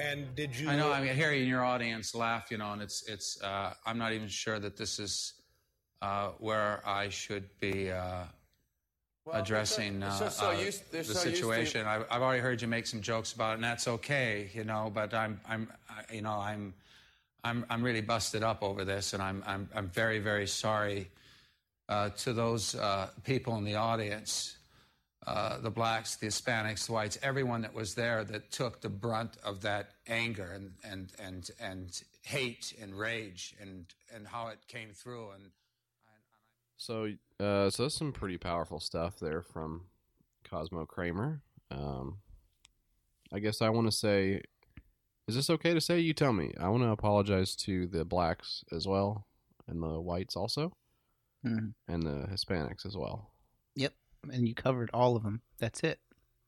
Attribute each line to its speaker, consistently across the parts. Speaker 1: And did you?
Speaker 2: I know. I mean, Harry, and your audience laugh, you know, and it's it's. Uh, I'm not even sure that this is uh, where I should be uh, addressing
Speaker 3: they're so-
Speaker 2: uh,
Speaker 3: they're so
Speaker 2: uh,
Speaker 3: used-
Speaker 2: the
Speaker 3: they're so used to-
Speaker 2: situation. I, I've already heard you make some jokes about it, and that's okay, you know. But I'm I'm I, you know I'm I'm I'm really busted up over this, and I'm I'm I'm very very sorry uh, to those uh, people in the audience uh, the blacks, the Hispanics, the whites, everyone that was there that took the brunt of that anger and and and and hate and rage and and how it came through and
Speaker 4: So, uh, so that's some pretty powerful stuff there from Cosmo Kramer. Um, I guess I want to say, is this okay to say? You tell me. I want to apologize to the blacks as well, and the whites also,
Speaker 5: Mhm.
Speaker 4: and the Hispanics as well.
Speaker 5: Yep. And you covered all of them. That's it.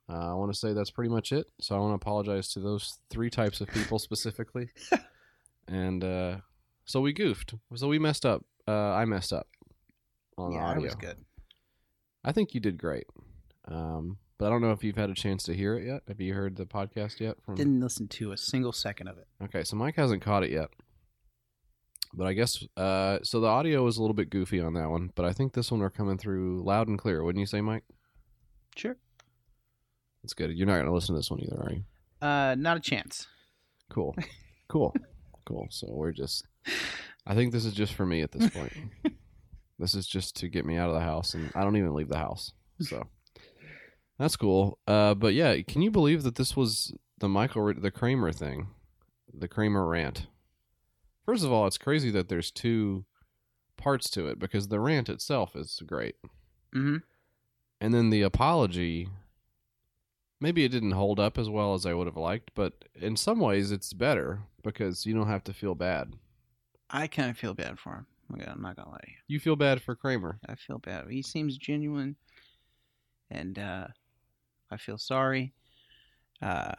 Speaker 4: Uh, I want to say that's pretty much it. So I want to apologize to those three types of people specifically. And uh, so we goofed. So we messed up. Uh, I messed up on
Speaker 5: yeah,
Speaker 4: the audio.
Speaker 5: I was good.
Speaker 4: I think you did great. Um, but I don't know if you've had a chance to hear it yet. Have you heard the podcast yet? From
Speaker 5: Didn't listen to a single second of it.
Speaker 4: okay, so Mike hasn't caught it yet. But I guess uh, so. The audio was a little bit goofy on that one, but I think this one are coming through loud and clear. Wouldn't you say, Mike?
Speaker 5: Sure.
Speaker 4: That's good. You're not going to listen to this one either, are you?
Speaker 5: Uh, not a chance.
Speaker 4: Cool, cool, cool. So we're just. I think this is just for me at this point. this is just to get me out of the house, and I don't even leave the house. So that's cool. Uh, but yeah, can you believe that this was the Michael the Kramer thing, the Kramer rant? First of all, it's crazy that there's two parts to it because the rant itself is great,
Speaker 5: hmm
Speaker 4: and then the apology. Maybe it didn't hold up as well as I would have liked, but in some ways it's better because you don't have to feel bad.
Speaker 5: I kind of feel bad for him. Okay, I'm not gonna lie to you.
Speaker 4: You feel bad for Kramer.
Speaker 5: I feel bad. He seems genuine, and uh, I feel sorry. Uh,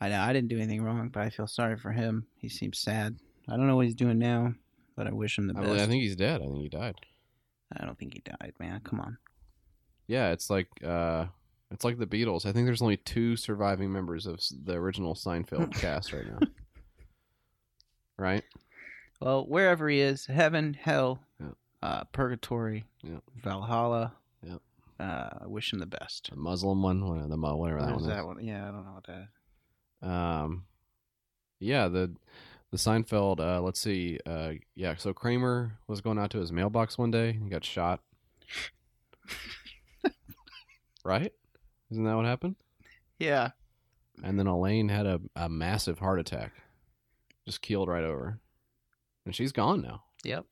Speaker 5: I know I didn't do anything wrong, but I feel sorry for him. He seems sad. I don't know what he's doing now, but I wish him the
Speaker 4: I,
Speaker 5: best.
Speaker 4: believe- I think he's dead. I think he died.
Speaker 5: I don't think he died, man. Come on.
Speaker 4: Yeah, it's like uh, it's like the Beatles. I think there's only two surviving members of s- the original Seinfeld cast right now. Right?
Speaker 5: Well, wherever he is, heaven, hell,
Speaker 4: Yeah.
Speaker 5: uh, purgatory,
Speaker 4: Yeah.
Speaker 5: Valhalla.
Speaker 4: Yeah.
Speaker 5: Uh, I wish him the best.
Speaker 4: The Muslim one, one of the Mu- whatever that
Speaker 5: Where's
Speaker 4: one
Speaker 5: that
Speaker 4: is.
Speaker 5: one? Yeah, I don't know what that.
Speaker 4: Um, yeah, the the Seinfeld. Uh, let's see. Uh, yeah, so Kramer was going out to his mailbox one day. and He got shot. right? Isn't that what happened?
Speaker 5: Yeah.
Speaker 4: And then Elaine had a, a massive heart attack, just keeled right over, and she's gone now.
Speaker 5: Yep.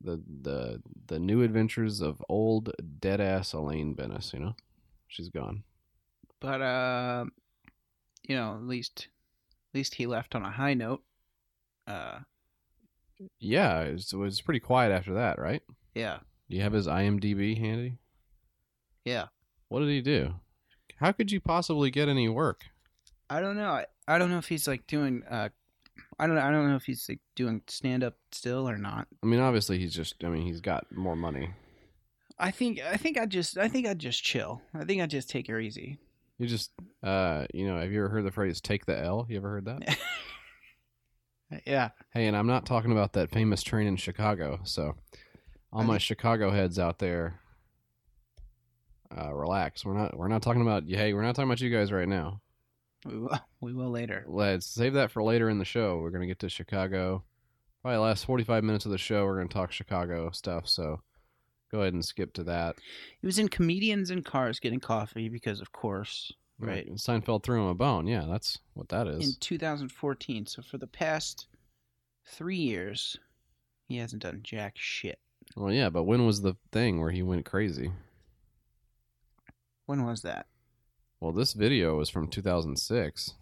Speaker 4: the the the new adventures of old dead ass Elaine Bennis, you know? She's gone.
Speaker 5: but uh, you know, at least, at least he left on a high note. Uh,
Speaker 4: Yeah, it was, it was pretty quiet after that, right?
Speaker 5: yeah,
Speaker 4: Do you have his IMDb handy?
Speaker 5: yeah.
Speaker 4: What did he do? How could you possibly get any work?
Speaker 5: I don't know. I, I don't know if he's like doing. Uh, I don't. I don't know if he's like doing stand up still or not.
Speaker 4: I mean, obviously he's just I mean, he's got more money.
Speaker 5: I think. I think I just. I think I just chill. I think I just take her easy.
Speaker 4: You just uh, you know, have you ever heard the phrase take the L? You ever heard that?
Speaker 5: Yeah.
Speaker 4: Hey, and I'm not talking about that famous train in Chicago. So, all my Chicago heads out there, uh, relax. We're not we're not talking about hey, we're not talking about you guys right now.
Speaker 5: We will. We will later.
Speaker 4: Let's save that for later in the show. We're gonna get to Chicago. Probably the last 45 minutes of the show, we're gonna talk Chicago stuff. So, go ahead and skip to that.
Speaker 5: He was in comedians in cars getting coffee because, of course, right.
Speaker 4: And Seinfeld threw him a bone. Yeah, that's what that
Speaker 5: in
Speaker 4: is.
Speaker 5: 2014. So for the past three years, he hasn't done jack shit.
Speaker 4: well, yeah, but when was the thing where he went crazy?
Speaker 5: When was that?
Speaker 4: Well, this video was from 2006.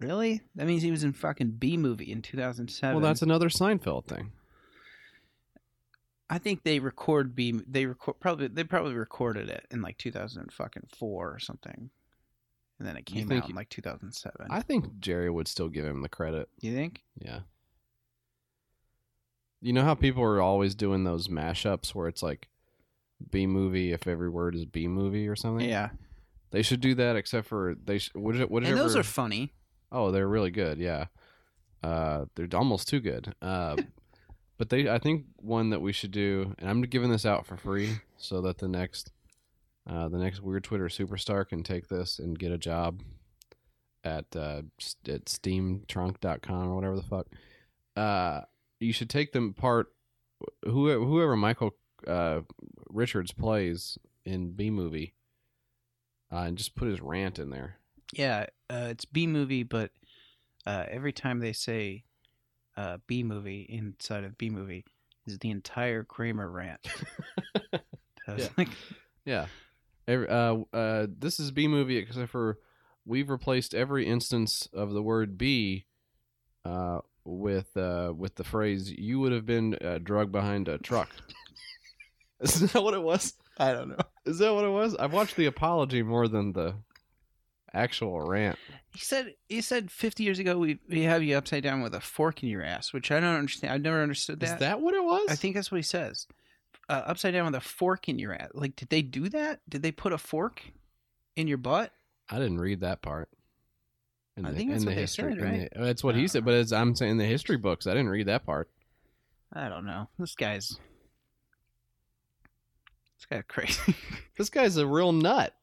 Speaker 5: Really? That means he was in fucking B movie in 2007.
Speaker 4: Well, that's another Seinfeld thing.
Speaker 5: I think they record B. They record probably. They probably recorded it in like 2004 or something, and then it
Speaker 4: You
Speaker 5: came
Speaker 4: think
Speaker 5: out in
Speaker 4: he-
Speaker 5: like 2007.
Speaker 4: I think Jerry would still give him the credit.
Speaker 5: you think?
Speaker 4: Yeah. You know how people are always doing those mashups where it's like B movie if every word is B movie or something.
Speaker 5: Yeah.
Speaker 4: They should do that except for they sh- what is it? What is
Speaker 5: And
Speaker 4: it-
Speaker 5: those are funny.
Speaker 4: Oh, they're really good. Yeah, uh, they're almost too good. Uh, but they, I think one that we should do, and I'm giving this out for free so that the next, uh, the next weird Twitter superstar can take this and get a job at uh, s- at steamtrunk.com or whatever the fuck. Uh, you should take them part. Whoever, whoever Michael uh, Richards plays in B movie, uh, and just put his rant in there.
Speaker 5: Yeah, uh, it's B movie, but uh, every time they say uh, B movie inside of B movie is the entire Kramer rant. I was
Speaker 4: Yeah.
Speaker 5: like,
Speaker 4: Yeah. Every, uh, uh, this is B movie except for we've replaced every instance of the word B uh, with uh, with the phrase "you would have been uh, drugged behind a truck." is that what it was?
Speaker 5: I don't know.
Speaker 4: Is that what it was? I've watched the apology more than the actual rant.
Speaker 5: He said he said 50 years ago we we have you upside down with a fork in your ass, which I don't understand. I've never understood
Speaker 4: Is
Speaker 5: that.
Speaker 4: that what it was?
Speaker 5: I think that's what he says. Uh, upside down with a fork in your ass. Like, did they do that? Did they put a fork in your butt?
Speaker 4: I didn't read that part. In
Speaker 5: I think that's
Speaker 4: in
Speaker 5: what they
Speaker 4: history,
Speaker 5: said,
Speaker 4: in
Speaker 5: right? Uh.
Speaker 4: the- that's what he said, but as I'm saying in the history books, I didn't read that part.
Speaker 5: I don't know. This guy's this guy crazy.
Speaker 4: This guy's a real nut.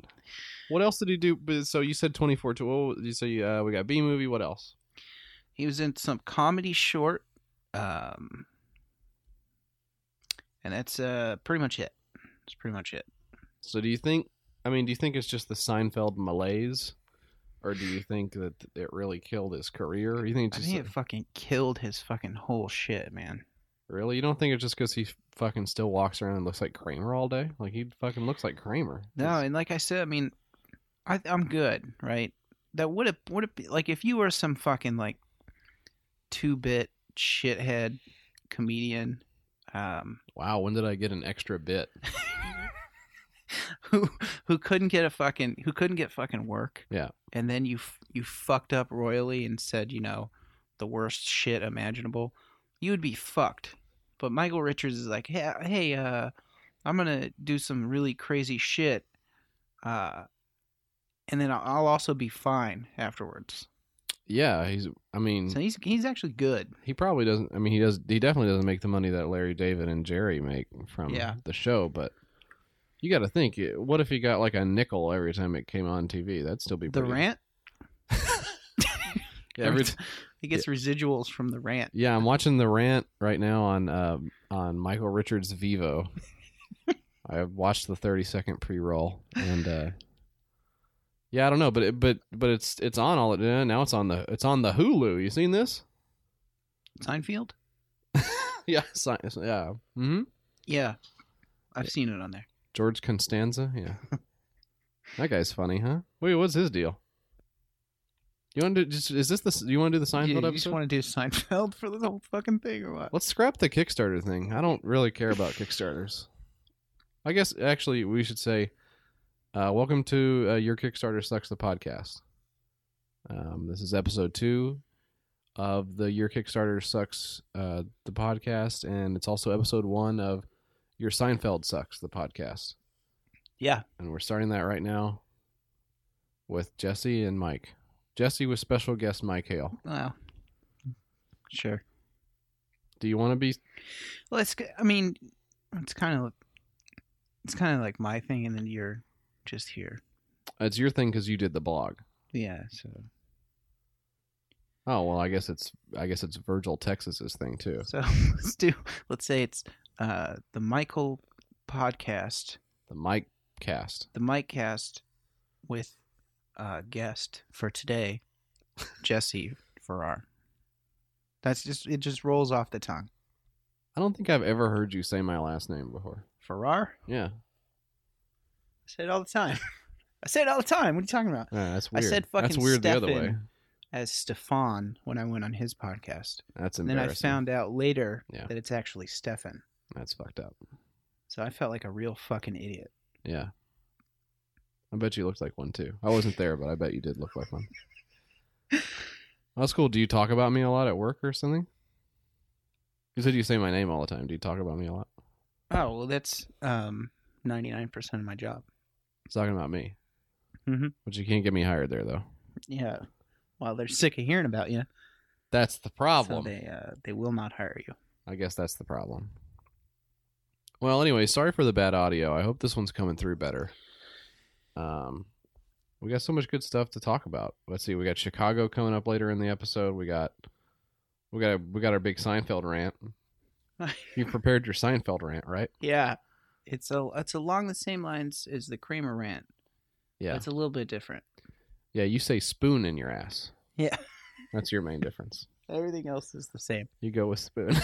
Speaker 4: What else did he do? But- So you said twenty four to oh, you say uh, we got B movie. What else?
Speaker 5: he was in some comedy short, um, and that's uh pretty much it. That's pretty much it.
Speaker 4: So do you think? I mean, do you think it's just the Seinfeld malaise, or do you think that it really killed his career? Or you think
Speaker 5: I
Speaker 4: it's
Speaker 5: think
Speaker 4: just
Speaker 5: it fucking killed his fucking whole shit, man.
Speaker 4: really? You don't think it's just because he fucking still walks around and looks like Kramer all day? Like he fucking looks like Kramer.
Speaker 5: No, and like I said, I mean, I I'm good, right? That would it would it be like if you were some fucking like two bit shithead comedian, um,
Speaker 4: Wow. When did I get an extra bit?
Speaker 5: who who couldn't get a fucking who couldn't get fucking work.
Speaker 4: Yeah.
Speaker 5: And then you f- you fucked up royally and said you know the worst shit imaginable. You would be fucked. But Michael Richards is like, hey, hey, uh, I'm gonna do some really crazy shit, uh, and then I'll- I'll also be fine afterwards.
Speaker 4: Yeah. He's. I mean,
Speaker 5: So he's he's actually good.
Speaker 4: He probably doesn't. I mean, he does. He definitely doesn't make the money that Larry David and Jerry make from
Speaker 5: Yeah.
Speaker 4: the show. But you got to think, eh, what if he got like a nickel every time it came on TV? That'd still be
Speaker 5: The
Speaker 4: pretty,
Speaker 5: rant,
Speaker 4: Yeah, every
Speaker 5: Every- he gets residuals from the rant.
Speaker 4: yeah, I'm watching the rant right now on uh, on Michael Richards Vivo. I watched the 30 second pre roll and uh, yeah, I don't know, but it, but but it's it's on all uh, now. It's on the it's on the Hulu. You seen this?
Speaker 5: Seinfeld,
Speaker 4: yeah, si- yeah. hmm
Speaker 5: yeah, I've seen it on there.
Speaker 4: George Constanza, yeah. that guy's funny, huh? Wait, what's his deal? You want to do, just is this the you want to do the Seinfeld
Speaker 5: you, you just
Speaker 4: episode?
Speaker 5: want to do Seinfeld for the whole fucking thing or what?
Speaker 4: Let's scrap the Kickstarter thing. I don't really care about Kickstarters. I guess actually we should say, uh, welcome to uh, your Kickstarter sucks the podcast. Um, this is episode two of the Your Kickstarter Sucks uh, the podcast, and it's also episode one of Your Seinfeld Sucks the podcast.
Speaker 5: Yeah.
Speaker 4: and we're starting that right now with Jesse and Mike. Jesse with special guest Mike Hale.
Speaker 5: Well, sure.
Speaker 4: Do you want to be?
Speaker 5: Well, it's. I mean, it's kind of. It's kind of like my thing, and then you're just here.
Speaker 4: It's your thing because you did the blog.
Speaker 5: Yeah. So
Speaker 4: Oh well, I guess it's I guess it's Virgil Texas's thing too.
Speaker 5: so let's do. Let's say it's uh the Michael podcast,
Speaker 4: The Mike cast.
Speaker 5: the Mike cast, with uh guest for today, Jesse Farrar. That's just it. Just rolls off the tongue.
Speaker 4: I don't think I've ever heard you say my last name before.
Speaker 5: Farrar.
Speaker 4: Yeah,
Speaker 5: I say it all the time. I say it all the time. What are you talking about?
Speaker 4: Yeah, Uh, that's
Speaker 5: I
Speaker 4: weird.
Speaker 5: said
Speaker 4: that's
Speaker 5: fucking
Speaker 4: weird the other way.
Speaker 5: Stefan. as Stefan when I went on his podcast.
Speaker 4: That's
Speaker 5: And then
Speaker 4: embarrassing.
Speaker 5: I found out later
Speaker 4: Yeah.
Speaker 5: that it's actually Stefan.
Speaker 4: that's fucked up.
Speaker 5: So I felt like a real fucking idiot.
Speaker 4: Yeah. I bet you looked like one too. I wasn't there, but I bet you did look like one. That's cool. Do you talk about me a lot at work or something? You said you say my name all the time. Do you talk about me a lot?
Speaker 5: Oh, well, that's um, 99% of my job.
Speaker 4: It's talking about me.
Speaker 5: Mhm.
Speaker 4: But you can't get me hired there though.
Speaker 5: Yeah. while they're sick of hearing about you.
Speaker 4: That's the problem.
Speaker 5: So they uh, they will not hire you.
Speaker 4: I guess that's the problem. Well, anyway, sorry for the bad audio. I hope this one's coming through better. Um, we got so much good stuff to talk about. Let's see, we got Chicago coming up later in the episode. We got we got we got our big Seinfeld rant. You prepared your Seinfeld rant, right?
Speaker 5: yeah, it's a it's along the same lines as the Kramer rant. but
Speaker 4: Yeah.
Speaker 5: it's a little bit different.
Speaker 4: Yeah, you say spoon in your ass.
Speaker 5: Yeah,
Speaker 4: That's your main difference.
Speaker 5: everything else is the same.
Speaker 4: You go with spoon.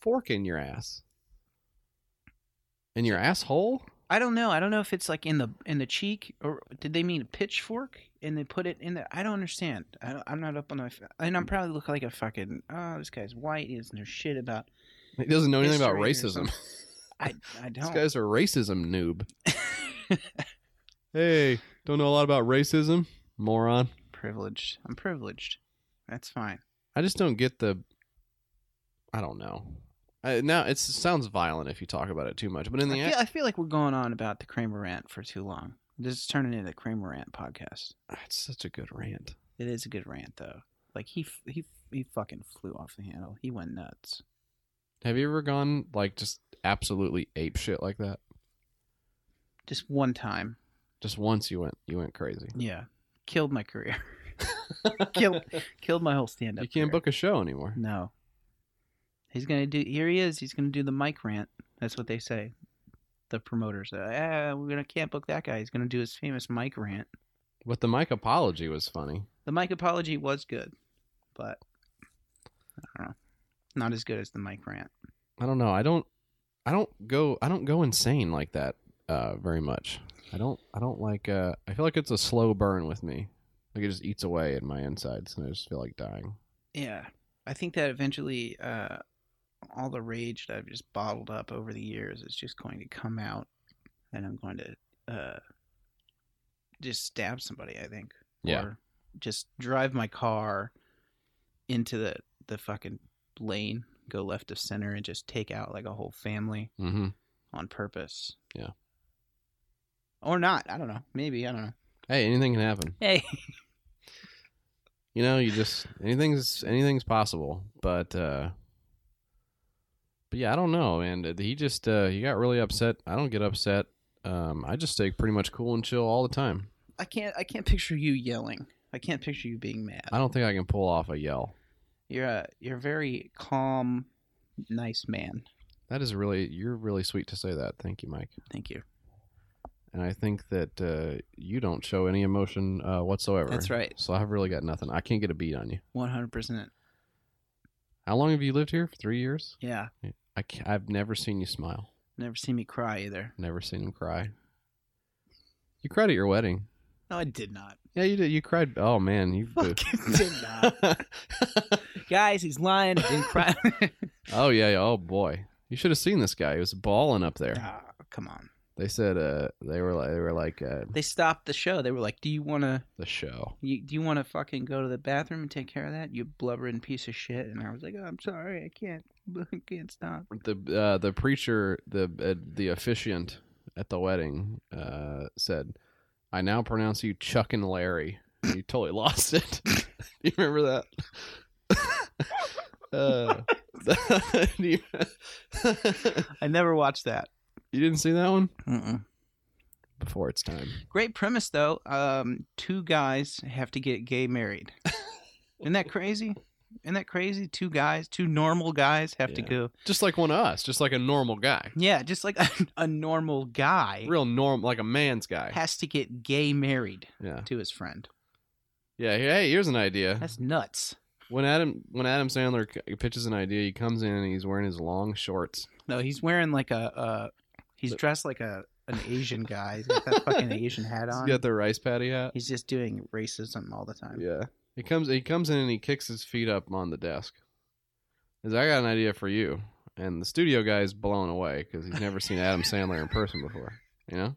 Speaker 4: Fork in your ass. In your asshole?
Speaker 5: I don't know. I don't know if it's like in the in the cheek or did they mean a pitchfork and they put it in the? I don't understand. I don't, I'm not up on my f- and I'm probably look like a fucking oh this guy's white. He doesn't know shit about.
Speaker 4: He doesn't know anything about
Speaker 5: History or
Speaker 4: racism.
Speaker 5: I I don't.
Speaker 4: These guys are racism noob. Hey, don't know a lot about racism, moron.
Speaker 5: privileged. I'm privileged. That's fine.
Speaker 4: I just don't get the. I don't know. I, now it's, it sounds violent if you talk about it too much, but in the
Speaker 5: I
Speaker 4: end,
Speaker 5: feel, I feel like we're going on about the Kramer rant for too long. This is turning into the Kramer rant podcast.
Speaker 4: ah, it's such a good rant.
Speaker 5: It is a good rant though. Like he f- he f- he fucking flew off the handle. He went nuts.
Speaker 4: Have you ever gone like just absolutely ape shit like that?
Speaker 5: Just one time.
Speaker 4: Just once you went, you went crazy.
Speaker 5: Yeah. Killed my career. killed killed my whole stand up.
Speaker 4: You can't book a show anymore.
Speaker 5: No. He's gonna do. Here he is. He's gonna do the mic rant. That's what they say. The promoters. Uh, ah, we're gonna can't book that guy. He's gonna do his famous mic rant.
Speaker 4: But the mic apology was funny.
Speaker 5: The mic apology was good, but I don't know. Not as good as the mic rant.
Speaker 4: I don't know. I don't. I don't go. I don't go insane like that uh, very much. I don't. I don't like. Uh, I feel like it's a slow burn with me. Like it just eats away at my insides, and I just feel like dying.
Speaker 5: Yeah. I think that eventually uh, all the rage that I've just bottled up over the years is just going to come out and I'm going to uh, just stab somebody, I think.
Speaker 4: Yeah.
Speaker 5: Or just drive my car into the, the fucking lane, go left of center, and just take out like a whole family
Speaker 4: Mm-hmm.
Speaker 5: on purpose.
Speaker 4: Yeah.
Speaker 5: Or not. I don't know. Maybe. I don't know.
Speaker 4: Hey, anything can happen.
Speaker 5: Hey.
Speaker 4: You know, you just anything's anything's possible. But uh, but yeah, I don't know. And he just uh, he got really upset. I don't get upset. Um, I just stay pretty much cool and chill all the time.
Speaker 5: I can't I can't picture you yelling. I can't picture you being mad.
Speaker 4: I don't think I can pull off a yell.
Speaker 5: You're a you're a very calm, nice man.
Speaker 4: That is really you're really sweet to say that. Thank you, Mike.
Speaker 5: Thank you.
Speaker 4: and I think that uh, you don't show any emotion uh, whatsoever.
Speaker 5: That's right.
Speaker 4: So I've really got nothing. I can't get a beat on you.
Speaker 5: One hundred percent.
Speaker 4: How long have you lived here? Three years.
Speaker 5: Yeah.
Speaker 4: I ca I've never seen you smile.
Speaker 5: Never seen me cry either.
Speaker 4: Never seen him cry. You cried at your wedding.
Speaker 5: No, I did not.
Speaker 4: Yeah, you did. You cried. Oh man, you. boo-
Speaker 5: Fucking did not. Guys, he's lying. I didn't cry.
Speaker 4: oh yeah, yeah. Oh boy, you should have seen this guy. He was balling up there.
Speaker 5: Ah, come on.
Speaker 4: They said uh, they were like they were like uh,
Speaker 5: They stopped the show. They were like, "Do you want to?
Speaker 4: the show.
Speaker 5: You, do you want to fucking go to the bathroom and take care of that? You blubbering piece of shit." And I was like, oh, "I'm sorry, I can't. I can't stop."
Speaker 4: the uh, the preacher, the uh, the officiant at the wedding, uh, said, "I now pronounce you Chuck and Larry." And you totally lost it. do you remember that? uh, do you,
Speaker 5: I never watched that.
Speaker 4: you didn't see that one
Speaker 5: Mm-mm.
Speaker 4: before it's time.
Speaker 5: Great premise though. Um, two guys have to get gay married. Isn't that crazy? Isn't that crazy? Two guys, two normal guys have to
Speaker 4: Yeah.
Speaker 5: go.
Speaker 4: Just like one of us, just like a normal guy,
Speaker 5: Yeah, just like a, a normal guy
Speaker 4: real normal, like a man's guy.
Speaker 5: has to get gay married
Speaker 4: Yeah,
Speaker 5: to his friend.
Speaker 4: yeah. Hey, here's an idea.
Speaker 5: That's nuts.
Speaker 4: When Adam when Adam Sandler c- pitches an idea, he comes in and he's wearing his long shorts.
Speaker 5: No, he's wearing like a uh, he's dressed like a an Asian guy. He's got that fucking Asian hat
Speaker 4: He's
Speaker 5: on.
Speaker 4: got the rice patty hat.
Speaker 5: He's just doing racism all the time.
Speaker 4: Yeah. He comes he comes in and he kicks his feet up on the desk. Says, I got an idea for you. And the studio guy's blown away because he's never seen Adam Sandler in person before. You know?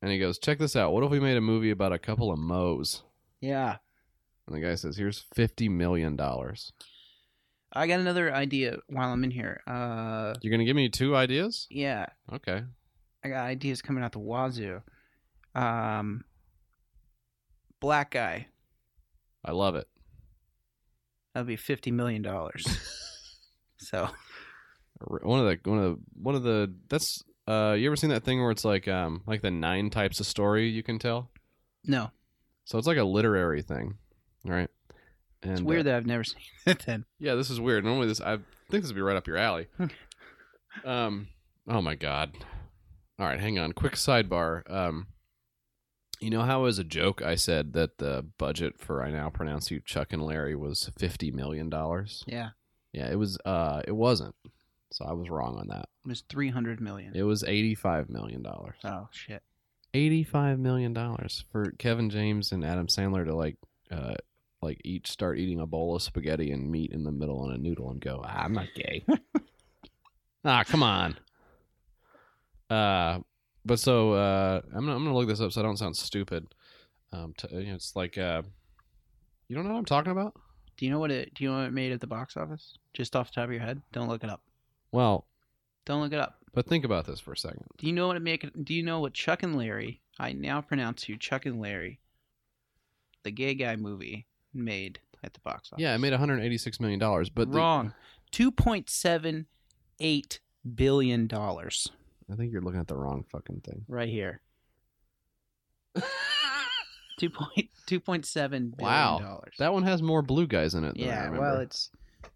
Speaker 4: And he goes, Check this out. What if we made a movie about a couple of Moes?
Speaker 5: Yeah.
Speaker 4: And the guy says, Here's fifty million dollars.
Speaker 5: I got another idea while I'm in here. Uh,
Speaker 4: You're gonna give me two ideas?
Speaker 5: yeah.
Speaker 4: Okay.
Speaker 5: I got ideas coming out the wazoo. Um, black guy.
Speaker 4: I love it.
Speaker 5: That'd be fifty million dollars. so
Speaker 4: One of the one of the one of the that's uh you ever seen that thing where it's like um like the nine types of story you can tell?
Speaker 5: no,
Speaker 4: So it's like a literary thing, right? And
Speaker 5: it's
Speaker 4: uh,
Speaker 5: weird that I've never seen it. Then
Speaker 4: Yeah, this is weird. Normally, this I think this would be right up your alley.
Speaker 5: Hmm.
Speaker 4: um, oh my god! All right, hang on. Quick sidebar. Um, you know how as a joke I said that the budget for I now pronounce you Chuck and Larry was fifty million dollars.
Speaker 5: yeah,
Speaker 4: Yeah, it was. Uh, it wasn't. So I was wrong on that.
Speaker 5: it was three hundred million.
Speaker 4: It was eighty-five million dollars.
Speaker 5: Oh shit!
Speaker 4: Eighty-five million dollars for Kevin James and Adam Sandler to like, uh, like each start eating a bowl of spaghetti and meat in the middle on a noodle and go, "Ah, I'm not gay. ah, come on. Uh, but so uh, I'm gonna, I'm gonna look this up so I don't sound stupid. Um, t- you know, it's like uh, you don't know what I'm talking about.
Speaker 5: Do you know what it? Do you know what it made at the box office? Just off the top of your head, don't look it up.
Speaker 4: Well,
Speaker 5: Don't look it up.
Speaker 4: but think about this for a second.
Speaker 5: Do you know what it make? Do you know what Chuck and Larry? I now pronounce you Chuck and Larry. The gay guy movie made at the box office.
Speaker 4: Yeah, it made 186 million dollars, but the-
Speaker 5: wrong. Two point seven eight billion dollars
Speaker 4: I think you're looking at the wrong fucking thing.
Speaker 5: right here. Two point two point seven billion
Speaker 4: Wow.
Speaker 5: dollars.
Speaker 4: That one has more blue guys in it. Than I
Speaker 5: yeah,
Speaker 4: remember.
Speaker 5: well, it's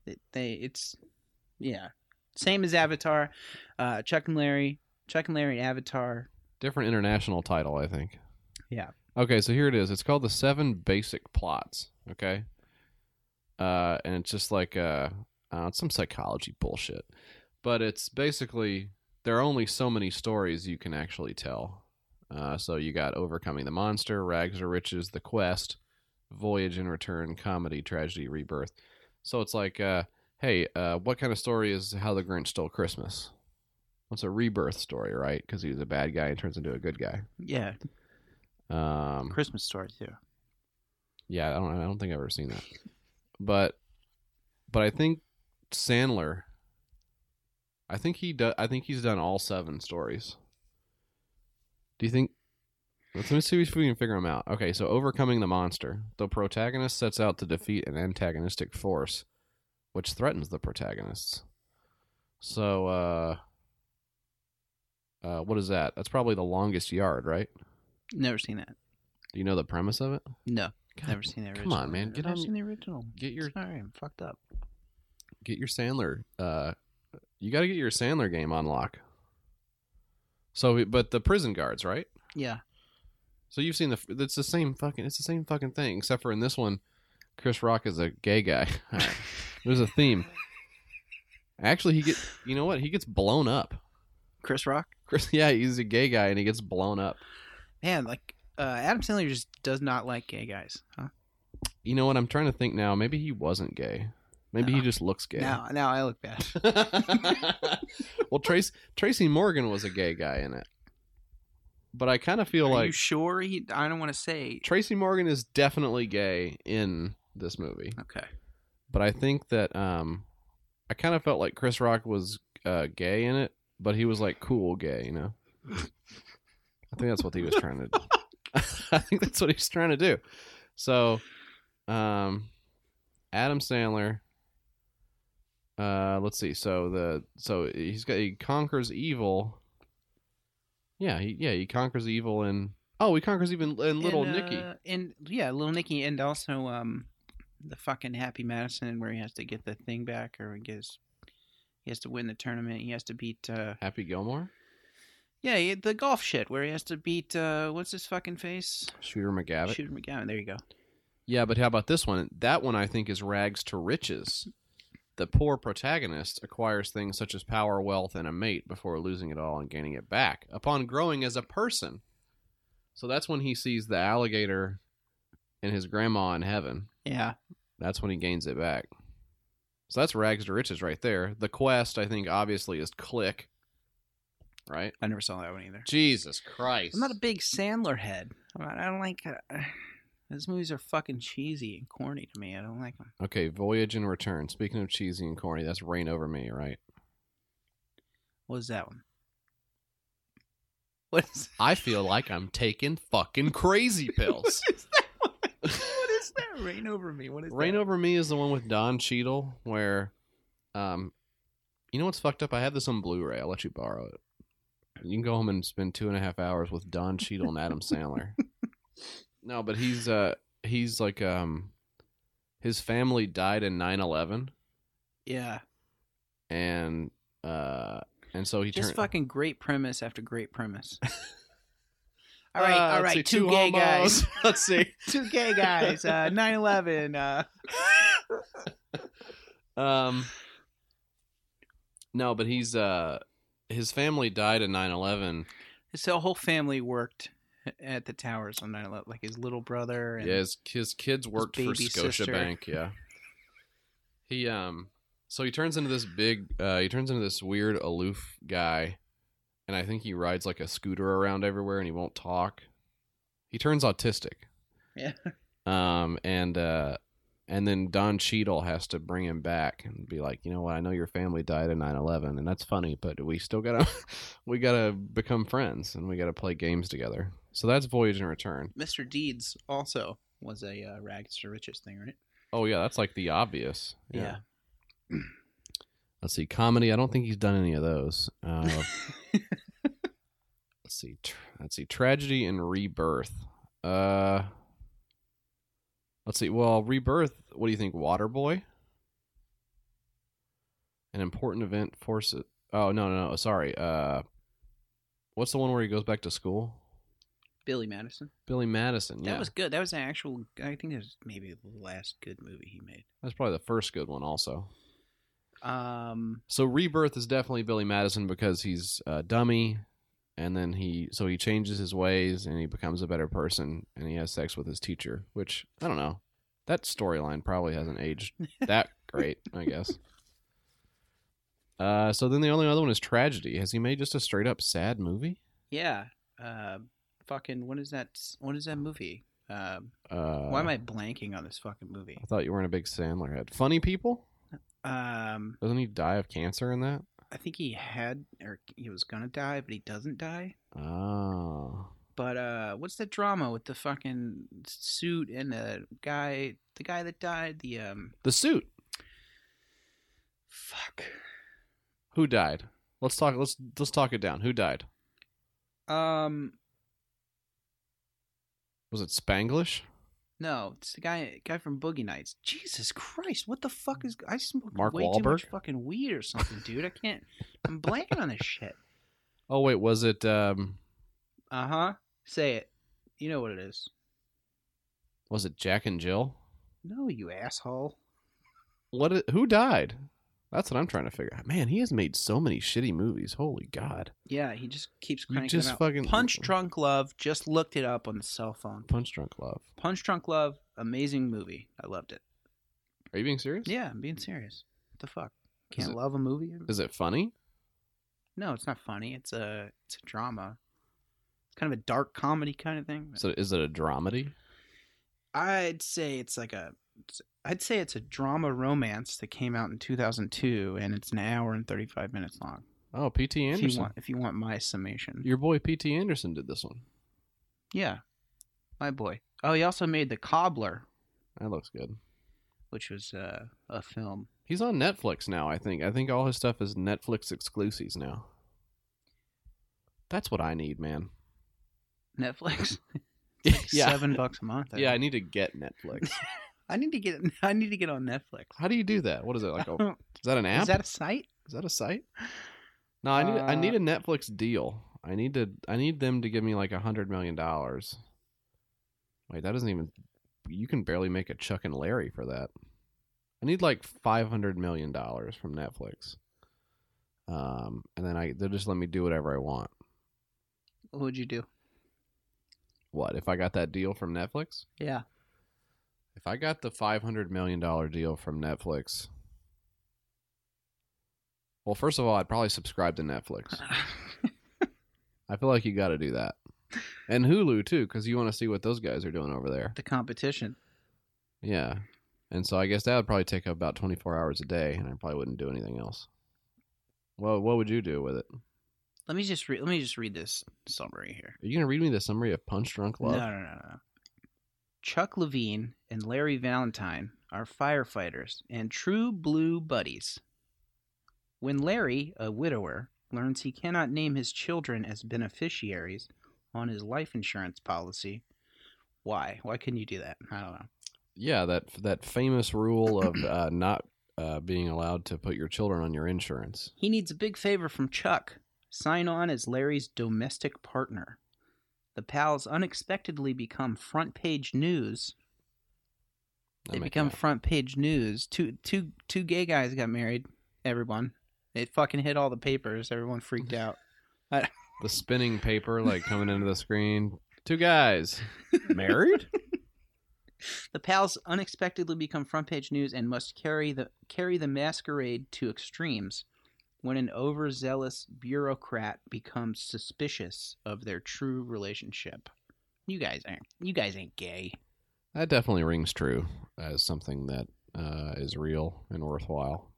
Speaker 5: it, they it's yeah same as Avatar, uh, Chuck and Larry, Chuck and Larry and Avatar.
Speaker 4: different international title, I think.
Speaker 5: Yeah.
Speaker 4: Okay, so here it is. It's called the Seven Basic Plots. Okay. Uh, and it's just like uh, uh it's some psychology bullshit, but it's basically there are only so many stories you can actually tell. Uh, so you got overcoming the monster, rags to riches, the quest, voyage and return, comedy, tragedy, rebirth. So it's like, uh, hey, uh, what kind of story is how the Grinch stole Christmas? It's a rebirth story, right? Because he was a bad guy and turns into a good guy.
Speaker 5: Yeah,
Speaker 4: Um,
Speaker 5: Christmas story too.
Speaker 4: yeah, I don't, I don't think I've ever seen that, but, but I think Sandler. I think he does. I think he's done all seven stories. Do you think? Let's let me see if we can figure them out. Okay, so overcoming the monster, the protagonist sets out to defeat an antagonistic force, which threatens the protagonists. So, uh, uh, what is that? That's probably the longest yard, right?
Speaker 5: Never seen that.
Speaker 4: Do you know the premise of it?
Speaker 5: No,
Speaker 4: God,
Speaker 5: never seen the original.
Speaker 4: come on, man, get
Speaker 5: I've
Speaker 4: on-
Speaker 5: seen the original.
Speaker 4: Get your
Speaker 5: Sorry, I'm fucked up.
Speaker 4: get your Sandler. Uh, you got to get your Sandler game on lock. So, but the prison guards, right?
Speaker 5: Yeah,
Speaker 4: So you've seen the. It's the same fucking. It's the same fucking thing, except for in this one, Chris Rock is a gay guy. All right. There's a theme. Actually, he get. You know what? He gets blown up.
Speaker 5: Chris Rock.
Speaker 4: Chris, yeah, he's a gay guy and he gets blown up.
Speaker 5: Man, like uh, Adam Sandler just does not like gay guys. Huh?
Speaker 4: You know what? I'm trying to think now. Maybe he wasn't gay. Maybe he
Speaker 5: No.
Speaker 4: just looks gay.
Speaker 5: Now, now I look bad.
Speaker 4: well, Trace Tracy Morgan was a gay guy in it, but I kind of feel
Speaker 5: Are
Speaker 4: like
Speaker 5: you sure? He, I don't want to say.
Speaker 4: Tracy Morgan is definitely gay in this movie.
Speaker 5: Okay.
Speaker 4: But I think that um, I kind of felt like Chris Rock was uh, gay in it, but he was like cool gay, you know. I think that's what he was trying to. I think that's what he was trying to do. So, um, Adam Sandler. Uh, let's see. So the so he's got he conquers evil. Yeah, he, yeah, he conquers evil and oh, he conquers even and little
Speaker 5: And,
Speaker 4: Nicky.
Speaker 5: uh, and yeah, Little Nicky, and also um, the fucking Happy Madison, where he has to get the thing back, or he gets he has to win the tournament. He has to beat uh,
Speaker 4: Happy Gilmore,
Speaker 5: yeah, he- the golf shit, where he has to beat uh, what's his fucking face?
Speaker 4: Shooter McGavick.
Speaker 5: Shooter McGowan. There you go.
Speaker 4: Yeah, but how about this one? That one I think is rags to riches. The poor protagonist acquires things such as power, wealth, and a mate before losing it all and gaining it back upon growing as a person. So that's when he sees the alligator and his grandma in heaven.
Speaker 5: Yeah,
Speaker 4: That's when he gains it back. So that's rags to riches right there. The quest, I think, obviously is click. Right?
Speaker 5: I never saw that one either.
Speaker 4: Jesus Christ.
Speaker 5: I'm not a big Sandler head. I'm not- I don't like. Uh, his movies are fucking cheesy and corny to me. I don't like them.
Speaker 4: Okay, Voyage and Return. Speaking of cheesy and corny, that's Rain Over Me, right?
Speaker 5: What is that one? What is,
Speaker 4: I feel like I'm taking fucking crazy pills.
Speaker 5: what is that one? What's that? Rain over me. What is
Speaker 4: Rain
Speaker 5: that?
Speaker 4: Over Me is the one with Don Cheadle where, um, you know what's fucked up? I have this on Blu-ray. I'll let you borrow it. You can go home and spend two and a half hours with Don Cheadle and Adam Sandler. No, but he's uh he's like um his family died in 9-11
Speaker 5: Yeah.
Speaker 4: and uh and so he
Speaker 5: Just
Speaker 4: turned
Speaker 5: fucking great premise after great premise. all right,
Speaker 4: Ah,
Speaker 5: all right, uh, two, gay guys,
Speaker 4: let's see.
Speaker 5: two gay guys, uh, 9/11. Uh,
Speaker 4: Um No, but he's uh his family died in 9-11
Speaker 5: so whole family worked at the towers on 9/11, like his little brother. And
Speaker 4: Yeah, his, his kids worked for
Speaker 5: baby sister.
Speaker 4: Scotiabank. Yeah. He um, so he turns into this big. Uh, he turns into this weird aloof guy, and I think he rides like a scooter around everywhere, and he won't talk. He turns autistic.
Speaker 5: Yeah.
Speaker 4: Um, and uh, and then Don Cheadle has to bring him back and be like, you know what? I know your family died in 9-11, and that's funny, but we still gotta, we gotta become friends, and we gotta play games together. So that's Voyage and Return.
Speaker 5: Mr. Deeds also was a uh, rags to riches thing, right?
Speaker 4: Oh yeah, that's like the obvious. Let's see, comedy. I don't think he's done any of those. Uh, let's see. Tr- let's see, tragedy and rebirth. Uh, let's see. Well, rebirth. What do you think, Waterboy? An important event forces. Oh no, no, no. Sorry. Uh, what's the one where he goes back to school?
Speaker 5: Billy Madison.
Speaker 4: Billy Madison.
Speaker 5: That
Speaker 4: Yeah,
Speaker 5: was good. That was an actual. I think it was maybe the last good movie he made.
Speaker 4: that's probably the first good one. Also,
Speaker 5: Um,
Speaker 4: So Rebirth is definitely Billy Madison because he's a dummy, and then he so he changes his ways and he becomes a better person, and he has sex with his teacher. Which I don't know. That storyline probably hasn't aged that great, I guess. Uh, so then the only other one is Tragedy. Has he made just a straight up sad movie?
Speaker 5: yeah. Uh, fucking. What is that? What is that movie? Um,
Speaker 4: Uh,
Speaker 5: why am I blanking on this fucking movie?
Speaker 4: I thought you weren't a big Sandler head. Funny People?
Speaker 5: Um,
Speaker 4: Doesn't he die of cancer in that?
Speaker 5: I think he had or he was gonna die, but he doesn't die.
Speaker 4: Oh.
Speaker 5: But uh, what's that drama with the fucking suit and the guy, the guy that died? The um,
Speaker 4: The suit.
Speaker 5: fuck.
Speaker 4: Who died? Let's talk. Let's let's talk it down. Who died?
Speaker 5: Um,
Speaker 4: Was it Spanglish?
Speaker 5: no, it's the guy, guy from Boogie Nights. Jesus Christ, what the fuck is? I smoked
Speaker 4: Mark
Speaker 5: way too much
Speaker 4: Wahlberg?
Speaker 5: fucking weed or something, dude. I can't. I'm blanking on this shit.
Speaker 4: Oh wait, was it um
Speaker 5: Uh huh. Say it. You know what it is.
Speaker 4: was it Jack and Jill?
Speaker 5: No, you asshole.
Speaker 4: What i- who died? That's what I'm trying to figure out. Man, he has made so many shitty movies. Holy god.
Speaker 5: Yeah, he just keeps
Speaker 4: You
Speaker 5: cranking
Speaker 4: just
Speaker 5: them out.
Speaker 4: fucking-
Speaker 5: Punch Drunk Love just looked it up on the cell phone.
Speaker 4: Punch Drunk Love.
Speaker 5: Punch Drunk Love, amazing movie. I loved it.
Speaker 4: Are you being serious?
Speaker 5: Yeah, I'm being serious. What the fuck?
Speaker 4: Is
Speaker 5: Can't
Speaker 4: it-
Speaker 5: love a movie?
Speaker 4: Is it funny?
Speaker 5: No, it's not funny. It's a it's a drama. It's kind of a dark comedy kind of thing.
Speaker 4: So is it a dramedy?
Speaker 5: I'd say it's like a it's- I'd say it's a drama romance that came out in 2002 and it's an hour and 35 minutes long.
Speaker 4: Oh, PT
Speaker 5: If you
Speaker 4: Anderson.
Speaker 5: want if you want my summation.
Speaker 4: Your boy PT Anderson did this one.
Speaker 5: yeah. My boy. Oh, he also made The Cobbler,
Speaker 4: That looks good.
Speaker 5: which was uh, a film.
Speaker 4: He's on Netflix now, I think. I think all his stuff is Netflix exclusives now. That's what I need, man.
Speaker 5: Netflix.
Speaker 4: yeah.
Speaker 5: 7 bucks a month. I
Speaker 4: Yeah, I
Speaker 5: think.
Speaker 4: need to get Netflix.
Speaker 5: I need to get I need to get on Netflix.
Speaker 4: How do you do that? What is it? Like a,
Speaker 5: Oh,
Speaker 4: is that an app?
Speaker 5: Is that a site?
Speaker 4: Is that a site? No, I need I
Speaker 5: Uh,
Speaker 4: need a Netflix deal. I need to I need them to give me like a hundred million dollars. Wait, that doesn't even you can barely make a Chuck and Larry for that. I need like five hundred million dollars from Netflix. Um, and then I they'll just let me do whatever I want.
Speaker 5: What would you do?
Speaker 4: What if I got that deal from Netflix?
Speaker 5: Yeah.
Speaker 4: If I got the five hundred million dollar deal from Netflix, well, first of all, I'd probably subscribe to Netflix. I feel like you got to do that. And Hulu too, because you want to see what those guys are doing over there.
Speaker 5: the competition.
Speaker 4: Yeah. And so I guess that would probably take up about 24 hours a day, and I probably wouldn't do anything else. Well, what would you do with it?
Speaker 5: Let me just read let me just read this summary here.
Speaker 4: Are you going to read me the summary of Punch Drunk Love?
Speaker 5: No, no, no, no. Chuck Levine and Larry Valentine are firefighters and true blue buddies. When Larry, a widower, learns he cannot name his children as beneficiaries on his life insurance policy, why? Why couldn't you do that? I don't know.
Speaker 4: Yeah, that that famous rule of uh, not uh, being allowed to put your children on your insurance.
Speaker 5: He needs a big favor from Chuck. Sign on as Larry's domestic partner. The pals unexpectedly become front page news.
Speaker 4: I
Speaker 5: They
Speaker 4: make
Speaker 5: become
Speaker 4: that-
Speaker 5: front page news. Two two two gay guys got married. Everyone, it fucking hit all the papers. Everyone freaked out.
Speaker 4: the spinning paper like coming into the screen. Two guys married.
Speaker 5: The pals unexpectedly become front page news and must carry the carry the masquerade to extremes when an overzealous bureaucrat becomes suspicious of their true relationship. You guys aren't you guys ain't gay.
Speaker 4: That definitely rings true as something that uh, is real and worthwhile.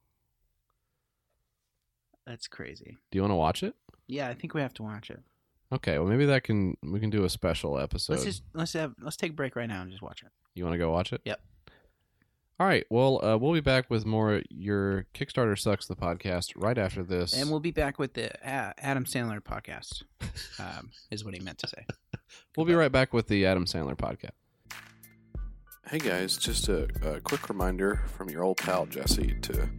Speaker 5: That's crazy.
Speaker 4: Do you want to watch it?
Speaker 5: Yeah, I think we have to watch it.
Speaker 4: Okay, well maybe that can we can do a special episode.
Speaker 5: let's just let's have let's take a break right now and just watch it.
Speaker 4: You want to go watch it?
Speaker 5: Yep.
Speaker 4: All right. Well, uh, we'll be back with more. Your Kickstarter sucks. The podcast right after this.
Speaker 5: And we'll be back with the uh, Adam Sandler podcast. Um, is what he meant to say.
Speaker 4: We'll be right back with the Adam Sandler podcast. Hey guys, just a, a quick reminder from your old pal Jesse to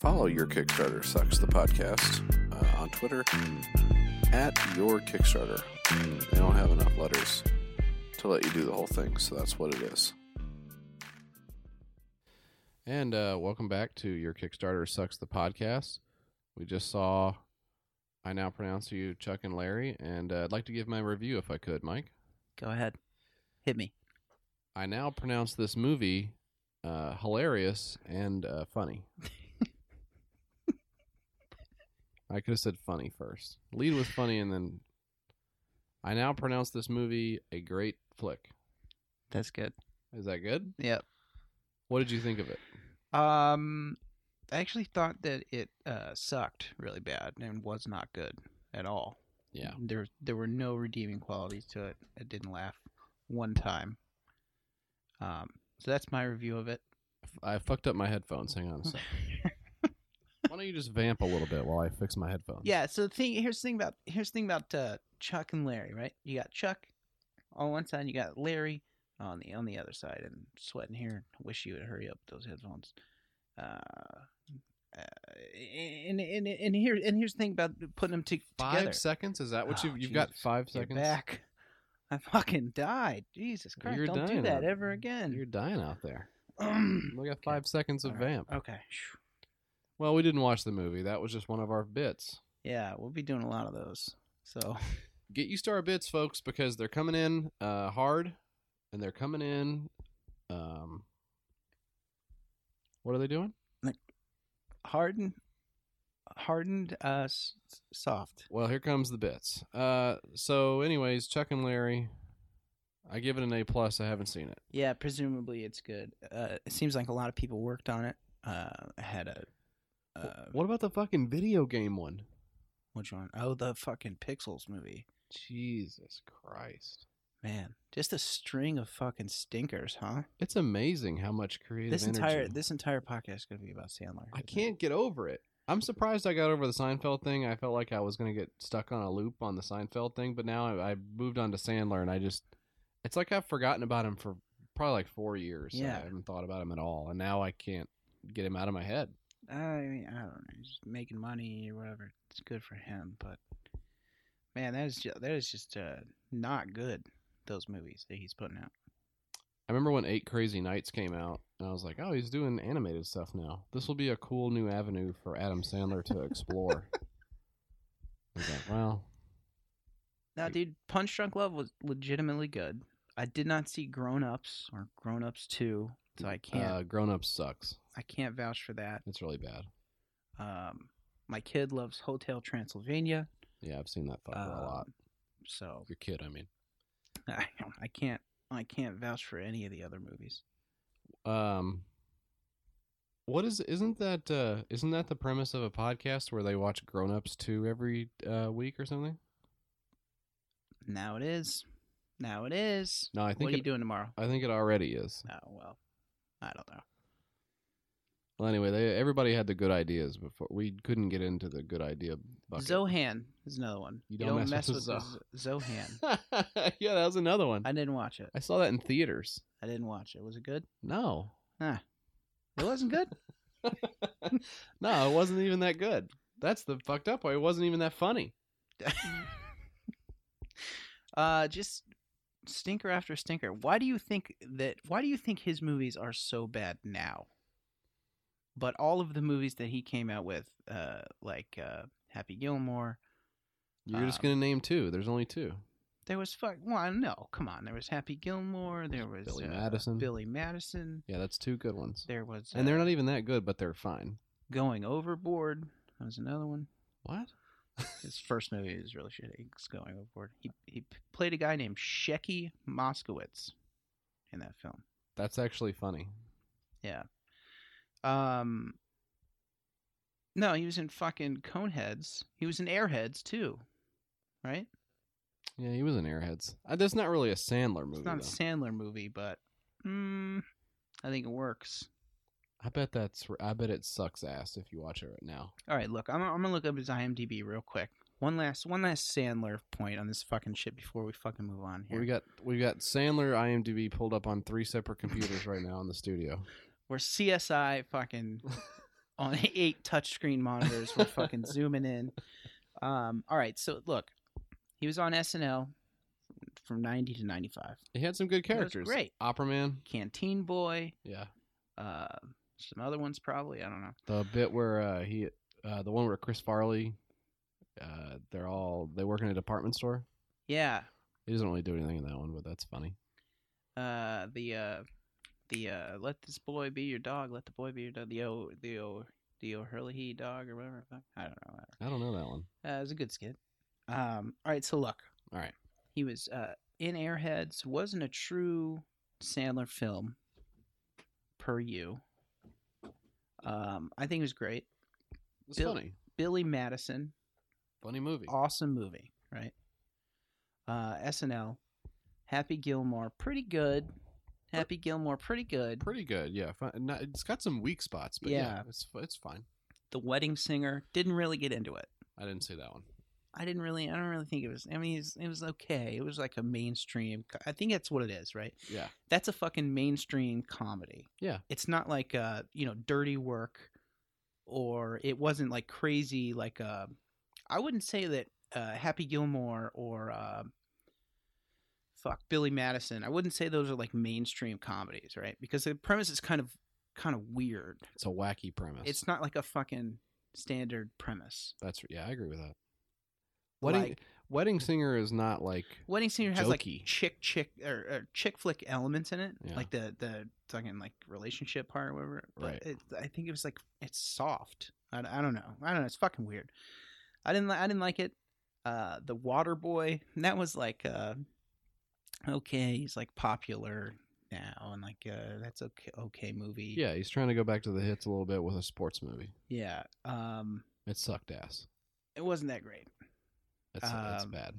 Speaker 4: follow your Kickstarter Sucks the podcast uh, on Twitter at your Kickstarter. They don't have enough letters to let you do the whole thing, so that's what it is. And uh, welcome back to your Kickstarter Sucks the podcast. We just saw I now pronounce you Chuck and Larry, and uh, I'd like to give my review if I could, Mike.
Speaker 5: Go ahead, hit me.
Speaker 4: I now pronounce this movie uh, hilarious and uh, funny. I could have said funny first. Lead with funny, and then I now pronounce this movie a great flick.
Speaker 5: That's good.
Speaker 4: Is that good?
Speaker 5: Yep.
Speaker 4: What did you think of it?
Speaker 5: Um, I actually thought that it uh, sucked really bad and was not good at all.
Speaker 4: Yeah,
Speaker 5: There there were no redeeming qualities to it. I didn't laugh one time. Um, so that's my review of it.
Speaker 4: I fucked up my headphones. Hang on a second. Why don't you just vamp a little bit while I fix my headphones?
Speaker 5: yeah. So the thing here's the thing about here's the thing about uh, Chuck and Larry, right? You got Chuck on one side, you got Larry on the on the other side, and sweating here. I wish you would hurry up with those headphones. Uh, uh, and, and and here and here's the thing about putting them to,
Speaker 4: Five
Speaker 5: together.
Speaker 4: seconds? Is that what
Speaker 5: Oh,
Speaker 4: you've you've got?
Speaker 5: Jesus.
Speaker 4: Five
Speaker 5: You're
Speaker 4: seconds.
Speaker 5: back. I fucking died. Jesus Christ!
Speaker 4: You're
Speaker 5: don't do
Speaker 4: dying
Speaker 5: that
Speaker 4: out-
Speaker 5: ever again.
Speaker 4: You're dying out there.
Speaker 5: Um,
Speaker 4: We got five seconds of
Speaker 5: all right.
Speaker 4: vamp.
Speaker 5: okay. phew.
Speaker 4: Well, we didn't watch the movie. That was just one of our bits.
Speaker 5: Yeah, we'll be doing a lot of those. So
Speaker 4: Get used to our bits, folks, because they're coming in uh, hard, and they're coming in. Um, what are they doing?
Speaker 5: hardened, hardened, uh, s- s- soft.
Speaker 4: Well, here comes the bits. Uh, so, anyways, Chuck and Larry, I give it an A plus. I haven't seen it.
Speaker 5: Yeah, presumably it's good. Uh, it seems like a lot of people worked on it. Uh, had a
Speaker 4: Wh-
Speaker 5: uh,
Speaker 4: what about the fucking video game one?
Speaker 5: which one? Oh, the fucking Pixels movie.
Speaker 4: Jesus Christ!
Speaker 5: Man, just a string of fucking stinkers, huh?
Speaker 4: It's amazing how much creative
Speaker 5: This entire
Speaker 4: energy-
Speaker 5: this entire podcast is gonna be about Sandler.
Speaker 4: I
Speaker 5: isn't it?
Speaker 4: can't get over it. I'm surprised I got over the Seinfeld thing. I felt like I was gonna get stuck on a loop on the Seinfeld thing, but now I, I moved on to Sandler, and I just it's like I've forgotten about him for probably like four years.
Speaker 5: Yeah.
Speaker 4: I haven't thought about him at all, and now I can't get him out of my head.
Speaker 5: I mean, I don't know. He's making money or whatever. It's good for him, but man, that is just, that is just uh, not good. Those movies that he's putting out.
Speaker 4: I remember when Eight Crazy Nights came out, and I was like, "Oh, he's doing animated stuff now. This will be a cool new avenue for Adam Sandler to explore." I was like, "Well,
Speaker 5: Now,
Speaker 4: Like-
Speaker 5: dude, Punch Drunk Love was legitimately good. I did not see Grown Ups or Grown Ups Two, so I can't
Speaker 4: uh, Grown Up sucks.
Speaker 5: I can't vouch for that.
Speaker 4: It's really bad."
Speaker 5: Um, my kid loves Hotel Transylvania,
Speaker 4: Yeah, I've seen that fucker a lot.
Speaker 5: Um, so
Speaker 4: Your kid, I mean.
Speaker 5: I, I can't I can't vouch for any of the other movies.
Speaker 4: um what is isn't that uh isn't that the premise of a podcast where they watch grown-ups 2 every uh week or something
Speaker 5: Now it is Now it is.
Speaker 4: No, I think
Speaker 5: what are you
Speaker 4: it,
Speaker 5: doing tomorrow?
Speaker 4: I think it already is.
Speaker 5: Oh well, I don't know.
Speaker 4: Well, anyway, they, everybody had the good ideas before. We couldn't get into the good idea bucket.
Speaker 5: Zohan is another one.
Speaker 4: You don't mess with
Speaker 5: the Z- Zohan.
Speaker 4: yeah, that was another one.
Speaker 5: I didn't watch it.
Speaker 4: I saw that in theaters.
Speaker 5: I didn't watch it. Was it good?
Speaker 4: No,
Speaker 5: It wasn't good.
Speaker 4: no, it wasn't even that good. That's the fucked up part. It wasn't even that funny.
Speaker 5: Mm-hmm. uh, just stinker after stinker. Why do you think that? Why do you think his movies are so bad now? But all of the movies that he came out with, uh, like uh, Happy Gilmore,
Speaker 4: You're just
Speaker 5: Um,
Speaker 4: gonna name two. There's only two.
Speaker 5: there was fuck one. No, come on, there was Happy Gilmore. There was
Speaker 4: Billy
Speaker 5: uh,
Speaker 4: Madison.
Speaker 5: Billy Madison.
Speaker 4: Yeah, that's two good ones.
Speaker 5: There was
Speaker 4: and they're
Speaker 5: uh,
Speaker 4: not e even that good, but they're fine.
Speaker 5: going overboard. That was another one.
Speaker 4: What?
Speaker 5: His first movie was really shitty. It's going overboard. He he p- played a guy named Shecky Moskowitz in that film.
Speaker 4: That's actually funny.
Speaker 5: Um, no, he was in fucking Coneheads. He was in Airheads too, right?
Speaker 4: Yeah, he was in Airheads. Uh, that's not really a Sandler movie.
Speaker 5: it's not a
Speaker 4: though.
Speaker 5: Sandler movie, but mm, I think it works.
Speaker 4: I bet that's. I bet it sucks ass if you watch it right now.
Speaker 5: All right, look, I'm, I'm gonna look up his IMDb real quick. One last one last Sandler point on this fucking shit before we fucking move on here.
Speaker 4: We got we got Sandler IMDb pulled up on three separate computers right now in the studio.
Speaker 5: We're CSI fucking on eight touchscreen monitors. We're fucking zooming in. Um, all right, so look, he was on SNL from ninety to ninety five.
Speaker 4: He had some good
Speaker 5: was
Speaker 4: characters.
Speaker 5: great.
Speaker 4: Opera Man.
Speaker 5: Canteen Boy,
Speaker 4: Yeah.
Speaker 5: uh, some other ones probably. I don't know.
Speaker 4: The bit where uh, he, uh, the one where Chris Farley, uh, they're all they work in a department store.
Speaker 5: Yeah,
Speaker 4: He doesn't really do anything in that one, but that's funny.
Speaker 5: uh, the uh, the uh, let this boy be your dog. Let the boy be your dog. The o the o the O'Hurley dog or whatever. the fuck. I don't know.
Speaker 4: I don't know that one.
Speaker 5: Uh, it was a good skit. Um, all right, so look.
Speaker 4: All right.
Speaker 5: He was uh, in Airheads. Wasn't a true Sandler film, per you. Um, I think it was great.
Speaker 4: It's
Speaker 5: Bill-
Speaker 4: funny.
Speaker 5: Billy Madison,
Speaker 4: Funny movie.
Speaker 5: awesome movie, right? Uh, SNL, Happy Gilmore, pretty good. Happy Gilmore, pretty good.
Speaker 4: Pretty good. Yeah. Fun, not, it's got some weak spots, but yeah.
Speaker 5: Yeah.
Speaker 4: it's it's fine.
Speaker 5: The Wedding Singer didn't really get into it.
Speaker 4: I didn't see that one.
Speaker 5: I didn't really. I don't really think it was. I mean, it was, it was okay. It was like a mainstream. co- I think that's what it is, right?
Speaker 4: Yeah.
Speaker 5: That's a fucking mainstream comedy.
Speaker 4: Yeah.
Speaker 5: It's not like uh, you know, Dirty Work, or it wasn't like crazy. Like uh, I wouldn't say that uh, Happy Gilmore or uh, fuck Billy Madison. I wouldn't say those are like mainstream comedies, right? Because the premise is kind of kind of weird.
Speaker 4: It's a wacky premise.
Speaker 5: It's not like a fucking standard premise.
Speaker 4: that's yeah. I agree with that. Wedding
Speaker 5: Like-
Speaker 4: Wedding Singer is not like
Speaker 5: Wedding Singer has
Speaker 4: Jokey.
Speaker 5: like chick chick or, or chick flick elements in it,
Speaker 4: Yeah.
Speaker 5: like the the fucking like relationship part or whatever. But
Speaker 4: Right.
Speaker 5: it, I think it was like it's soft. I, I don't know. I don't know. It's fucking weird. I didn't li- I didn't like it. Uh, the Water Boy that was like uh, okay, he's like popular now and like uh, that's okay okay movie.
Speaker 4: yeah. He's trying to go back to the hits a little bit with a sports movie.
Speaker 5: yeah. Um,
Speaker 4: It sucked ass.
Speaker 5: it wasn't that great.
Speaker 4: That's that's
Speaker 5: Um,
Speaker 4: bad.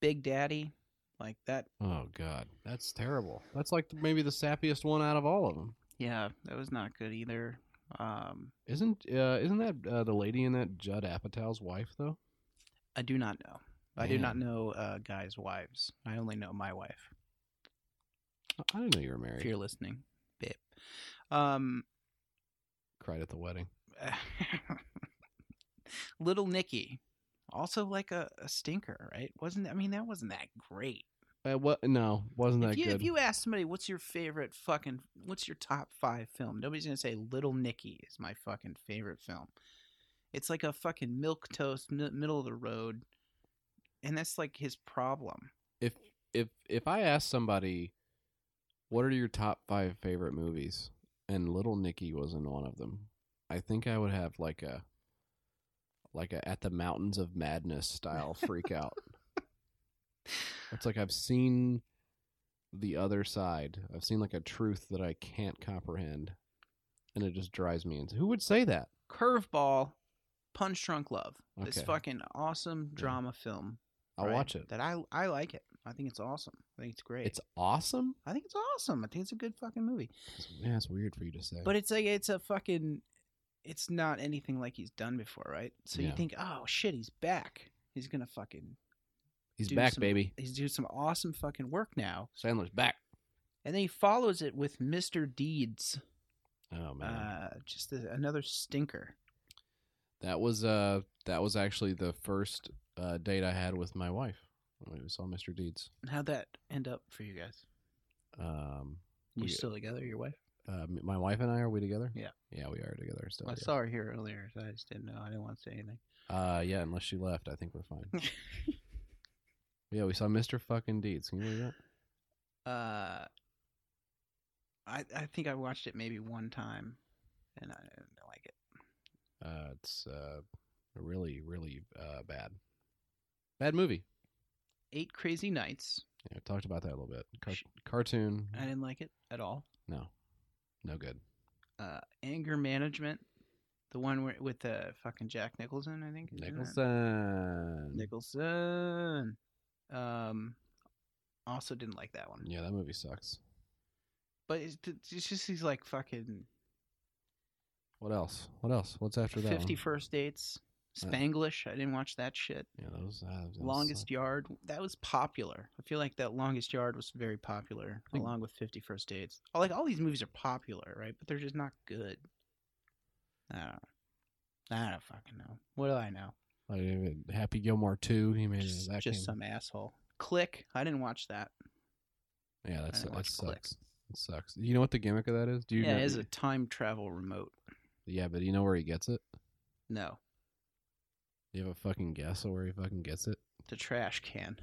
Speaker 5: Big Daddy, like that.
Speaker 4: Oh God, that's terrible. That's like maybe the sappiest one out of all of them.
Speaker 5: Yeah, that was not good either. Um,
Speaker 4: Isn't uh, isn't that uh, the lady in that Judd Apatow's wife though?
Speaker 5: I do not know. I do not
Speaker 4: Man.
Speaker 5: know uh, guys' wives. I only know my wife.
Speaker 4: I- I didn't know you were married.
Speaker 5: If you're listening, babe. Um,
Speaker 4: Cried at the wedding.
Speaker 5: Little Nicky, also like a, a stinker, right? Wasn't I mean that wasn't that great?
Speaker 4: Uh, what? No, wasn't that
Speaker 5: If you,
Speaker 4: good?
Speaker 5: if you ask somebody what's your favorite fucking what's your top five film, nobody's gonna say Little Nicky is my fucking favorite film. It's like a fucking milk toast, mi- middle of the road, and that's like his problem.
Speaker 4: if if if I asked somebody, what are your top five favorite movies, and Little Nicky was in one of them, I think I would have like a like a at the mountains of madness style freak out. It's like I've seen the other side. I've seen like a truth that I can't comprehend, and it just drives me into. Who would say that?
Speaker 5: Curveball, Punch Drunk Love. This
Speaker 4: Okay.
Speaker 5: fucking awesome drama film.
Speaker 4: I'll
Speaker 5: right,
Speaker 4: watch it.
Speaker 5: That I I like it. I think it's awesome. I think it's great.
Speaker 4: It's awesome.
Speaker 5: I think it's awesome. I think it's a good fucking movie.
Speaker 4: Yeah, it's weird for you to say.
Speaker 5: But it's like it's a fucking it's not anything like he's done before, right? So you
Speaker 4: Yeah.
Speaker 5: think, oh shit, he's back. He's gonna fucking
Speaker 4: he's
Speaker 5: do
Speaker 4: back,
Speaker 5: some-
Speaker 4: baby.
Speaker 5: he's doing some awesome fucking work now.
Speaker 4: Sandler's back.
Speaker 5: And then he follows it with Mr. Deeds.
Speaker 4: Oh man,
Speaker 5: Uh just a, another stinker.
Speaker 4: that was uh that was actually the first uh, date I had with my wife. when We saw Mr. Deeds.
Speaker 5: And how'd that end up for you guys?
Speaker 4: Um,
Speaker 5: You
Speaker 4: We-
Speaker 5: still together, your wife?
Speaker 4: uh, m- my wife and I are we together?
Speaker 5: Yeah.
Speaker 4: yeah, we are together still.
Speaker 5: I
Speaker 4: yeah.
Speaker 5: saw her here earlier, so I just didn't know. I didn't want to say anything.
Speaker 4: Uh, yeah, unless she left, I think we're fine. yeah, we saw Mr. Fucking Deeds. Can you believe that?
Speaker 5: Uh, I I think I watched it maybe one time, and I didn't like it.
Speaker 4: Uh, it's uh, really, really uh, bad. Bad movie.
Speaker 5: Eight Crazy Nights.
Speaker 4: Yeah, I talked about that a little bit. Car-
Speaker 5: Sh-
Speaker 4: cartoon.
Speaker 5: I didn't like it at all.
Speaker 4: No, no good.
Speaker 5: Uh, Anger Management, the one where, with the fucking Jack Nicholson, I think. isn't it?
Speaker 4: Nicholson.
Speaker 5: Nicholson. Um, also didn't like that one.
Speaker 4: Yeah, that movie sucks.
Speaker 5: But it's, it's just these like fucking
Speaker 4: What else? What else? What's after that?
Speaker 5: fifty
Speaker 4: one?
Speaker 5: first dates.
Speaker 4: Uh,
Speaker 5: Spanglish. I didn't watch that shit.
Speaker 4: Yeah, those. Uh, those
Speaker 5: Longest
Speaker 4: suck.
Speaker 5: Yard. That was popular. I feel like that Longest Yard was very popular,
Speaker 4: Like-
Speaker 5: along with Fifty First Dates. Oh, Like all these movies are popular, right? But they're just not good. I don't. I don't fucking know. What do I know?
Speaker 4: Like, even Happy Gilmore two. He made
Speaker 5: Just,
Speaker 4: that.
Speaker 5: just
Speaker 4: came-
Speaker 5: some asshole. Click. I didn't watch that.
Speaker 4: Yeah, that's
Speaker 5: didn't
Speaker 4: that
Speaker 5: watch Click.
Speaker 4: sucks. It sucks. You know what the gimmick of that is? Do you?
Speaker 5: yeah,
Speaker 4: know,
Speaker 5: it is a time travel remote.
Speaker 4: Yeah, but you know where he gets it?
Speaker 5: No,
Speaker 4: Do you have a fucking guess of where he fucking gets it?
Speaker 5: the trash can.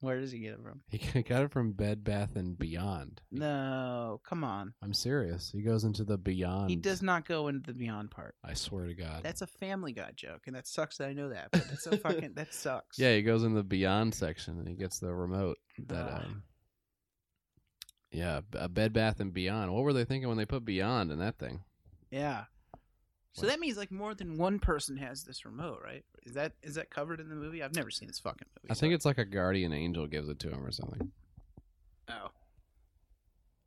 Speaker 5: Where does he get it from?
Speaker 4: He got it from Bed Bath and Beyond.
Speaker 5: No, come on.
Speaker 4: I'm serious. He goes into the Beyond.
Speaker 5: He does not go into the beyond part.
Speaker 4: I swear to God.
Speaker 5: That's a Family Guy joke, and that sucks that I know that. But that's a fucking that sucks.
Speaker 4: yeah, he goes in the Beyond section and he gets the remote. That
Speaker 5: Ah.
Speaker 4: um, yeah, b- a Bed Bath and Beyond. What were they thinking when they put Beyond in that thing?
Speaker 5: Yeah. So
Speaker 4: What?
Speaker 5: that means like more than one person has this remote, right? Is that is that covered in the movie? I've never seen this fucking movie.
Speaker 4: I think it's like a guardian angel gives it to him or something.
Speaker 5: oh,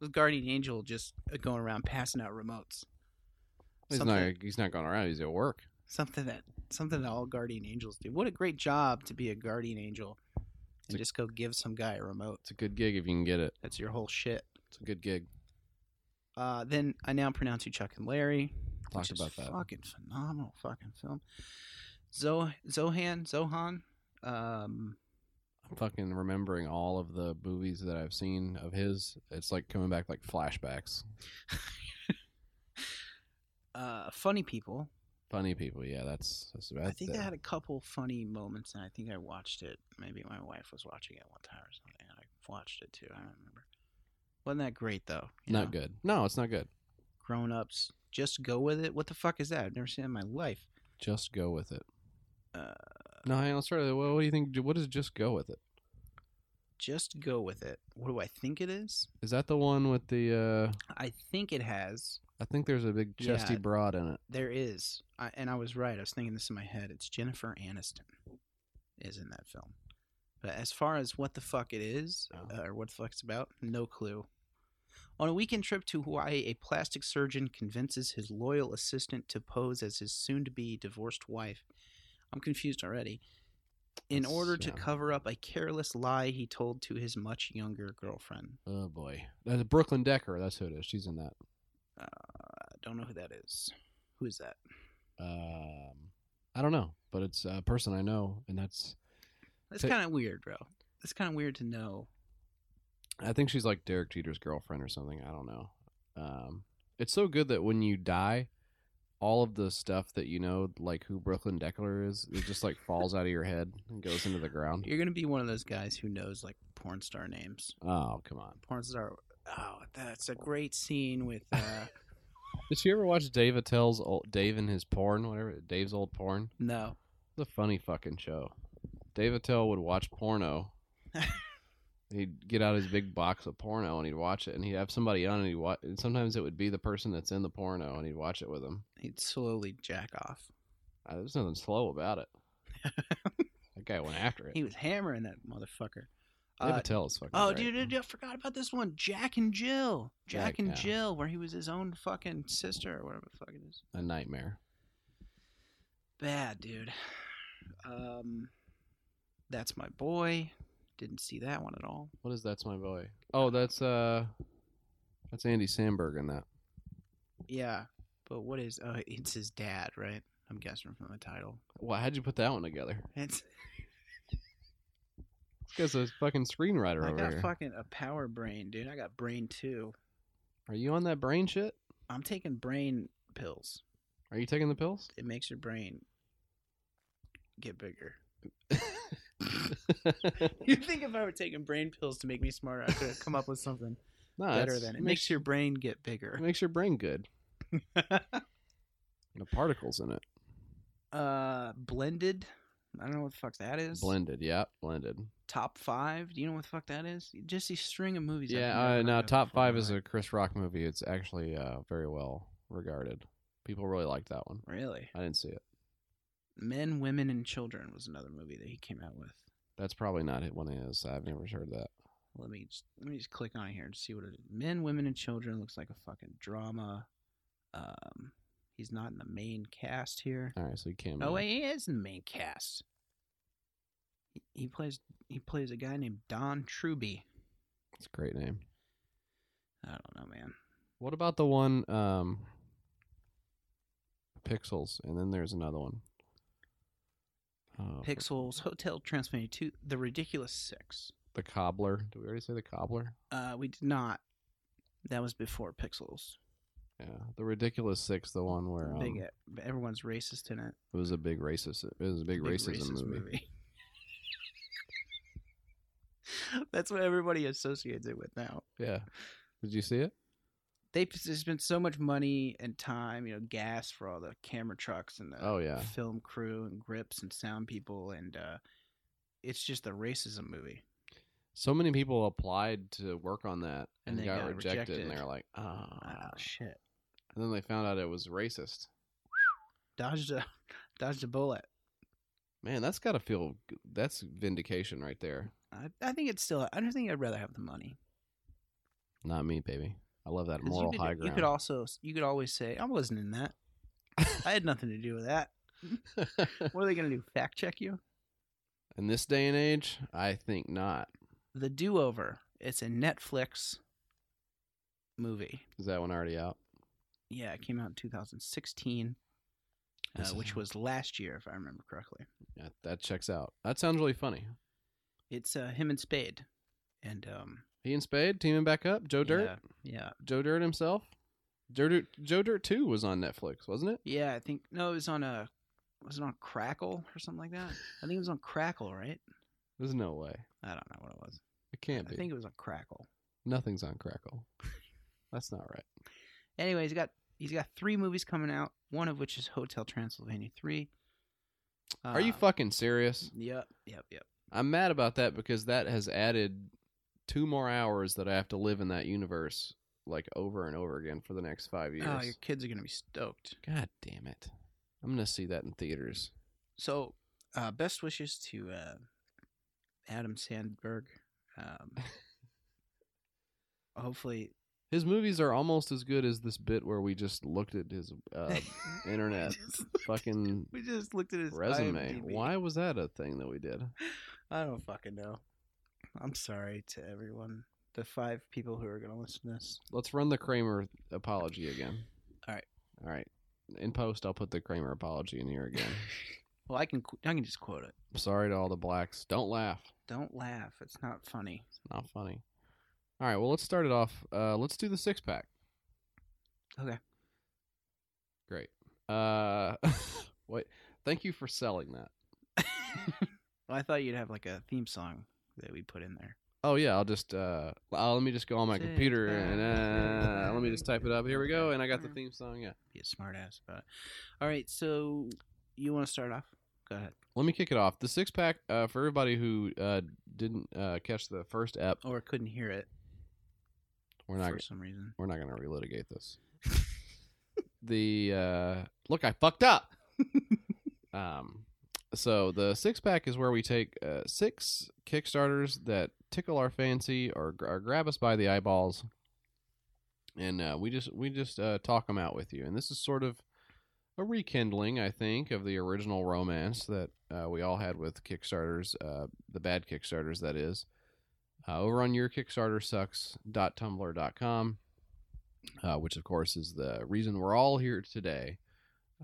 Speaker 5: the guardian angel just uh, going around passing out remotes.
Speaker 4: He's
Speaker 5: Something-
Speaker 4: not. He's not going around. He's at work.
Speaker 5: Something that something that all guardian angels do. What a great job to be a guardian angel and
Speaker 4: It's a-
Speaker 5: just go give some guy a remote.
Speaker 4: It's a good gig if you can get it.
Speaker 5: That's your whole shit.
Speaker 4: It's a good gig.
Speaker 5: Uh, then I now pronounce you Chuck and Larry. which
Speaker 4: Talked
Speaker 5: is
Speaker 4: about that.
Speaker 5: Fucking phenomenal fucking film. Zo Zohan Zohan. Um,
Speaker 4: I'm fucking remembering all of the movies that I've seen of his. It's like coming back like flashbacks.
Speaker 5: uh, funny people.
Speaker 4: Funny people, yeah. That's that's about.
Speaker 5: I think
Speaker 4: the-
Speaker 5: they had a couple funny moments, and I think I watched it. Maybe my wife was watching it one time or something, and I watched it too. I don't remember. Wasn't that great though? you
Speaker 4: not
Speaker 5: know?
Speaker 4: good. No, it's not good.
Speaker 5: Grown ups, just go with it. What the fuck is that? I've never seen it in my life.
Speaker 4: Just go with it.
Speaker 5: Uh,
Speaker 4: No, hang on. Sorry. What, what do you think? What is just go with it?
Speaker 5: Just go with it. What do I think it is?
Speaker 4: Is that the one with the? uh
Speaker 5: I think it has.
Speaker 4: I think there's a big chesty
Speaker 5: Yeah.
Speaker 4: broad in it.
Speaker 5: There is, I, and I was right. I was thinking this in my head. It's Jennifer Aniston is in that film. But as far as what the fuck it is
Speaker 4: Oh.
Speaker 5: uh, or what the fuck it's about, no clue. On a weekend trip to Hawaii, a plastic surgeon convinces his loyal assistant to pose as his soon-to-be divorced wife. I'm confused already. In
Speaker 4: That's-
Speaker 5: order to
Speaker 4: yeah.
Speaker 5: cover up a careless lie he told to his much younger girlfriend.
Speaker 4: Oh boy, that's Brooklyn Decker. That's who it is. She's in that.
Speaker 5: I don't know who that is. Who is that?
Speaker 4: Um, I don't know, but it's a person I know, and that's.
Speaker 5: That's
Speaker 4: So-
Speaker 5: kind of weird, bro. That's kind of weird to know
Speaker 4: I think she's like Derek Jeter's girlfriend or something. I don't know. Um, it's so good that when you die, all of the stuff that you know, like who Brooklyn Decker is, it just like falls out of your head and goes into the ground.
Speaker 5: You're gonna be one of those guys who knows like porn star names.
Speaker 4: Oh come on!
Speaker 5: Porn star. Oh, that's a great scene with. uh
Speaker 4: Did you ever watch Dave Attell's old, Dave and his porn? Whatever Dave's old porn.
Speaker 5: No,
Speaker 4: It's a funny fucking show. Dave Attell would watch porno. he'd get out his big box of porno and he'd watch it, and he'd have somebody on, and he'd watch. And sometimes it would be the person that's in the porno, and he'd watch it with him.
Speaker 5: he'd slowly jack off.
Speaker 4: Uh, there's nothing slow about it. that guy went after it.
Speaker 5: He was hammering that motherfucker.
Speaker 4: Dave
Speaker 5: Uh,
Speaker 4: Attell is fucking.
Speaker 5: Oh,
Speaker 4: great.
Speaker 5: dude, dude, I forgot about this one. Jack and Jill. Jack
Speaker 4: Jack,
Speaker 5: and
Speaker 4: yeah.
Speaker 5: Jill, where he was his own fucking sister or whatever the fuck it is.
Speaker 4: a nightmare.
Speaker 5: Bad, dude. Um, that's my boy. Didn't see that one at all.
Speaker 4: What is that's my boy? Oh, that's uh, that's Andy Samberg in that.
Speaker 5: Yeah, but what is? Oh, it's his dad, right? I'm guessing from the title.
Speaker 4: Well, how'd you put that one together?
Speaker 5: It's
Speaker 4: This guy's a fucking screenwriter
Speaker 5: I
Speaker 4: over
Speaker 5: got
Speaker 4: here.
Speaker 5: fucking a power brain, dude. I got brain too.
Speaker 4: Are you on that brain shit?
Speaker 5: I'm taking brain pills.
Speaker 4: Are you taking the pills?
Speaker 5: It makes your brain get bigger. You think if I were taking brain pills to make me smarter, I could have come up with something
Speaker 4: no,
Speaker 5: better
Speaker 4: it's-
Speaker 5: than it.
Speaker 4: makes,
Speaker 5: Makes your brain get
Speaker 4: it
Speaker 5: bigger.
Speaker 4: makes your brain good. The particles in it
Speaker 5: uh, blended. I don't know what the fuck that is.
Speaker 4: blended. Yeah, blended.
Speaker 5: Top five. Do you know what the fuck that is? Just these string of movies. I've
Speaker 4: yeah,
Speaker 5: never
Speaker 4: uh, no.
Speaker 5: heard of
Speaker 4: Top
Speaker 5: before in
Speaker 4: five
Speaker 5: my
Speaker 4: is
Speaker 5: life.
Speaker 4: a Chris Rock movie. It's actually uh, very well regarded. People really liked that one.
Speaker 5: really
Speaker 4: I didn't see it.
Speaker 5: Men, Women, and Children was another movie that he came out with.
Speaker 4: That's probably not it. One of his. I've never heard that.
Speaker 5: Let me just, let me just click on it here and see what it is. Men, Women, and Children looks like a fucking drama. Um, he's not in the main cast here.
Speaker 4: All right, so he came.
Speaker 5: Oh
Speaker 4: in.
Speaker 5: wait, he is in the main cast. He, he plays he plays a guy named Don Truby.
Speaker 4: It's a great name.
Speaker 5: I don't know, man.
Speaker 4: What about the one um Pixels and then there's another one. Uh,
Speaker 5: Pixels, Hotel Transylvania 2, The Ridiculous Six.
Speaker 4: the cobbler. Did we already say the cobbler?
Speaker 5: Uh, we did not. That was before Pixels.
Speaker 4: Yeah. The ridiculous six, the one where um,
Speaker 5: Big, everyone's racist in it.
Speaker 4: it was a big racist it was a big, racism
Speaker 5: racist
Speaker 4: movie.
Speaker 5: movie. That's what everybody associates it with now.
Speaker 4: Yeah. Did you see it?
Speaker 5: They've there's been so much money and time, you know, gas for all the camera trucks and the
Speaker 4: Oh yeah.
Speaker 5: film crew and grips and sound people and uh it's just a racism movie.
Speaker 4: So many people applied to work on that
Speaker 5: And
Speaker 4: and,
Speaker 5: they
Speaker 4: got,
Speaker 5: got
Speaker 4: rejected, and
Speaker 5: rejected.
Speaker 4: they're like, oh.
Speaker 5: Ah, shit.
Speaker 4: And then they found out it was racist.
Speaker 5: Dodged a dodged a bullet.
Speaker 4: Man, that's got to feel that's vindication right there.
Speaker 5: I, I think it's still I don't think I'd rather have the money.
Speaker 4: Not me, baby. I love that
Speaker 5: 'Cause
Speaker 4: moral
Speaker 5: you could,
Speaker 4: high
Speaker 5: You
Speaker 4: ground.
Speaker 5: could also you could always say, I wasn't in that. I had nothing to do with that. What are they gonna do? Fact check you?
Speaker 4: In this day and age, I think not.
Speaker 5: The Do Over. It's a Netflix movie.
Speaker 4: Is that one already out?
Speaker 5: Yeah, it came out in 2016, uh,
Speaker 4: This is-
Speaker 5: which was last year, if I remember correctly.
Speaker 4: Yeah, that checks out. That sounds really funny.
Speaker 5: It's uh, him and Spade, and um,
Speaker 4: He and Spade teaming back up. Joe Dirt,
Speaker 5: Yeah,
Speaker 4: Joe Dirt himself. Joe Dirt, Joe Dirt Two was on Netflix, wasn't it?
Speaker 5: yeah, yeah. I think no, it was on a was it on Crackle or something like that? I think it was on Crackle, right?
Speaker 4: There's no way.
Speaker 5: I don't know what it was.
Speaker 4: It can't
Speaker 5: I
Speaker 4: be.
Speaker 5: think it was on Crackle.
Speaker 4: Nothing's on Crackle. That's not right.
Speaker 5: Anyway, he's got he's got three movies coming out. One of which is Hotel Transylvania three.
Speaker 4: Are you
Speaker 5: Um,
Speaker 4: fucking serious?
Speaker 5: Yep, yep, yep.
Speaker 4: I'm mad about that because that has added two more hours that I have to live in that universe, like over and over again for the next five years.
Speaker 5: Oh, your kids are gonna be stoked.
Speaker 4: God damn it! I'm gonna see that in theaters.
Speaker 5: So, uh, best wishes to uh, Adam Sandberg. Um, hopefully,
Speaker 4: His movies are almost as good as this bit where we just looked at his uh, internet
Speaker 5: um, Just-
Speaker 4: fucking
Speaker 5: we just looked at his
Speaker 4: resume.
Speaker 5: IMDb.
Speaker 4: Why was that a thing that we did?
Speaker 5: I don't fucking know. I'm sorry to everyone, the five people who are gonna listen to this.
Speaker 4: Let's run the Kramer apology again.
Speaker 5: All right.
Speaker 4: All right. In post, I'll put the Kramer apology in here again.
Speaker 5: Well, I can qu- I can just quote it.
Speaker 4: I'm sorry to all the blacks. Don't laugh.
Speaker 5: Don't laugh. It's not funny.
Speaker 4: It's not funny. All right. Well, let's start it off. Uh, let's do the six pack.
Speaker 5: Okay.
Speaker 4: Great. Uh, wait. Thank you for selling that.
Speaker 5: Well, I thought you'd have like a theme song that we put in there.
Speaker 4: Oh yeah, I'll just uh, I'll, let me just go on my
Speaker 5: Six
Speaker 4: computer and
Speaker 5: pack.
Speaker 4: uh, let me just type it up. Here we go, and I got the theme song. Yeah,
Speaker 5: Be a smart ass about it. All right, so you want to start off? Go ahead.
Speaker 4: let me kick it off. The six pack uh, for everybody who uh, didn't uh, catch the first ep.
Speaker 5: Or couldn't hear it
Speaker 4: We're not
Speaker 5: for some reason.
Speaker 4: we're not gonna relitigate this. the uh, look, I fucked up. um, So the six pack is where we take uh, six Kickstarters that tickle our fancy or, gr- or grab us by the eyeballs, and uh, we just we just uh, talk them out with you. And this is sort of a rekindling, I think, of the original romance that uh, we all had with Kickstarters, uh, the bad Kickstarters, that is. Uh, over on your kickstartersucks.tumblr.com, uh, which of course is the reason we're all here today.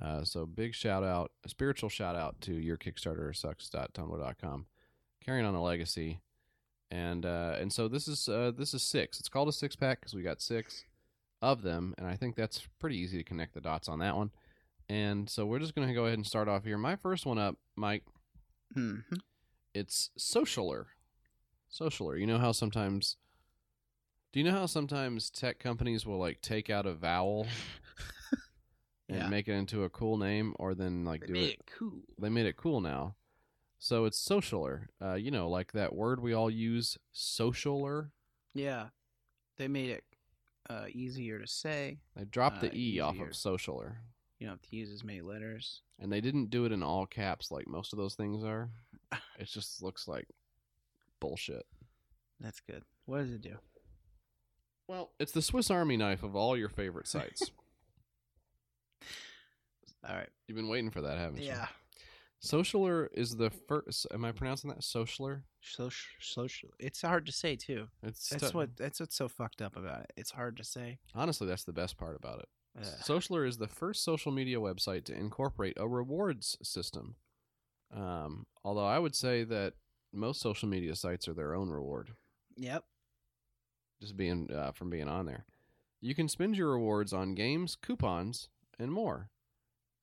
Speaker 4: Uh, so big shout out, a spiritual shout out to your Kickstarter sucks.tumblr.com, carrying on a legacy, and uh, and so this is uh, this is six. It's called a six pack because we got six of them, and I think that's pretty easy to connect the dots on that one. And so we're just gonna go ahead and start off here. My first one up, Mike.
Speaker 5: hmm
Speaker 4: It's socialer, socialer. You know how sometimes. Do you know how sometimes tech companies will like take out a vowel and
Speaker 5: Yeah.
Speaker 4: make it into a cool name, or then like
Speaker 5: They
Speaker 4: do
Speaker 5: made
Speaker 4: it
Speaker 5: it cool.
Speaker 4: they made it cool now. So it's socialer. Uh, you know, like that word we all use, socialer.
Speaker 5: Yeah, they made it uh, easier to say.
Speaker 4: They dropped
Speaker 5: Uh,
Speaker 4: the E off of
Speaker 5: easier.
Speaker 4: socialer.
Speaker 5: You don't have to use as many letters.
Speaker 4: And they didn't do it in all caps like most of those things are. It just looks like bullshit.
Speaker 5: That's good. What does it do?
Speaker 4: Well, it's the Swiss Army knife of all your favorite sites.
Speaker 5: All right.
Speaker 4: You've been waiting for that, haven't you?
Speaker 5: Yeah.
Speaker 4: Socialer is the first. Am I pronouncing that? Socialer?
Speaker 5: Social, social. It's hard to say too.
Speaker 4: It's
Speaker 5: That's
Speaker 4: stu-
Speaker 5: what. That's what's so fucked up about it. It's hard to say.
Speaker 4: Honestly, that's the best part about it.
Speaker 5: Ugh.
Speaker 4: Socialer is the first social media website to incorporate a rewards system. Um, although I would say that most social media sites are their own reward,
Speaker 5: Yep.
Speaker 4: just being uh, from being on there. You can spend your rewards on games, coupons, and more.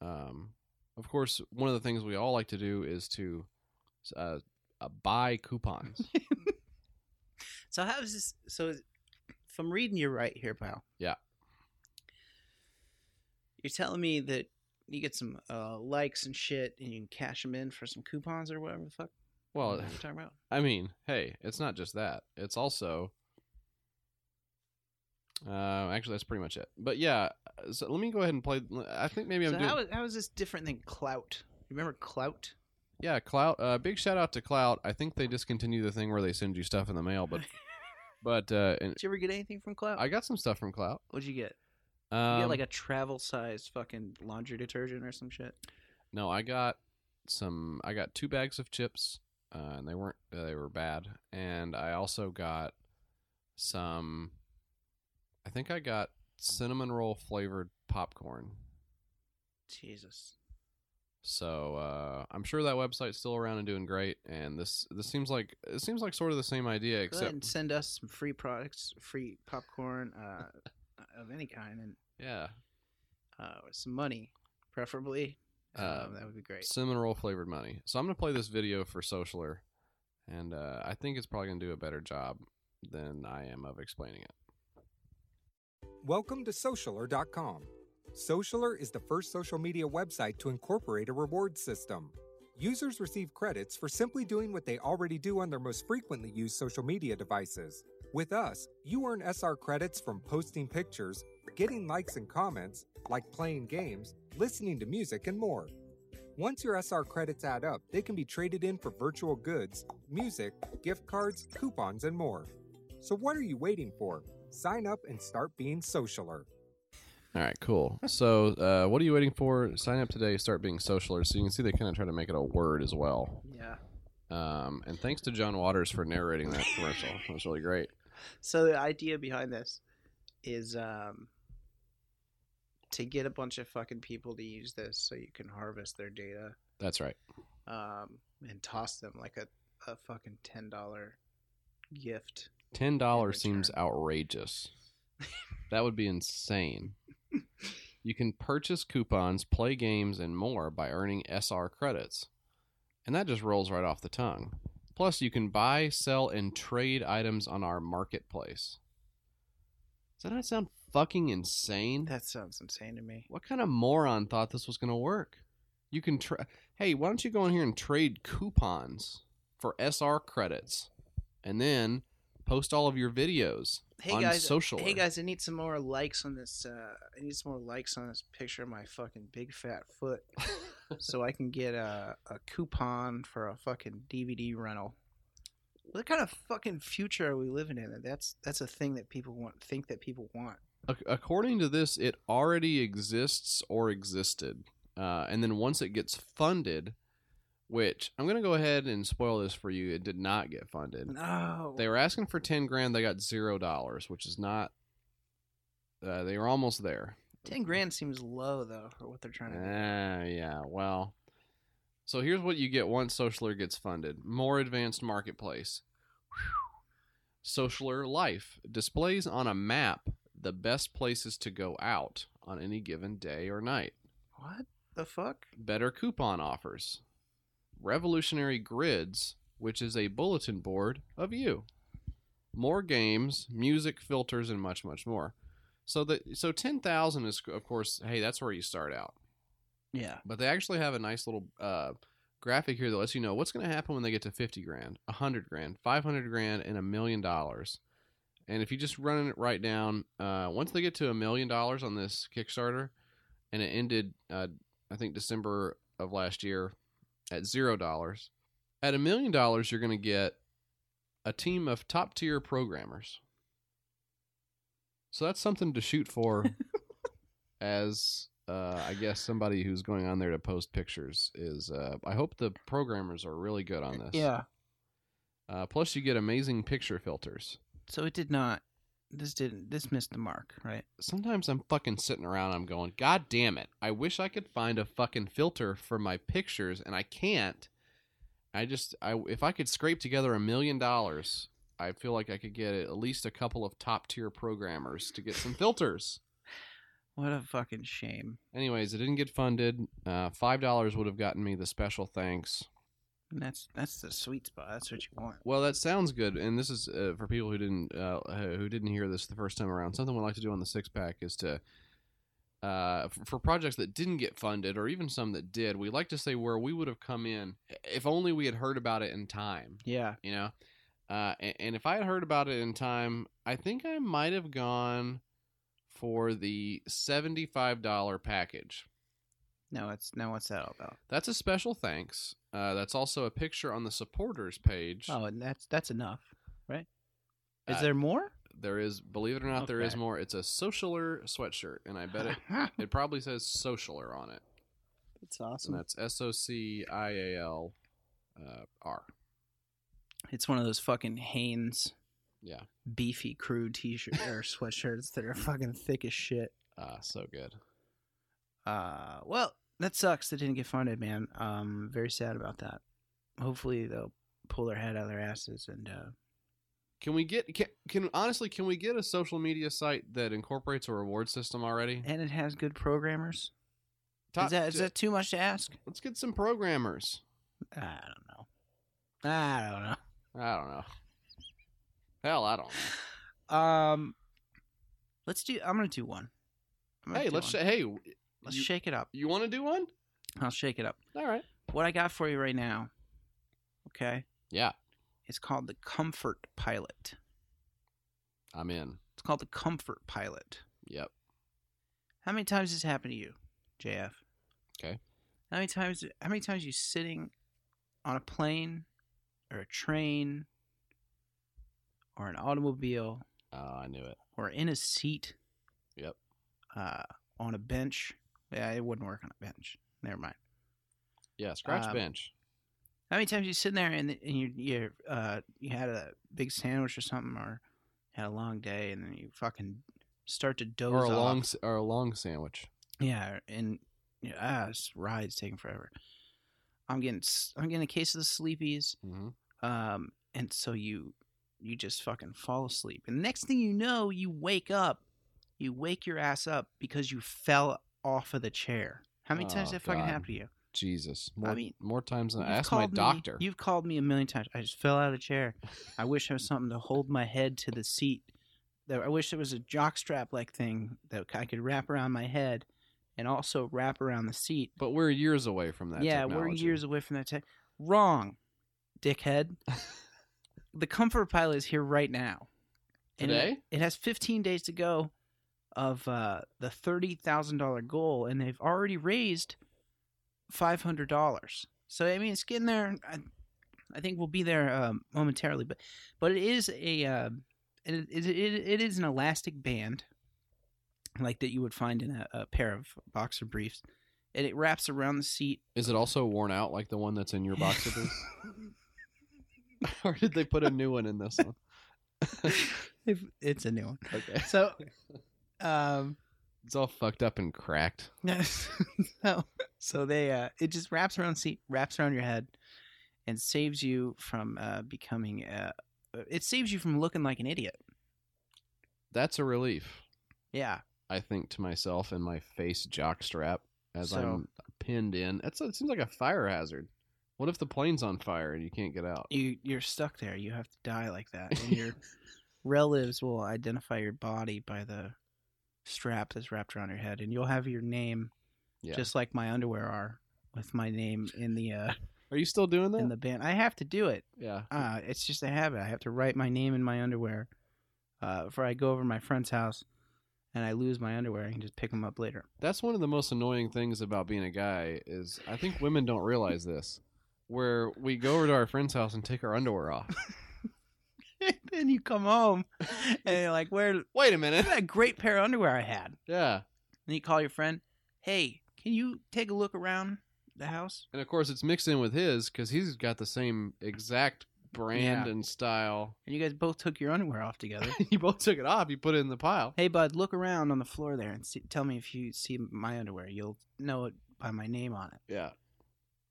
Speaker 4: Um, of course, one of the things we all like to do is to uh, uh, buy coupons.
Speaker 5: So how is this? So is- if I'm reading you right here, pal.
Speaker 4: Yeah.
Speaker 5: You're telling me that you get some uh, likes and shit, and you can cash them in for some coupons or whatever the fuck.
Speaker 4: well,
Speaker 5: you're talking about.
Speaker 4: I mean, hey, it's not just that. It's also. Uh, actually, that's pretty much it. But yeah, so let me go ahead and play. I think maybe I'm
Speaker 5: so
Speaker 4: doing.
Speaker 5: how is, how is this different than clout? You remember clout?
Speaker 4: yeah, Clout. Uh, big shout out to Clout. I think they discontinued the thing where they send you stuff in the mail, but but uh, and
Speaker 5: Did you ever get anything from clout?
Speaker 4: I got some stuff from Clout.
Speaker 5: What'd you get? You
Speaker 4: Um,
Speaker 5: get like a travel sized fucking laundry detergent or some shit.
Speaker 4: no, I got some. I got two bags of chips, uh, and they weren't. They were bad. And I also got some. I think I got cinnamon roll flavored popcorn.
Speaker 5: Jesus.
Speaker 4: So uh, I'm sure that website's still around and doing great. And this this seems like it seems like sort of the same idea,
Speaker 5: Go ahead and
Speaker 4: except
Speaker 5: send us some free products, free popcorn uh, of any kind, and
Speaker 4: yeah,
Speaker 5: uh, some money, preferably. Um,
Speaker 4: Uh,
Speaker 5: that would be great.
Speaker 4: cinnamon roll flavored money. So I'm gonna play this video for Socialer, and uh, I think it's probably gonna do a better job than I am of explaining it.
Speaker 1: Welcome to Socialer.com. Socialer is the first social media website to incorporate a reward system. Users receive credits for simply doing what they already do on their most frequently used social media devices. With us, you earn SR credits from posting pictures, getting likes and comments, like playing games, listening to music, and more. Once your SR credits add up, they can be traded in for virtual goods, music, gift cards, coupons, and more. So, what are you waiting for? Sign up and start being socialer.
Speaker 4: All right, cool. So uh, what are you waiting for? Sign up today. Start being Socialer. So you can see they kind of try to make it a word as well.
Speaker 5: yeah.
Speaker 4: Um, and thanks to John Waters for narrating that commercial. That was really great.
Speaker 5: So the idea behind this is um, to get a bunch of fucking people to use this so you can harvest their data
Speaker 4: That's right.
Speaker 5: um, and toss them like a, a fucking $10 gift.
Speaker 4: Ten dollars
Speaker 5: In return.
Speaker 4: seems outrageous. that would be insane. You can purchase coupons, play games, and more by earning SR credits. And that just rolls right off the tongue. Plus, you can buy, sell, and trade items on our marketplace. Does that not sound fucking insane?
Speaker 5: That sounds insane to me.
Speaker 4: What kind of moron thought this was going to work? You can tra- Hey, why don't you go in here and trade coupons for SR credits, and then post all of your videos
Speaker 5: Hey
Speaker 4: on
Speaker 5: guys,
Speaker 4: social.
Speaker 5: hey guys, I need some more likes on this. Uh, I need some more likes on this picture of my fucking big fat foot. so I can get a, a coupon for a fucking DVD rental. What kind of fucking future are we living in? That That's that's a thing that people want. Think that people want.
Speaker 4: Ac- According to this, it already exists or existed. Uh, and then once it gets funded, which I'm going to go ahead and spoil this for you, it did not get funded.
Speaker 5: No.
Speaker 4: They were asking for 10 grand, they got zero dollars, which is not. Uh, they were almost there.
Speaker 5: Ten grand seems low though for what they're trying to do.
Speaker 4: Ah, yeah, well. So here's what you get once Socialer gets funded more advanced marketplace. Socialer Life displays on a map the best places to go out on any given day or night.
Speaker 5: What the fuck?
Speaker 4: Better coupon offers. Revolutionary Grids, which is a bulletin board of you. More games, music, filters, and much, much more. So that so ten thousand is of course, hey, that's where you start out.
Speaker 5: Yeah.
Speaker 4: But they actually have a nice little uh, graphic here that lets you know what's going to happen when they get to 50 grand, 100 grand, 500 grand, and a million dollars. And if you just run it right down, uh, once they get to a million dollars on this Kickstarter, and it ended, uh, I think, December of last year at zero dollars, at a million dollars, you're going to get a team of top tier programmers. So that's something to shoot for as uh, I guess somebody who's going on there to post pictures is. Uh, I hope the programmers are really good on this.
Speaker 5: Yeah.
Speaker 4: Uh, plus, you get amazing picture filters.
Speaker 5: So it did not. This didn't. This missed the mark, right?
Speaker 4: Sometimes I'm fucking sitting around. I'm going, God damn it! I wish I could find a fucking filter for my pictures, and I can't. I just, I if I could scrape together a million dollars, I feel like I could get at least a couple of top tier programmers to get some filters.
Speaker 5: What a fucking shame.
Speaker 4: Anyways, it didn't get funded. Uh, Five dollars would have gotten me the special thanks.
Speaker 5: And that's that's the sweet spot. That's what you want.
Speaker 4: Well, that sounds good. And this is uh, for people who didn't uh, who didn't hear this the first time around. Something we like to do on the six pack is to uh, f- for projects that didn't get funded or even some that did, we like to say where we would have come in if only we had heard about it in time.
Speaker 5: Yeah.
Speaker 4: You know, uh, and, and if I had heard about it in time, I think I might have gone for the seventy-five dollar package.
Speaker 5: No, it's now what's that all about?
Speaker 4: That's a special thanks. Uh, that's also a picture on the supporters page.
Speaker 5: Oh, and that's that's enough, right? Is
Speaker 4: Uh,
Speaker 5: there more?
Speaker 4: There is, believe it or not, there is
Speaker 5: Okay.
Speaker 4: more. It's a socialer sweatshirt, and I bet it it probably says socialer on it,
Speaker 5: that's
Speaker 4: and
Speaker 5: awesome.
Speaker 4: that's S O C I A L uh, R.
Speaker 5: It's one of those fucking Hanes
Speaker 4: Yeah,
Speaker 5: beefy crew t-shirt or sweatshirts that are fucking thick as shit.
Speaker 4: uh, so good.
Speaker 5: Uh, well, that sucks. That didn't get funded, man. Um, very sad about that. Hopefully they'll pull their head out of their asses and uh,
Speaker 4: Can we get can, can honestly can we get a social media site that incorporates a reward system already?
Speaker 5: and it has good programmers.
Speaker 4: Top-
Speaker 5: is that is that too much to ask?
Speaker 4: let's get some programmers.
Speaker 5: I don't know. I don't know.
Speaker 4: I don't know. Hell, I don't. know.
Speaker 5: Um, let's do. I'm gonna do one. I'm gonna
Speaker 4: Hey,
Speaker 5: do
Speaker 4: let's sh-
Speaker 5: one.
Speaker 4: hey,
Speaker 5: let's
Speaker 4: you,
Speaker 5: shake it up.
Speaker 4: you want to do one?
Speaker 5: I'll shake it up.
Speaker 4: All right.
Speaker 5: What I got for you right now, okay?
Speaker 4: Yeah,
Speaker 5: It's called the Comfort Pilot.
Speaker 4: I'm in.
Speaker 5: It's called the Comfort Pilot.
Speaker 4: Yep.
Speaker 5: How many times has this happened to you, JF?
Speaker 4: Okay.
Speaker 5: How many times? How many times you sitting on a plane, or a train, or an automobile,
Speaker 4: Oh, I knew it.
Speaker 5: or in a seat.
Speaker 4: Yep.
Speaker 5: Uh, on a bench. Yeah, it wouldn't work on a bench. Never mind.
Speaker 4: Yeah, scratch
Speaker 5: Um,
Speaker 4: bench.
Speaker 5: How many times you sitting there and, and you you uh you had a big sandwich or something or had a long day and then you fucking start to doze
Speaker 4: Or a
Speaker 5: off.
Speaker 4: long s- or a long sandwich.
Speaker 5: yeah and you know, ah this ride's taking forever. I'm getting s- I'm getting a case of the sleepies
Speaker 4: Mm-hmm.
Speaker 5: um and so you you just fucking fall asleep and next thing you know you wake up you wake your ass up because you fell off of the chair. How many times
Speaker 4: Oh,
Speaker 5: did that fucking
Speaker 4: God.
Speaker 5: happen to you?
Speaker 4: Jesus, more,
Speaker 5: mean,
Speaker 4: more times than I
Speaker 5: You've
Speaker 4: asked my
Speaker 5: called me-
Speaker 4: doctor.
Speaker 5: You've called me a million times. I just fell out of the chair. I wish I was something to hold my head to the seat. That- I wish there was a jockstrap like thing that I could wrap around my head and also wrap around the seat.
Speaker 4: but we're years away from that.
Speaker 5: yeah, we're
Speaker 4: technology.
Speaker 5: years away from that. Tech. Wrong, dickhead. the Comfort Pilot is here right now. And it-
Speaker 4: Today?
Speaker 5: It, has 15 days to go of uh, the $30,000 goal, and they've already raised five hundred dollars. So I mean, it's getting there. I, I think we'll be there um, momentarily, but but it is a uh, it, it, it, it is an elastic band like that you would find in a, a pair of boxer briefs, and it wraps around the seat.
Speaker 4: Is it also worn out like the one that's in your box of this? or did they put a new one in this one?
Speaker 5: If it's a new one,
Speaker 4: Okay.
Speaker 5: so um,
Speaker 4: It's all fucked up and cracked.
Speaker 5: so so they uh, it just wraps around the seat, wraps around your head, and saves you from uh, becoming uh, it saves you from looking like an idiot.
Speaker 4: That's a relief,
Speaker 5: Yeah,
Speaker 4: I think, to myself and my face jock strap as
Speaker 5: So-
Speaker 4: I'm pinned in. That's it seems like a fire hazard. What if the plane's on fire and you can't get out?
Speaker 5: you you're stuck there. You have to die like that, and your relatives will identify your body by the strap that's wrapped around your head, and you'll have your name,
Speaker 4: Yeah.
Speaker 5: just like my underwear are, with my name in the uh,
Speaker 4: Are you still doing that?
Speaker 5: in the band. I have to do it.
Speaker 4: yeah.
Speaker 5: Uh, it's just a habit. I have to write my name in my underwear. Uh, before I go over to my friend's house, and I lose my underwear, I can just pick them up later.
Speaker 4: That's one of the most annoying things about being a guy is I think women don't realize this. Where we go over to our friend's house and take our underwear off.
Speaker 5: then you come home, and you're like, "Where?
Speaker 4: Wait a minute.
Speaker 5: Look at that great pair of underwear I had."
Speaker 4: Yeah.
Speaker 5: And you call your friend, hey, can you take a look around the house?
Speaker 4: And of course, it's mixed in with his because he's got the same exact brand
Speaker 5: Yeah.
Speaker 4: and style.
Speaker 5: And you guys both took your underwear off together.
Speaker 4: you both took it off. You put it in the pile.
Speaker 5: hey, bud, look around on the floor there and see, tell me if you see my underwear. You'll know it by my name on it.
Speaker 4: Yeah.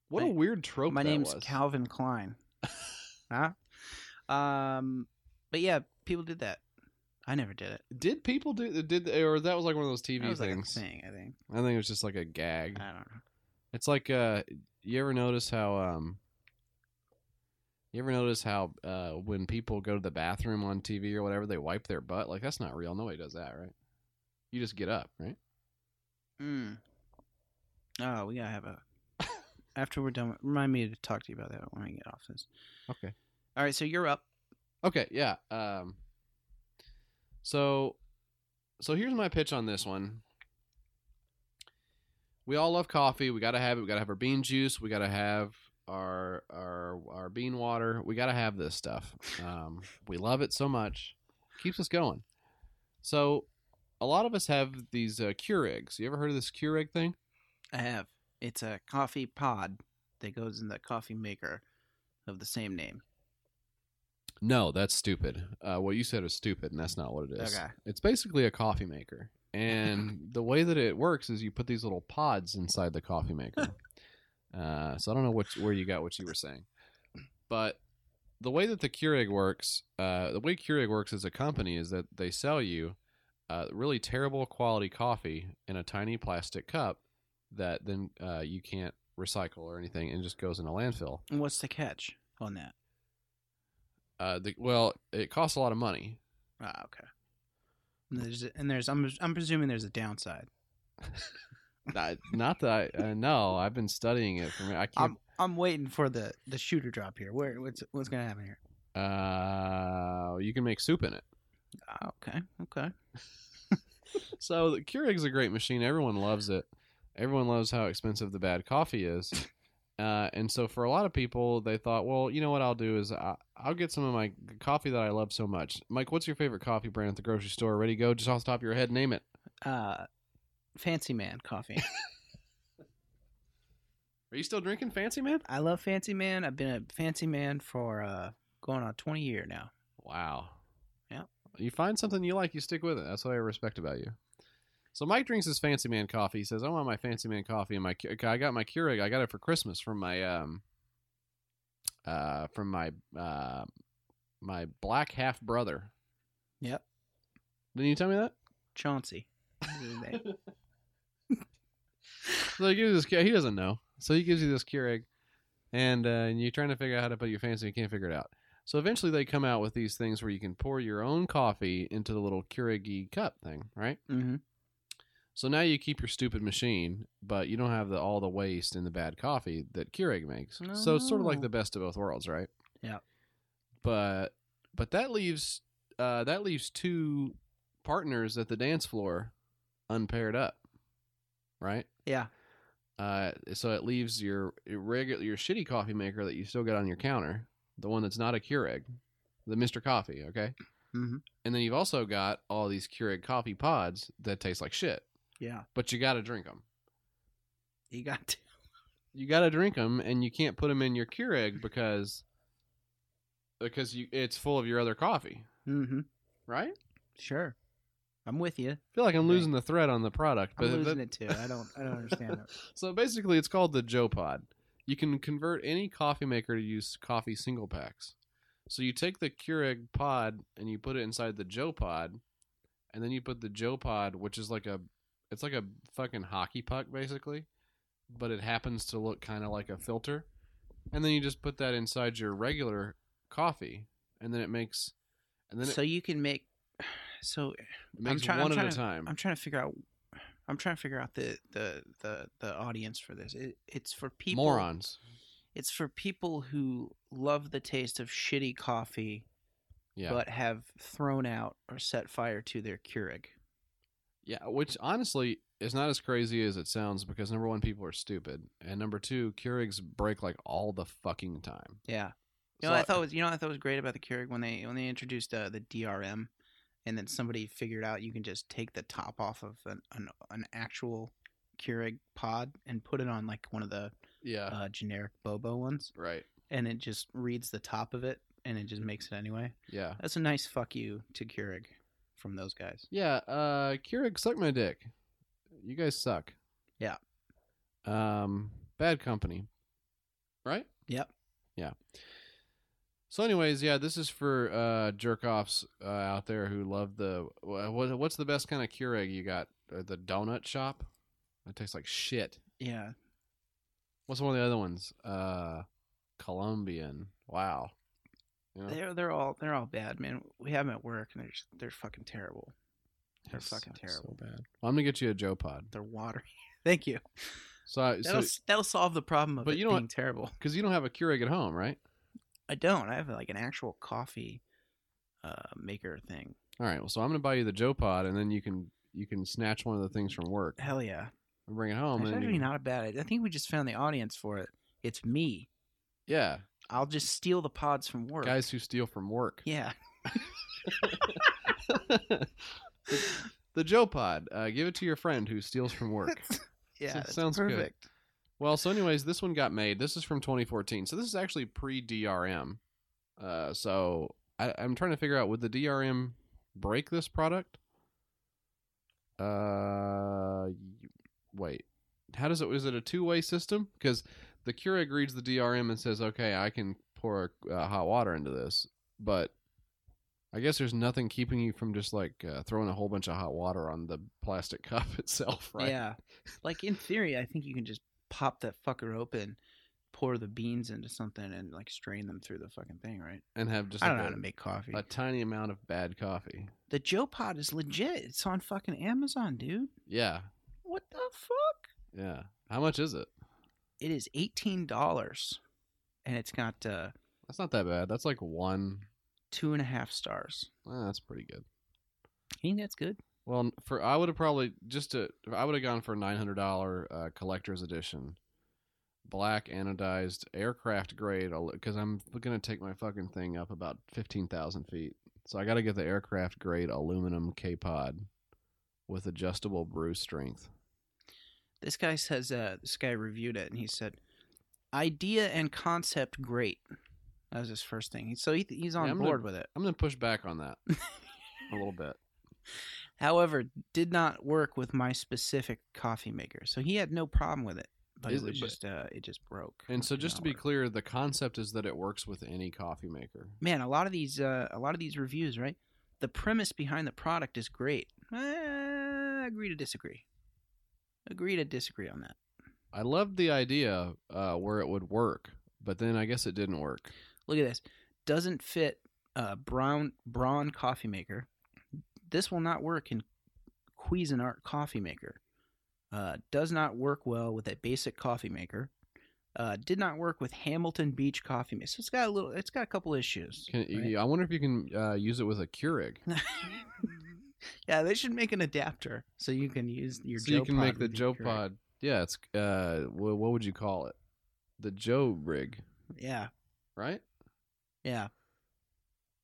Speaker 4: What a
Speaker 5: My-
Speaker 4: weird trope.
Speaker 5: my
Speaker 4: that
Speaker 5: name's
Speaker 4: was.
Speaker 5: Calvin Klein. huh? Um, but yeah, people did that. I never did it.
Speaker 4: Did people do did or that was like one of those TV
Speaker 5: That was like a
Speaker 4: things?
Speaker 5: thing, I think.
Speaker 4: I think it was just like a gag.
Speaker 5: I don't know.
Speaker 4: It's like uh, you ever notice how um, you ever notice how uh, when people go to the bathroom on TV or whatever, they wipe their butt. Like that's not real. Nobody does that, right? You just get up, right?
Speaker 5: Mm. Oh, we gotta have a. After we're done, remind me to talk to you about that when we get off this.
Speaker 4: Okay.
Speaker 5: All right, so you're up.
Speaker 4: Okay, yeah. Um So so here's my pitch on this one. We all love coffee. We got to have it. We got to have our bean juice. We got to have our our our bean water. We got to have this stuff. Um we love it so much. Keeps us going. So a lot of us have these uh, Keurigs. You ever heard of this Keurig thing?
Speaker 5: I have. It's a coffee pod that goes in the coffee maker of the same name.
Speaker 4: No, that's stupid. Uh, what you said is stupid, and that's not what it is.
Speaker 5: Okay.
Speaker 4: It's basically a coffee maker. And the way that it works is you put these little pods inside the coffee maker. uh, so I don't know what, where you got what you were saying. But the way that the Keurig works, uh, the way Keurig works as a company is that they sell you uh, really terrible quality coffee in a tiny plastic cup that then uh, you can't recycle or anything and just goes in a landfill.
Speaker 5: And what's the catch on that?
Speaker 4: Uh, the, well, it costs a lot of money.
Speaker 5: Ah, okay. And there's, and there's I'm, I'm presuming there's a downside.
Speaker 4: I, not that I, uh, no, I've been studying it for me. I can't.
Speaker 5: I'm I'm waiting for the the shooter drop here. Where what's what's gonna happen here?
Speaker 4: uh, you can make soup in it.
Speaker 5: Ah, okay, okay.
Speaker 4: So the Keurig's a great machine. Everyone loves it. Everyone loves how expensive the bad coffee is. Uh, and so for a lot of people, they thought, well, you know what I'll do is I, I'll get some of my coffee that I love so much. Mike, what's your favorite coffee brand at the grocery store? Ready, go, just off the top of your head, name it.
Speaker 5: Uh, fancy man coffee.
Speaker 4: Are you still drinking Fancy Man?
Speaker 5: I love fancy man. I've been a fancy man for uh going on 20 year now.
Speaker 4: Wow.
Speaker 5: Yeah.
Speaker 4: You find something you like, you stick with it. That's what I respect about you. So Mike drinks his fancy man coffee. He says, "I want my fancy man coffee and my Keur- I got my Keurig. I got it for Christmas from my um uh from my uh my black half brother."
Speaker 5: Yep,
Speaker 4: Didn't you tell me that?
Speaker 5: Chauncey. is his name.
Speaker 4: So he gives you this. Ke- He doesn't know. So he gives you this Keurig, and uh, and you're trying to figure out how to put your fancy. You can't figure it out. So eventually they come out with these things where you can pour your own coffee into the little Keurig cup thing, right?
Speaker 5: mm-hmm.
Speaker 4: So now you keep your stupid machine, but you don't have the all the waste and the bad coffee that Keurig makes. So it's sort of like
Speaker 5: No.
Speaker 4: the best of both worlds, right?
Speaker 5: Yeah.
Speaker 4: But but that leaves uh, that leaves two partners at the dance floor unpaired up, right?
Speaker 5: Yeah.
Speaker 4: Uh, so it leaves your irregular, your shitty coffee maker that you still got on your counter, the one that's not a Keurig, the Mister Coffee. Okay.
Speaker 5: Mhm.
Speaker 4: And then you've also got all these Keurig coffee pods that taste like shit,
Speaker 5: Yeah,
Speaker 4: but you got to drink them.
Speaker 5: you got to.
Speaker 4: You got to drink them, and you can't put them in your Keurig because because you it's full of your other coffee,
Speaker 5: Mm-hmm.
Speaker 4: right?
Speaker 5: Sure, I'm with you.
Speaker 4: I feel like I'm
Speaker 5: Right.
Speaker 4: losing the thread on the product, but
Speaker 5: I'm losing
Speaker 4: that-
Speaker 5: it too. I don't. I don't understand it.
Speaker 4: so basically, it's called the Joe Pod. You can convert any coffee maker to use coffee single packs. So you take the Keurig pod and you put it inside the Joe Pod, and then you put the Joe Pod, which is like a, it's like a fucking hockey puck basically, but it happens to look kind of like a filter, and then you just put that inside your regular coffee, and then it makes, and then it,
Speaker 5: so you can make. So
Speaker 4: it makes
Speaker 5: try- I'm
Speaker 4: one at
Speaker 5: trying
Speaker 4: a
Speaker 5: to-
Speaker 4: time.
Speaker 5: I'm trying to figure out. I'm trying to figure out the the the, the audience for this. It, it's for people.
Speaker 4: Morons.
Speaker 5: It's for people who love the taste of shitty coffee,
Speaker 4: Yeah.
Speaker 5: but have thrown out or set fire to their Keurig.
Speaker 4: Yeah, which honestly is not as crazy as it sounds because number one, people are stupid, and number two, Keurigs break like all the fucking time.
Speaker 5: Yeah.
Speaker 4: So
Speaker 5: You know, what I thought was you know what I thought was great about the Keurig when they when they introduced uh, the DRM, and then somebody figured out you can just take the top off of an an, an actual Keurig pod and put it on like one of the
Speaker 4: yeah,
Speaker 5: uh, generic Bobo ones,
Speaker 4: right,
Speaker 5: and it just reads the top of it and it just makes it anyway.
Speaker 4: yeah,
Speaker 5: That's a nice fuck you to Keurig from those guys.
Speaker 4: yeah. Uh, Keurig, suck my dick. You guys suck.
Speaker 5: Yeah.
Speaker 4: Um, bad company, right?
Speaker 5: Yep.
Speaker 4: So, anyways, yeah, this is for uh jerk offs uh, out there who love the wha- what, what's the best kind of Keurig you got? Uh, the donut shop. That tastes like shit.
Speaker 5: Yeah.
Speaker 4: What's one of the other ones? Uh, Colombian. Wow. You know?
Speaker 5: They're they're all they're all bad, man. We have them at work and they're just, they're fucking terrible. They're
Speaker 4: It
Speaker 5: fucking
Speaker 4: sucks so
Speaker 5: terrible.
Speaker 4: bad. Well, I'm gonna get you a Joe Pod.
Speaker 5: They're watery. Thank you.
Speaker 4: So, I- Uh, so
Speaker 5: That'll that'll solve the problem of
Speaker 4: But
Speaker 5: it
Speaker 4: you know what?
Speaker 5: being terrible.
Speaker 4: because you don't have a Keurig at home, right?
Speaker 5: I don't. I have like an actual coffee uh, maker thing.
Speaker 4: All right. Well, so I'm gonna buy you the Joe Pod, and then you can you can snatch one of the things from work
Speaker 5: Hell yeah!
Speaker 4: and bring it home.
Speaker 5: That's
Speaker 4: and then Oh, you
Speaker 5: actually
Speaker 4: can-
Speaker 5: not a bad idea. I think we just found the audience for it. It's me.
Speaker 4: Yeah,
Speaker 5: I'll just steal the pods from work.
Speaker 4: guys who steal from work.
Speaker 5: Yeah.
Speaker 4: The Joe Pod. Uh, give it to your friend who steals from work.
Speaker 5: Yeah.
Speaker 4: So-
Speaker 5: that's
Speaker 4: sounds good.
Speaker 5: perfect.
Speaker 4: Well, so anyways, this one got made. This is from 2014, so this is actually pre DRM. Uh, so I, I'm trying to figure out would the DRM break this product? Uh, y- wait, how does it? Is it a two way system? Because the Keurig reads the DRM and says, "Okay, I can pour uh, hot water into this," but I guess there's nothing keeping you from just like uh, throwing a whole bunch of hot water on the plastic cup itself, right?
Speaker 5: Yeah. Like in theory, I think you can just pop that fucker open, pour the beans into something, and like strain them through the fucking thing, right?
Speaker 4: and have just
Speaker 5: I
Speaker 4: like
Speaker 5: don't know
Speaker 4: a-
Speaker 5: how to make coffee.
Speaker 4: a tiny amount of bad coffee.
Speaker 5: the Joe Pod is legit. It's on fucking Amazon, dude.
Speaker 4: Yeah,
Speaker 5: What the fuck?
Speaker 4: yeah. How much is it?
Speaker 5: It is eighteen dollars, and it's got uh,
Speaker 4: That's not that bad. That's like one.
Speaker 5: two and a half stars.
Speaker 4: eh, that's pretty good.
Speaker 5: I think that's good.
Speaker 4: Well, for I would have probably just to I would have gone for a nine hundred dollar uh, collector's edition, black anodized aircraft grade because I'm gonna take my fucking thing up about fifteen thousand feet. So I got to get the aircraft grade aluminum K pod with adjustable brew strength.
Speaker 5: This guy says uh, this guy reviewed it, and he said, "Idea and concept great." That was his first thing. So he, he's on
Speaker 4: Yeah, I'm gonna-
Speaker 5: board with it.
Speaker 4: I'm gonna push back on that a little bit.
Speaker 5: However, did not work with my specific coffee maker, so he had no problem with it. But
Speaker 4: Is
Speaker 5: it
Speaker 4: it-
Speaker 5: was
Speaker 4: but-
Speaker 5: just uh, it just broke.
Speaker 4: And so,
Speaker 5: Did
Speaker 4: just to
Speaker 5: not
Speaker 4: be
Speaker 5: work.
Speaker 4: clear, the concept is that it works with any coffee maker.
Speaker 5: man, a lot of these uh, a lot of these reviews, right? The premise behind the product is great. Uh, agree to disagree. Agree to disagree on that.
Speaker 4: I loved the idea uh, where it would work, but then I guess it didn't work.
Speaker 5: Look at this. Doesn't fit uh, brown brawn coffee maker. This will not work in Cuisinart coffee maker. Uh, does not work well with a basic coffee maker. Uh, did not work with Hamilton Beach coffee maker. So it's got a little. It's got a couple issues.
Speaker 4: Can,
Speaker 5: right?
Speaker 4: I wonder if you can uh, use it with a Keurig.
Speaker 5: yeah, they should make an adapter so you can use your.
Speaker 4: so you
Speaker 5: Joe
Speaker 4: can
Speaker 5: Pod
Speaker 4: make the
Speaker 5: with
Speaker 4: Joe
Speaker 5: your Keurig.
Speaker 4: Pod Yeah, it's uh, wha- what would you call it? The Joe rig,
Speaker 5: Yeah.
Speaker 4: right?
Speaker 5: Yeah.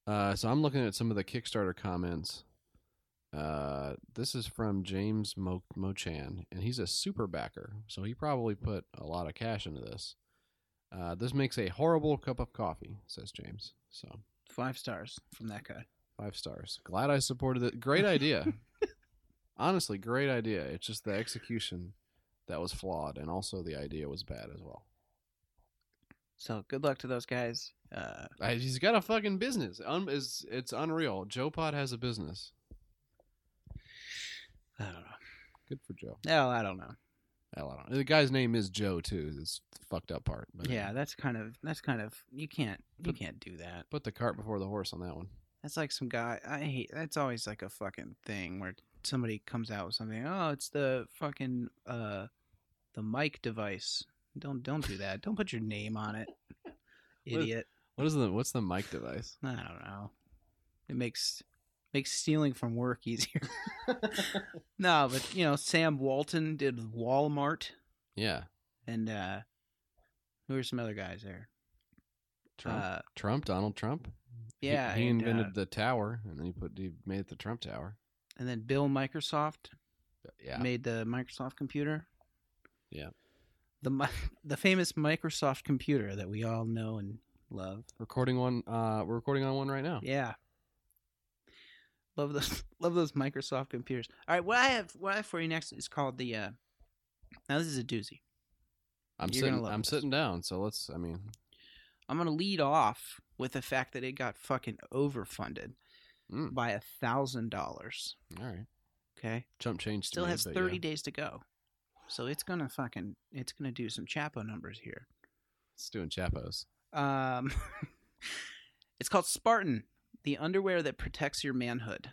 Speaker 4: Uh, so I'm looking at some of the Kickstarter comments. Uh, this is from James Mo- Mochan, and he's a super backer, so he probably put a lot of cash into this. Uh, this makes a horrible cup of coffee, says James. So
Speaker 5: Five stars from that guy.
Speaker 4: five stars. Glad I supported it. Great idea. Honestly, great idea. It's just the execution that was flawed, and also the idea was bad as well.
Speaker 5: So good luck to those guys. Uh,
Speaker 4: I, he's got a fucking business. Un- it's, it's unreal. Joe Pod has a business.
Speaker 5: I don't know.
Speaker 4: Good for Joe.
Speaker 5: No, I don't know.
Speaker 4: Hell, I don't know. The guy's name is Joe too. It's the fucked up part. But uh,
Speaker 5: Yeah, that's kind of that's kind of you can't you
Speaker 4: But-
Speaker 5: can't do that.
Speaker 4: Put the cart before the horse on that one.
Speaker 5: That's like some guy. I hate. That's always like a fucking thing where somebody comes out with something. Oh, it's the fucking uh, the mic device. Don't don't do that. Don't put your name on it, idiot.
Speaker 4: What is the what's the mic device?
Speaker 5: I don't know. It makes makes stealing from work easier. no, but you know, Sam Walton did Walmart,
Speaker 4: Yeah.
Speaker 5: and uh, who are some other guys there?
Speaker 4: Trump.
Speaker 5: Uh,
Speaker 4: Trump, Donald Trump. He-
Speaker 5: yeah,
Speaker 4: He,
Speaker 5: and, uh,
Speaker 4: invented the tower and then he put he made it the Trump Tower.
Speaker 5: and then Bill Microsoft
Speaker 4: Yeah.
Speaker 5: made the Microsoft computer.
Speaker 4: Yeah.
Speaker 5: The mi- the famous Microsoft computer that we all know and love.
Speaker 4: Recording one uh we're recording on one right now.
Speaker 5: Yeah. Love those love those Microsoft computers. All right, what I have what I have for you next is called the uh Now this is a doozy.
Speaker 4: I'm
Speaker 5: You're gonna
Speaker 4: sitting
Speaker 5: love
Speaker 4: I'm
Speaker 5: this.
Speaker 4: sitting down, so let's I mean
Speaker 5: I'm going to lead off with the fact that it got fucking overfunded
Speaker 4: Mm.
Speaker 5: by a $1000,
Speaker 4: all right.
Speaker 5: okay?
Speaker 4: Jump change to
Speaker 5: Still
Speaker 4: me,
Speaker 5: has
Speaker 4: but
Speaker 5: 30
Speaker 4: yeah.
Speaker 5: days to go. So it's going to fucking it's going to do some chapo numbers here.
Speaker 4: It's doing chapos.
Speaker 5: Um, it's called Spartan, the underwear that protects your manhood.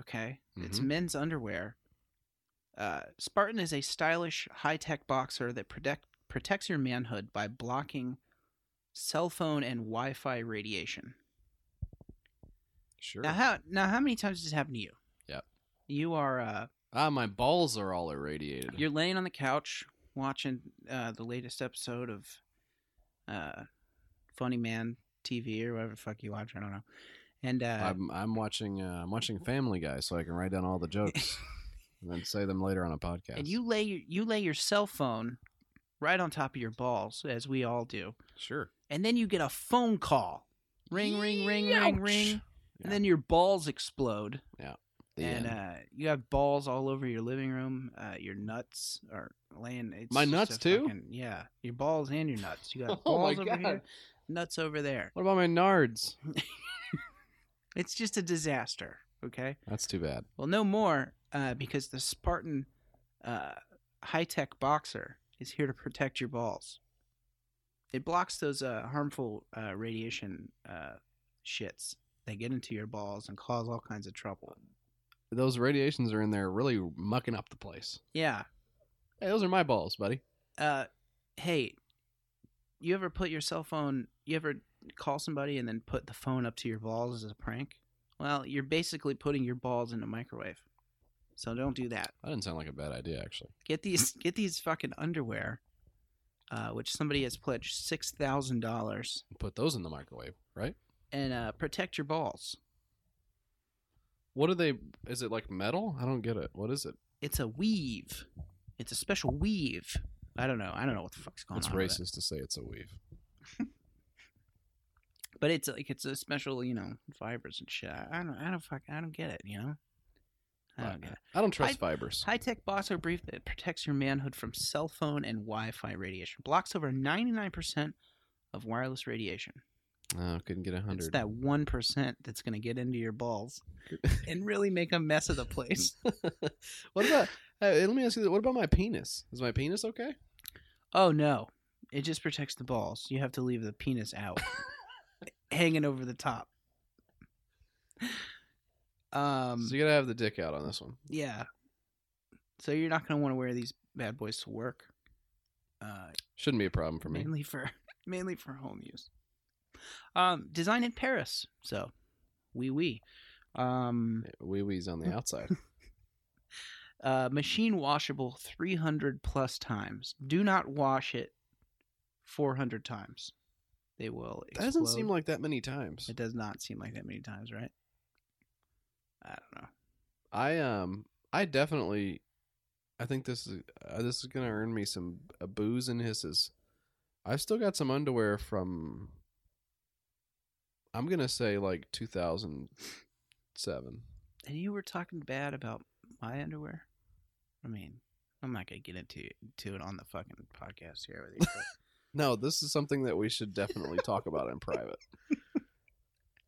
Speaker 5: Okay, it's
Speaker 4: Mhm.
Speaker 5: men's underwear. Uh, Spartan is a stylish, high-tech boxer that protect protects your manhood by blocking cell phone and Wi-Fi radiation.
Speaker 4: Sure.
Speaker 5: Now, how now how many times does this happen to you?
Speaker 4: Yep.
Speaker 5: You are uh,
Speaker 4: ah, my balls are all irradiated.
Speaker 5: you're laying on the couch watching uh, the latest episode of uh, Funny Man TV or whatever the fuck you watch. I don't know. And uh,
Speaker 4: I'm I'm watching uh, I'm watching Family Guy so I can write down all the jokes and then say them later on a podcast.
Speaker 5: and you lay your, you lay your cell phone right on top of your balls, as we all do,
Speaker 4: sure
Speaker 5: and then you get a phone call, ring, ring, ring, ring, ring,
Speaker 4: Youch. Yeah.
Speaker 5: and then your balls explode,
Speaker 4: The end.
Speaker 5: and uh, you have balls all over your living room. Uh, your nuts are laying. It's
Speaker 4: My
Speaker 5: just
Speaker 4: nuts
Speaker 5: a
Speaker 4: too?
Speaker 5: fucking- yeah, your balls and your nuts. You got
Speaker 4: Oh my
Speaker 5: balls over
Speaker 4: God.
Speaker 5: here, nuts over there.
Speaker 4: what about my nards?
Speaker 5: It's just a disaster. Okay.
Speaker 4: That's too bad.
Speaker 5: Well, no more uh, because the Spartan uh, high tech boxer is here to protect your balls. It blocks those uh, harmful uh, radiation uh, shits. They get into your balls and cause all kinds of trouble.
Speaker 4: Those radiations are in there really mucking up the place.
Speaker 5: Yeah.
Speaker 4: Hey, those are my balls, buddy.
Speaker 5: Uh, hey, you ever put your cell phone? You ever call somebody and then put the phone up to your balls as a prank? Well, you're basically putting your balls in a microwave. So don't do that.
Speaker 4: That didn't sound like a bad idea actually.
Speaker 5: get these get these fucking underwear, uh, which somebody has pledged six thousand dollars,
Speaker 4: Put those in the microwave, right?
Speaker 5: and uh, protect your balls.
Speaker 4: What are they? Is it like metal? I don't get it. What is it?
Speaker 5: It's a weave. It's a special weave. I don't know. I don't know what the fuck's going
Speaker 4: It's
Speaker 5: on. with it.
Speaker 4: racist to say it's a weave.
Speaker 5: But it's like it's a special, you know, fibers and shit. I I don't. I don't fuck. I don't get it. You know. I
Speaker 4: Right.
Speaker 5: don't get it.
Speaker 4: I don't trust
Speaker 5: I-
Speaker 4: fibers.
Speaker 5: High tech boxer brief that protects your manhood from cell phone and Wi Fi radiation. Blocks over 99% of wireless radiation.
Speaker 4: oh, couldn't get a
Speaker 5: It's
Speaker 4: hundred.
Speaker 5: that one percent that's gonna get into your balls and really make a mess of the place.
Speaker 4: what about? Hey, let me ask you. this. What about my penis? Is my penis okay?
Speaker 5: Oh no, it just protects the balls. You have to leave the penis out, hanging over the top. Um,
Speaker 4: so you gotta have the dick out on this one.
Speaker 5: yeah. So you're not gonna want to wear these bad boys to work. Uh,
Speaker 4: Shouldn't be a problem for me.
Speaker 5: mainly for mainly for home use. Um, designed in Paris, so we oui, we. Oui. Um,
Speaker 4: Wee wee's on the outside.
Speaker 5: Uh, machine washable 300 plus times. Do not wash it 400 times. They will.
Speaker 4: That doesn't seem
Speaker 5: explode.
Speaker 4: like that many times.
Speaker 5: It does not seem like that many times, right? I don't know.
Speaker 4: I um I definitely I think this is uh, this is gonna earn me some uh, boos and hisses. I've still got some underwear from I'm gonna say like 2007.
Speaker 5: And you were talking bad about my underwear. I mean, I'm not gonna get into to it on the fucking podcast here with you. but-
Speaker 4: No, this is something that we should definitely talk about in private.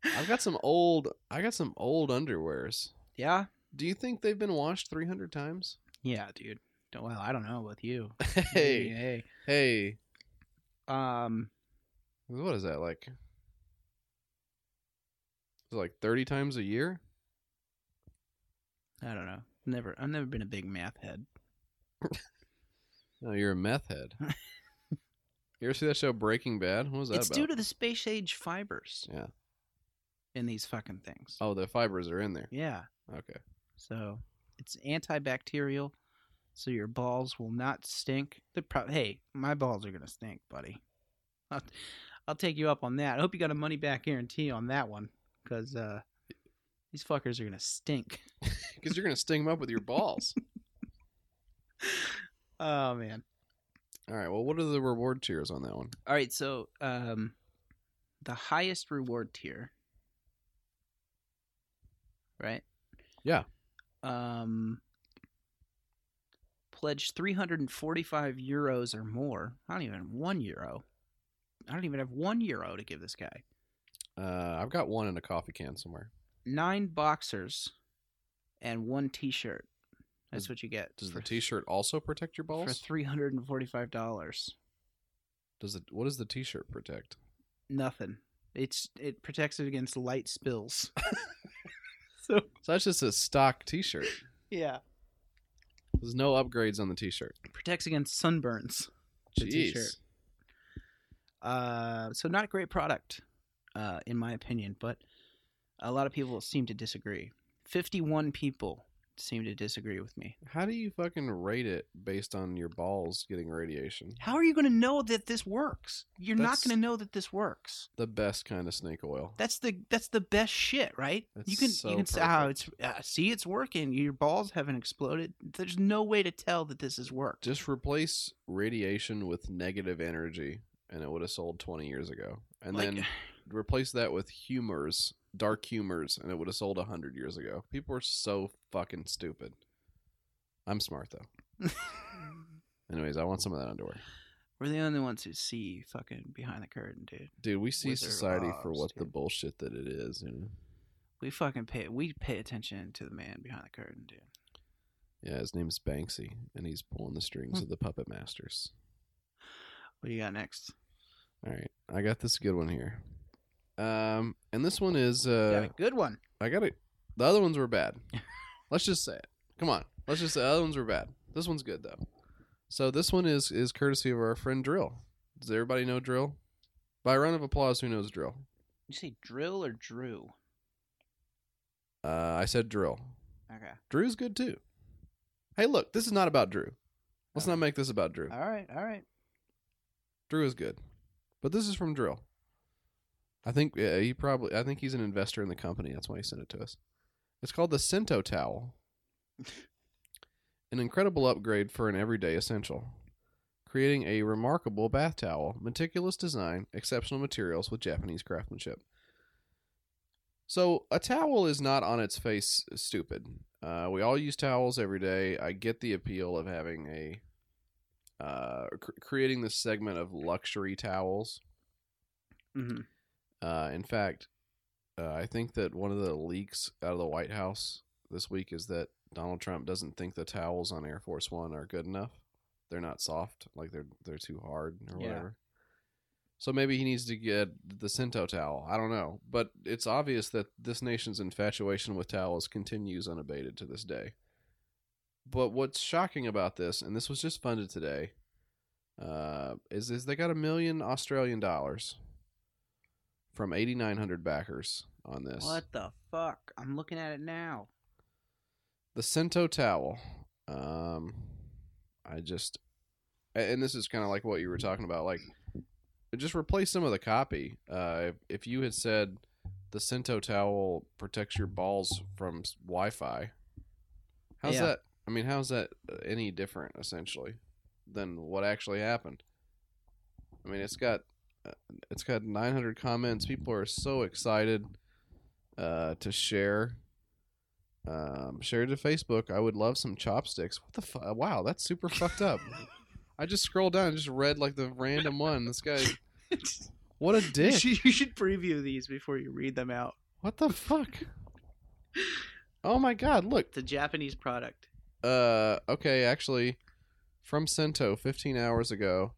Speaker 4: I've got some old I got some old underwears.
Speaker 5: yeah,
Speaker 4: Do you think they've been washed 300 times?
Speaker 5: yeah, dude. Don't- Well, I don't know with you.
Speaker 4: Hey,
Speaker 5: hey.
Speaker 4: hey.
Speaker 5: Um,
Speaker 4: What is that like? Is it like 30 times a year?
Speaker 5: I don't know. Never. I've never been a big math head.
Speaker 4: No, you're a meth head. you ever see that show Breaking Bad? What was that
Speaker 5: It's
Speaker 4: about?
Speaker 5: due to the space age fibers.
Speaker 4: Yeah.
Speaker 5: In these fucking things.
Speaker 4: oh, the fibers are in there.
Speaker 5: Yeah.
Speaker 4: Okay.
Speaker 5: So it's antibacterial, so your balls will not stink. The pro- hey, my balls are gonna stink, buddy. I'll, I'll take you up on that. I hope you got a money back guarantee on that one, because uh, these fuckers are gonna stink.
Speaker 4: Because you're gonna sting them up with your balls.
Speaker 5: Oh man.
Speaker 4: All right. Well, what are the reward tiers on that one?
Speaker 5: All right. So um, the highest reward tier, right?
Speaker 4: Yeah.
Speaker 5: Um. Pledge 345 euros or more. I don't even have one euro. I don't even have one euro to give this guy.
Speaker 4: Uh, I've got one in a coffee can somewhere.
Speaker 5: Nine boxers and one t shirt. That's what you get.
Speaker 4: Does
Speaker 5: for-
Speaker 4: the T-shirt also protect your
Speaker 5: For
Speaker 4: balls?
Speaker 5: $345.
Speaker 4: Does it? What does the T-shirt protect?
Speaker 5: Nothing. It's It protects it against light spills. so,
Speaker 4: So that's just a stock T-shirt.
Speaker 5: yeah.
Speaker 4: There's no upgrades on the T-shirt.
Speaker 5: protects against sunburns. The t-shirt.
Speaker 4: Jeez.
Speaker 5: Uh, so not a great product, uh, in my opinion, but a lot of people seem to disagree. Fifty-one people seem to disagree with me.
Speaker 4: How do you fucking rate it based on your balls getting radiation?
Speaker 5: How are you going to know that this works? You're
Speaker 4: That's-
Speaker 5: not going to know that this works.
Speaker 4: The best kind of snake oil.
Speaker 5: That's the that's the best shit, right?
Speaker 4: That's
Speaker 5: you can
Speaker 4: so
Speaker 5: you can say, oh, it's
Speaker 4: perfect.
Speaker 5: uh, see, it's working. Your balls haven't exploded. There's no way to tell that this has worked.
Speaker 4: Just replace radiation with negative energy, and it would have sold 20 years ago. And
Speaker 5: Like-
Speaker 4: then replace that with humors, dark humors, and it would have sold 100 years ago. People are so fucking stupid. I'm smart, though. Anyways, I want some of that underwear.
Speaker 5: We're the only ones who see fucking behind the curtain, dude.
Speaker 4: Dude, we see
Speaker 5: Wizard of
Speaker 4: society for
Speaker 5: Oz,
Speaker 4: what the
Speaker 5: dude.
Speaker 4: bullshit that it is. You know?
Speaker 5: We fucking pay we pay attention to the man behind the curtain, dude.
Speaker 4: Yeah, his name's Banksy, and he's pulling the strings
Speaker 5: Hmm.
Speaker 4: of the puppet masters.
Speaker 5: What do you got next?
Speaker 4: All right, I got this good one here. Um, and this one is uh,
Speaker 5: got a good one.
Speaker 4: I got it. The other ones were bad. Let's just say it. Come on. Let's just say the other ones were bad. This one's good though. So this one is is courtesy of our friend Drill. Does everybody know Drill? By a round of applause, who knows Drill?
Speaker 5: You say drill or Drew?
Speaker 4: Uh, I said Drill.
Speaker 5: Okay.
Speaker 4: Drew's good too. Hey, look, this is not about Drew. Let's not
Speaker 5: Okay.
Speaker 4: make this about Drew.
Speaker 5: All right. All right.
Speaker 4: Drew is good, but this is from Drill. I think yeah, he probably. I think he's an investor in the company. That's why he sent it to us. It's called the Cento Towel, an incredible upgrade for an everyday essential, creating a remarkable bath towel, meticulous design, exceptional materials with Japanese craftsmanship. So a towel is not on its face stupid. Uh, we all use towels every day. I get the appeal of having a uh, cr- creating this segment of luxury towels.
Speaker 5: Mm-hmm.
Speaker 4: Uh, in fact, uh, I think that one of the leaks out of the White House this week is that Donald Trump doesn't think the towels on Air Force One are good enough. They're not soft, like they're they're too hard or
Speaker 5: Yeah.
Speaker 4: whatever. So maybe he needs to get the Cento towel. I don't know, but it's obvious that this nation's infatuation with towels continues unabated to this day. But what's shocking about this, and this was just funded today, uh, is is they got a million Australian dollars from 8,900 backers on this.
Speaker 5: What the fuck? I'm looking at it now.
Speaker 4: The Cento towel, Um, I just, a- and this is kind of like what you were talking about, like just replace some of the copy. Uh, if, if you had said the Cento towel protects your balls from s- Wi-Fi, how's
Speaker 5: Yeah.
Speaker 4: that? I mean, how's that uh, any different essentially than what actually happened? I mean, it's got uh, it's got 900 comments. People are so excited uh, to share. Um, share to Facebook. I would love some chopsticks. What the fu- uh, Wow, that's super fucked up. I just scrolled down and just read like the random one. This guy, what a
Speaker 5: you,
Speaker 4: dick.
Speaker 5: should, you should preview these before you read them out.
Speaker 4: What the fuck? Oh my god, look.
Speaker 5: It's a Japanese product.
Speaker 4: Uh okay, actually from Cento 15 hours ago.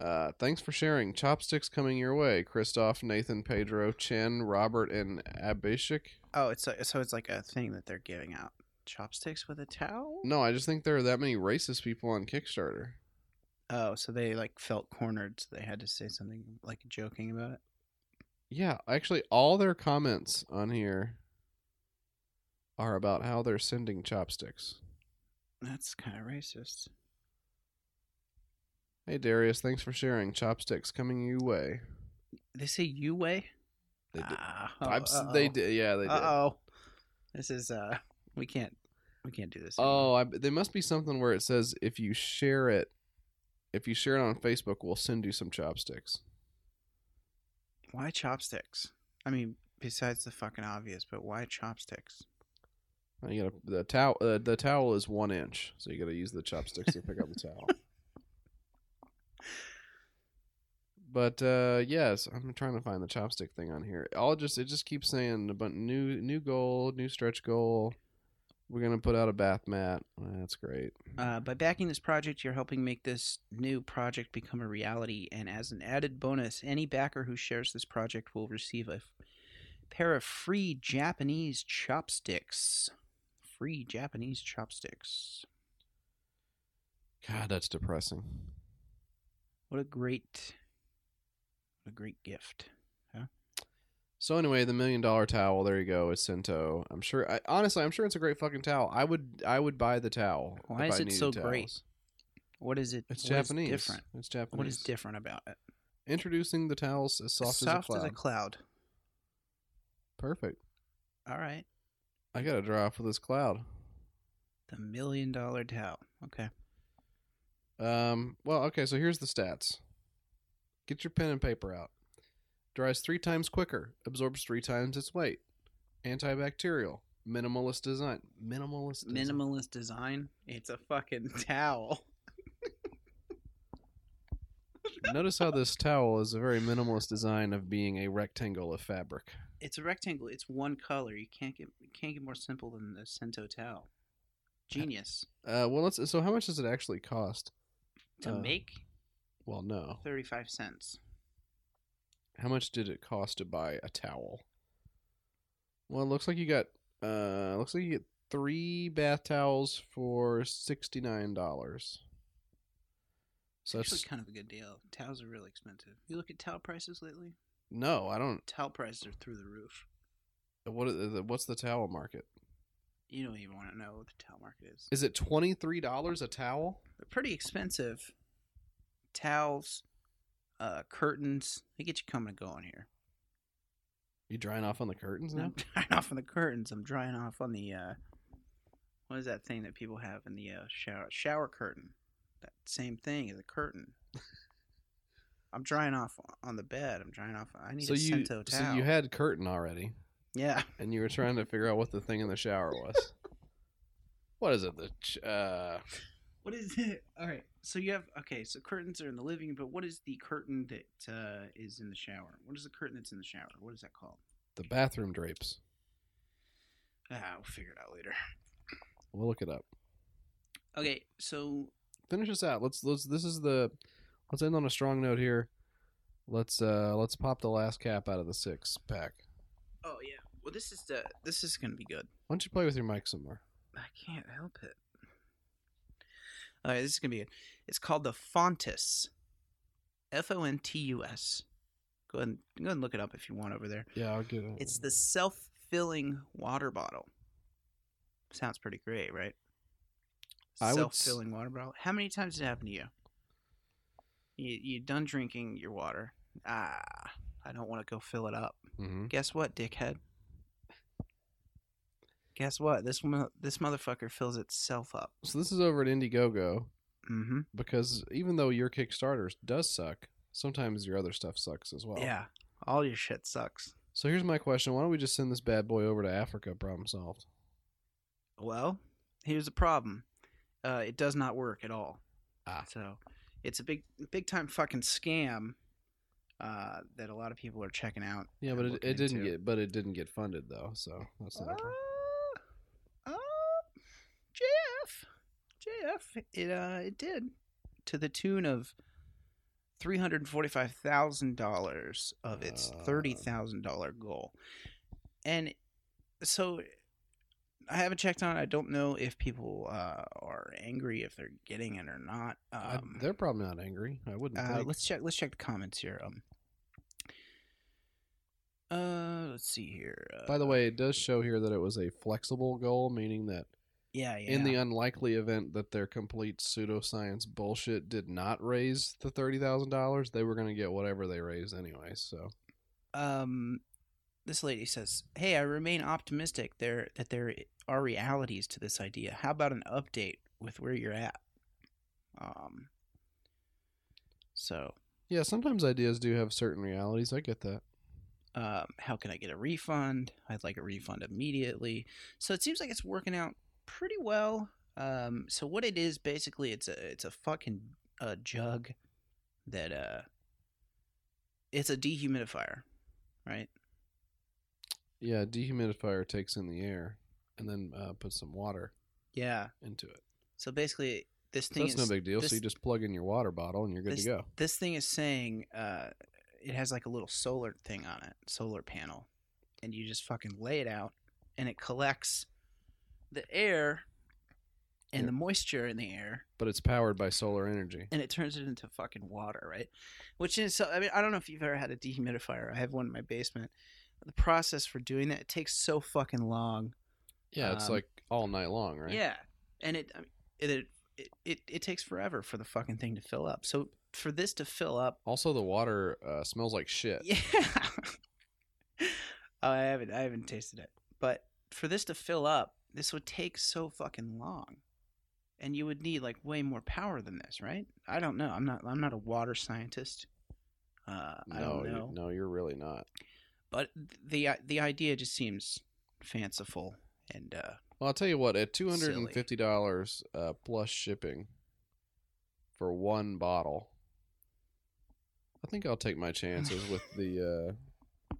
Speaker 4: Uh thanks for sharing. Chopsticks coming your way. Christoph, Nathan, Pedro, Chen, Robert and Abishik.
Speaker 5: Oh, it's a, so it's like a thing that they're giving out. Chopsticks with a towel?
Speaker 4: No, I just think there are that many racist people on Kickstarter.
Speaker 5: Oh, so they like felt cornered, so they had to say something like joking about it.
Speaker 4: Yeah, actually all their comments on here are about how they're sending chopsticks.
Speaker 5: That's kind of racist.
Speaker 4: Hey Darius, thanks for sharing. Chopsticks coming your way.
Speaker 5: They say you way.
Speaker 4: They did.
Speaker 5: Ah, oh,
Speaker 4: I'm s- they
Speaker 5: uh-oh.
Speaker 4: did. Yeah, they did.
Speaker 5: Uh-oh. This is uh we can't we can't do this. anymore.
Speaker 4: Oh, I, there must be something where it says if you share it, if you share it on Facebook, we'll send you some chopsticks.
Speaker 5: why chopsticks? I mean, besides the fucking obvious, but why chopsticks?
Speaker 4: Uh, You gotta the towel. Uh, the towel is one inch, so you gotta use the chopsticks to pick up the towel. But uh, yes, I'm trying to find the chopstick thing on here. All just it just keeps saying about new new goal, new stretch goal. We're gonna put out a bath mat. That's great.
Speaker 5: Uh, by backing this project, you're helping make this new project become a reality. And as an added bonus, any backer who shares this project will receive a f- pair of free Japanese chopsticks. Free Japanese chopsticks.
Speaker 4: God, that's depressing.
Speaker 5: What a great, what a great gift.
Speaker 4: So anyway, the million dollar towel. There you go. It's Cento. I'm sure. I, honestly, I'm sure it's a great fucking towel. I would. I would buy the towel.
Speaker 5: Why
Speaker 4: if
Speaker 5: is
Speaker 4: I
Speaker 5: it
Speaker 4: needed
Speaker 5: so great?
Speaker 4: towels.
Speaker 5: What is it?
Speaker 4: It's
Speaker 5: what is
Speaker 4: Japanese.
Speaker 5: different.
Speaker 4: It's Japanese.
Speaker 5: What is different about it?
Speaker 4: Introducing the towels as soft, as a cloud.
Speaker 5: cloud.
Speaker 4: Perfect.
Speaker 5: All right.
Speaker 4: I gotta draw off of this cloud.
Speaker 5: The million dollar towel. Okay.
Speaker 4: Um. Well, okay. So here's the stats. Get your pen and paper out. Dries three times quicker. Absorbs three times its weight. Antibacterial. Minimalist design. Minimalist. design.
Speaker 5: Minimalist design. It's a fucking towel.
Speaker 4: Notice how this towel is a very minimalist design of being a rectangle of fabric.
Speaker 5: It's a rectangle. It's one color. You can't get you can't get more simple than the Cento towel. Genius.
Speaker 4: Uh, well, let's. So, how much does it actually cost?
Speaker 5: To
Speaker 4: Uh,
Speaker 5: make
Speaker 4: Well, no.
Speaker 5: thirty five cents.
Speaker 4: How much did it cost to buy a towel? Well, it looks like you got. Uh, looks like you get three bath towels for sixty nine dollars.
Speaker 5: It's
Speaker 4: So that's
Speaker 5: actually kind of a good deal. Towels are really expensive. You look at towel prices lately.
Speaker 4: no. I don't.
Speaker 5: Towel prices are through the roof.
Speaker 4: What is the, what's the towel market?
Speaker 5: You don't even want to know what the towel market is.
Speaker 4: Is it twenty three dollars a towel?
Speaker 5: They're pretty expensive. Towels, uh, curtains. They get you coming and going here.
Speaker 4: You drying off on the curtains now?
Speaker 5: I'm drying off on the curtains. I'm drying off on the uh, what is that thing that people have in the uh, shower shower curtain? That same thing is a curtain. I'm drying off on the bed. I'm drying off. I need
Speaker 4: so
Speaker 5: a
Speaker 4: you
Speaker 5: Cento
Speaker 4: so
Speaker 5: towel.
Speaker 4: you had curtain already.
Speaker 5: yeah,
Speaker 4: and you were trying to figure out what the thing in the shower was. what is it? The ch- uh,
Speaker 5: What is it? All right. So you have okay. So curtains are in the living, but what is the curtain that uh, is in the shower? What is the curtain that's in the shower? What is that called?
Speaker 4: the bathroom drapes.
Speaker 5: Ah, we'll figure it out later.
Speaker 4: We'll look it up.
Speaker 5: Okay. So
Speaker 4: Finish this out. Let's let's. This is the. Let's end on a strong note here. Let's uh let's pop the last cap out of the six pack.
Speaker 5: oh yeah. Well, this is the this is gonna be good.
Speaker 4: Why don't you play with your mic some more?
Speaker 5: I can't help it. All right, this is gonna be. It's called the Fontus, F O N T U S. Go ahead, and, go ahead and look it up if you want over there.
Speaker 4: Yeah, I'll get it.
Speaker 5: It's the self-filling water bottle. Sounds pretty great, right?
Speaker 4: I would s-
Speaker 5: self-filling water bottle. How many times did it happen to you? You you done drinking your water? Ah, I don't want to go fill it up.
Speaker 4: Mm-hmm.
Speaker 5: Guess what, dickhead? Guess what? This mo- this motherfucker fills itself up.
Speaker 4: So this is over at Indiegogo
Speaker 5: Mm-hmm.
Speaker 4: because even though your Kickstarter does suck, sometimes your other stuff sucks as well.
Speaker 5: Yeah, all your shit sucks.
Speaker 4: So here's my question: Why don't we just send this bad boy over to Africa? Problem solved.
Speaker 5: Well, here's the problem. Uh, it does not work at all.
Speaker 4: Ah.
Speaker 5: So it's a big big time fucking scam uh, that a lot of people are checking out.
Speaker 4: Yeah,
Speaker 5: and
Speaker 4: but it,
Speaker 5: looking
Speaker 4: it didn't
Speaker 5: into.
Speaker 4: get but it didn't get funded though, so that's not. problem.
Speaker 5: Uh, uh, Jeff, Jeff, it uh, it did to the tune of three hundred forty-five thousand dollars of its
Speaker 4: Uh.
Speaker 5: thirty thousand dollar goal, and so I haven't checked on. it. I don't know if people uh, are angry if they're getting it or not.
Speaker 4: I-
Speaker 5: Um,
Speaker 4: they're probably not angry. I wouldn't.
Speaker 5: uh,
Speaker 4: think.
Speaker 5: let's check. Let's check the comments here. Um, uh, let's see here. Uh,
Speaker 4: By the way, it does show here that it was a flexible goal, meaning that
Speaker 5: yeah, yeah.
Speaker 4: in the unlikely event that their complete pseudoscience bullshit did not raise the thirty thousand dollars, they were going to get whatever they raised anyway. So
Speaker 5: um, this lady says, "Hey, I remain optimistic there that there are realities to this idea. How about an update with where you're at?" Um. So,
Speaker 4: yeah, sometimes ideas do have certain realities. I get that.
Speaker 5: um, how can I get a refund? I'd like a refund immediately. So it seems like it's working out pretty well. Um, so what it is basically, it's a it's a fucking uh, jug that uh, it's a dehumidifier, right?
Speaker 4: Yeah, dehumidifier takes in the air and then uh, puts some water
Speaker 5: Yeah.
Speaker 4: into it.
Speaker 5: So basically, this
Speaker 4: So
Speaker 5: thing
Speaker 4: that's
Speaker 5: is
Speaker 4: no big deal.
Speaker 5: this-
Speaker 4: so you just plug in your water bottle and you're good to go.
Speaker 5: this thing is saying uh, it has like a little solar thing on it, solar panel, and you just fucking lay it out, and it collects the air and
Speaker 4: Yeah.
Speaker 5: the moisture in the air,
Speaker 4: But it's powered by solar energy.
Speaker 5: and it turns it into fucking water, right? Which is so. I mean, I don't know if you've ever had a dehumidifier. I have one in my basement. The process for doing that it takes so fucking long.
Speaker 4: Yeah, it's
Speaker 5: Um,
Speaker 4: like all night long, right?
Speaker 5: Yeah, and it, I mean, it it it it takes forever for the fucking thing to fill up. So for this to fill up,
Speaker 4: Also, the water uh, smells like shit.
Speaker 5: yeah. oh, I haven't I haven't tasted it, but for this to fill up, this would take so fucking long, and you would need like way more power than this, right? I don't know. I'm not I'm not a water scientist. Uh,
Speaker 4: no,
Speaker 5: I don't know
Speaker 4: You, no, you're really not.
Speaker 5: but the the idea just seems fanciful and uh
Speaker 4: Well, I'll tell you what. At two hundred and fifty dollars uh, plus shipping for one bottle, I think I'll take my chances with the uh,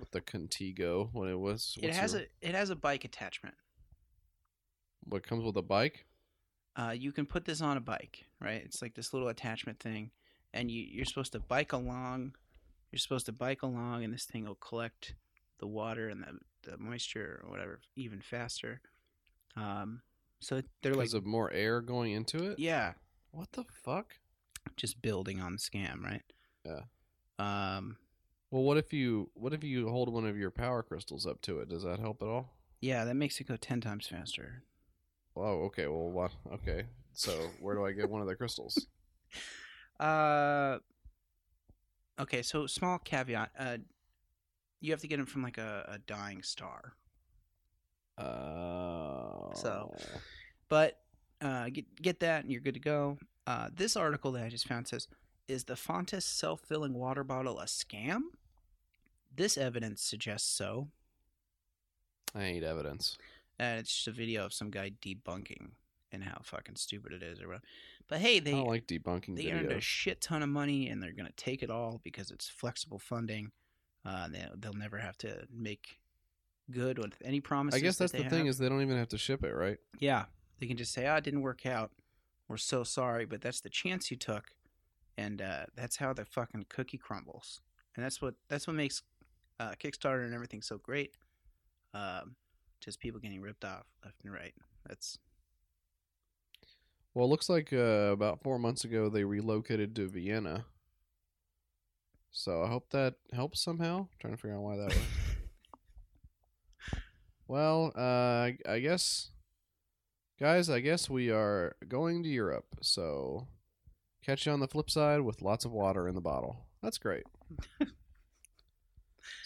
Speaker 4: with the Contigo. When it was,
Speaker 5: it
Speaker 4: what's
Speaker 5: has
Speaker 4: your-
Speaker 5: a it has a bike attachment
Speaker 4: what comes with a bike.
Speaker 5: uh you can put this on a bike right it's like this little attachment thing and you you're supposed to bike along you're supposed to bike along and this thing will collect the water and the, the moisture or whatever even faster um so they're like
Speaker 4: Because of more air going into it.
Speaker 5: yeah
Speaker 4: What the fuck?
Speaker 5: just building on the scam right
Speaker 4: Yeah.
Speaker 5: um
Speaker 4: Well, what if you what if you hold one of your power crystals up to it? Does that help at all?
Speaker 5: yeah that makes it go 10 times faster
Speaker 4: Oh, okay. Well, what? Okay. So where do I get one of the crystals?
Speaker 5: Uh, okay. So small caveat. Uh, you have to get them from like a, a dying star,
Speaker 4: Oh.
Speaker 5: but uh, get get that and you're good to go. Uh, this article that I just found says, "Is the Fontes self-filling water bottle a scam?" This evidence suggests so,
Speaker 4: I need evidence.
Speaker 5: and it's just a video of some guy debunking and how fucking stupid it is or whatever. But hey, they
Speaker 4: I don't like debunking
Speaker 5: they earned a
Speaker 4: videos.
Speaker 5: shit ton of money and they're going to take it all because it's flexible funding uh, and they, they'll never have to make good on any promises
Speaker 4: I guess
Speaker 5: that
Speaker 4: that's the
Speaker 5: they
Speaker 4: thing
Speaker 5: have.
Speaker 4: is they don't even have to ship it, right?
Speaker 5: yeah they can just say oh, it didn't work out we're so sorry but that's the chance you took and uh, that's how the fucking cookie crumbles and that's what that's what makes uh, kickstarter and everything so great um, just people getting ripped off left and right that's
Speaker 4: Well, it looks like uh, about four months ago they relocated to Vienna. So I hope that helps somehow. trying to figure out why that was. well, uh, I guess Guys, I guess we are going to Europe, so catch you on the flip side with lots of water in the bottle. That's great. That's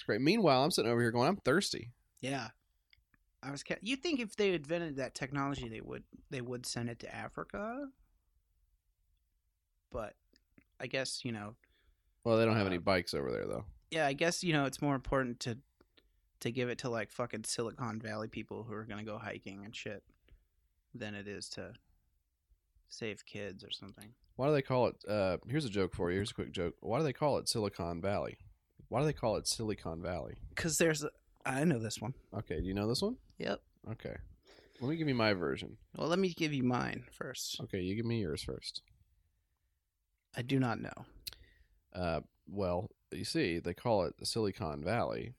Speaker 4: great. Meanwhile, I'm sitting over here going, I'm thirsty.
Speaker 5: Yeah. I was. Ca- you think if they invented that technology, they would they would send it to Africa? But I guess you know.
Speaker 4: Well, they don't have
Speaker 5: Uh,
Speaker 4: any bikes over there though.
Speaker 5: Yeah, I guess you know it's more important to to give it to like fucking Silicon Valley people who are gonna go hiking and shit than it is to save kids or something.
Speaker 4: Why do they call it? Uh, here's a joke for you. Here's a quick joke. Why do they call it Silicon Valley? Why do they call it Silicon Valley?
Speaker 5: Because there's. A, I know this one.
Speaker 4: Okay, do you know this one?
Speaker 5: Yep.
Speaker 4: Okay, let me give you my version.
Speaker 5: Well, let me give you mine first.
Speaker 4: Okay, you give me yours first.
Speaker 5: I do not know.
Speaker 4: Uh, well, you see, they call it Silicon Valley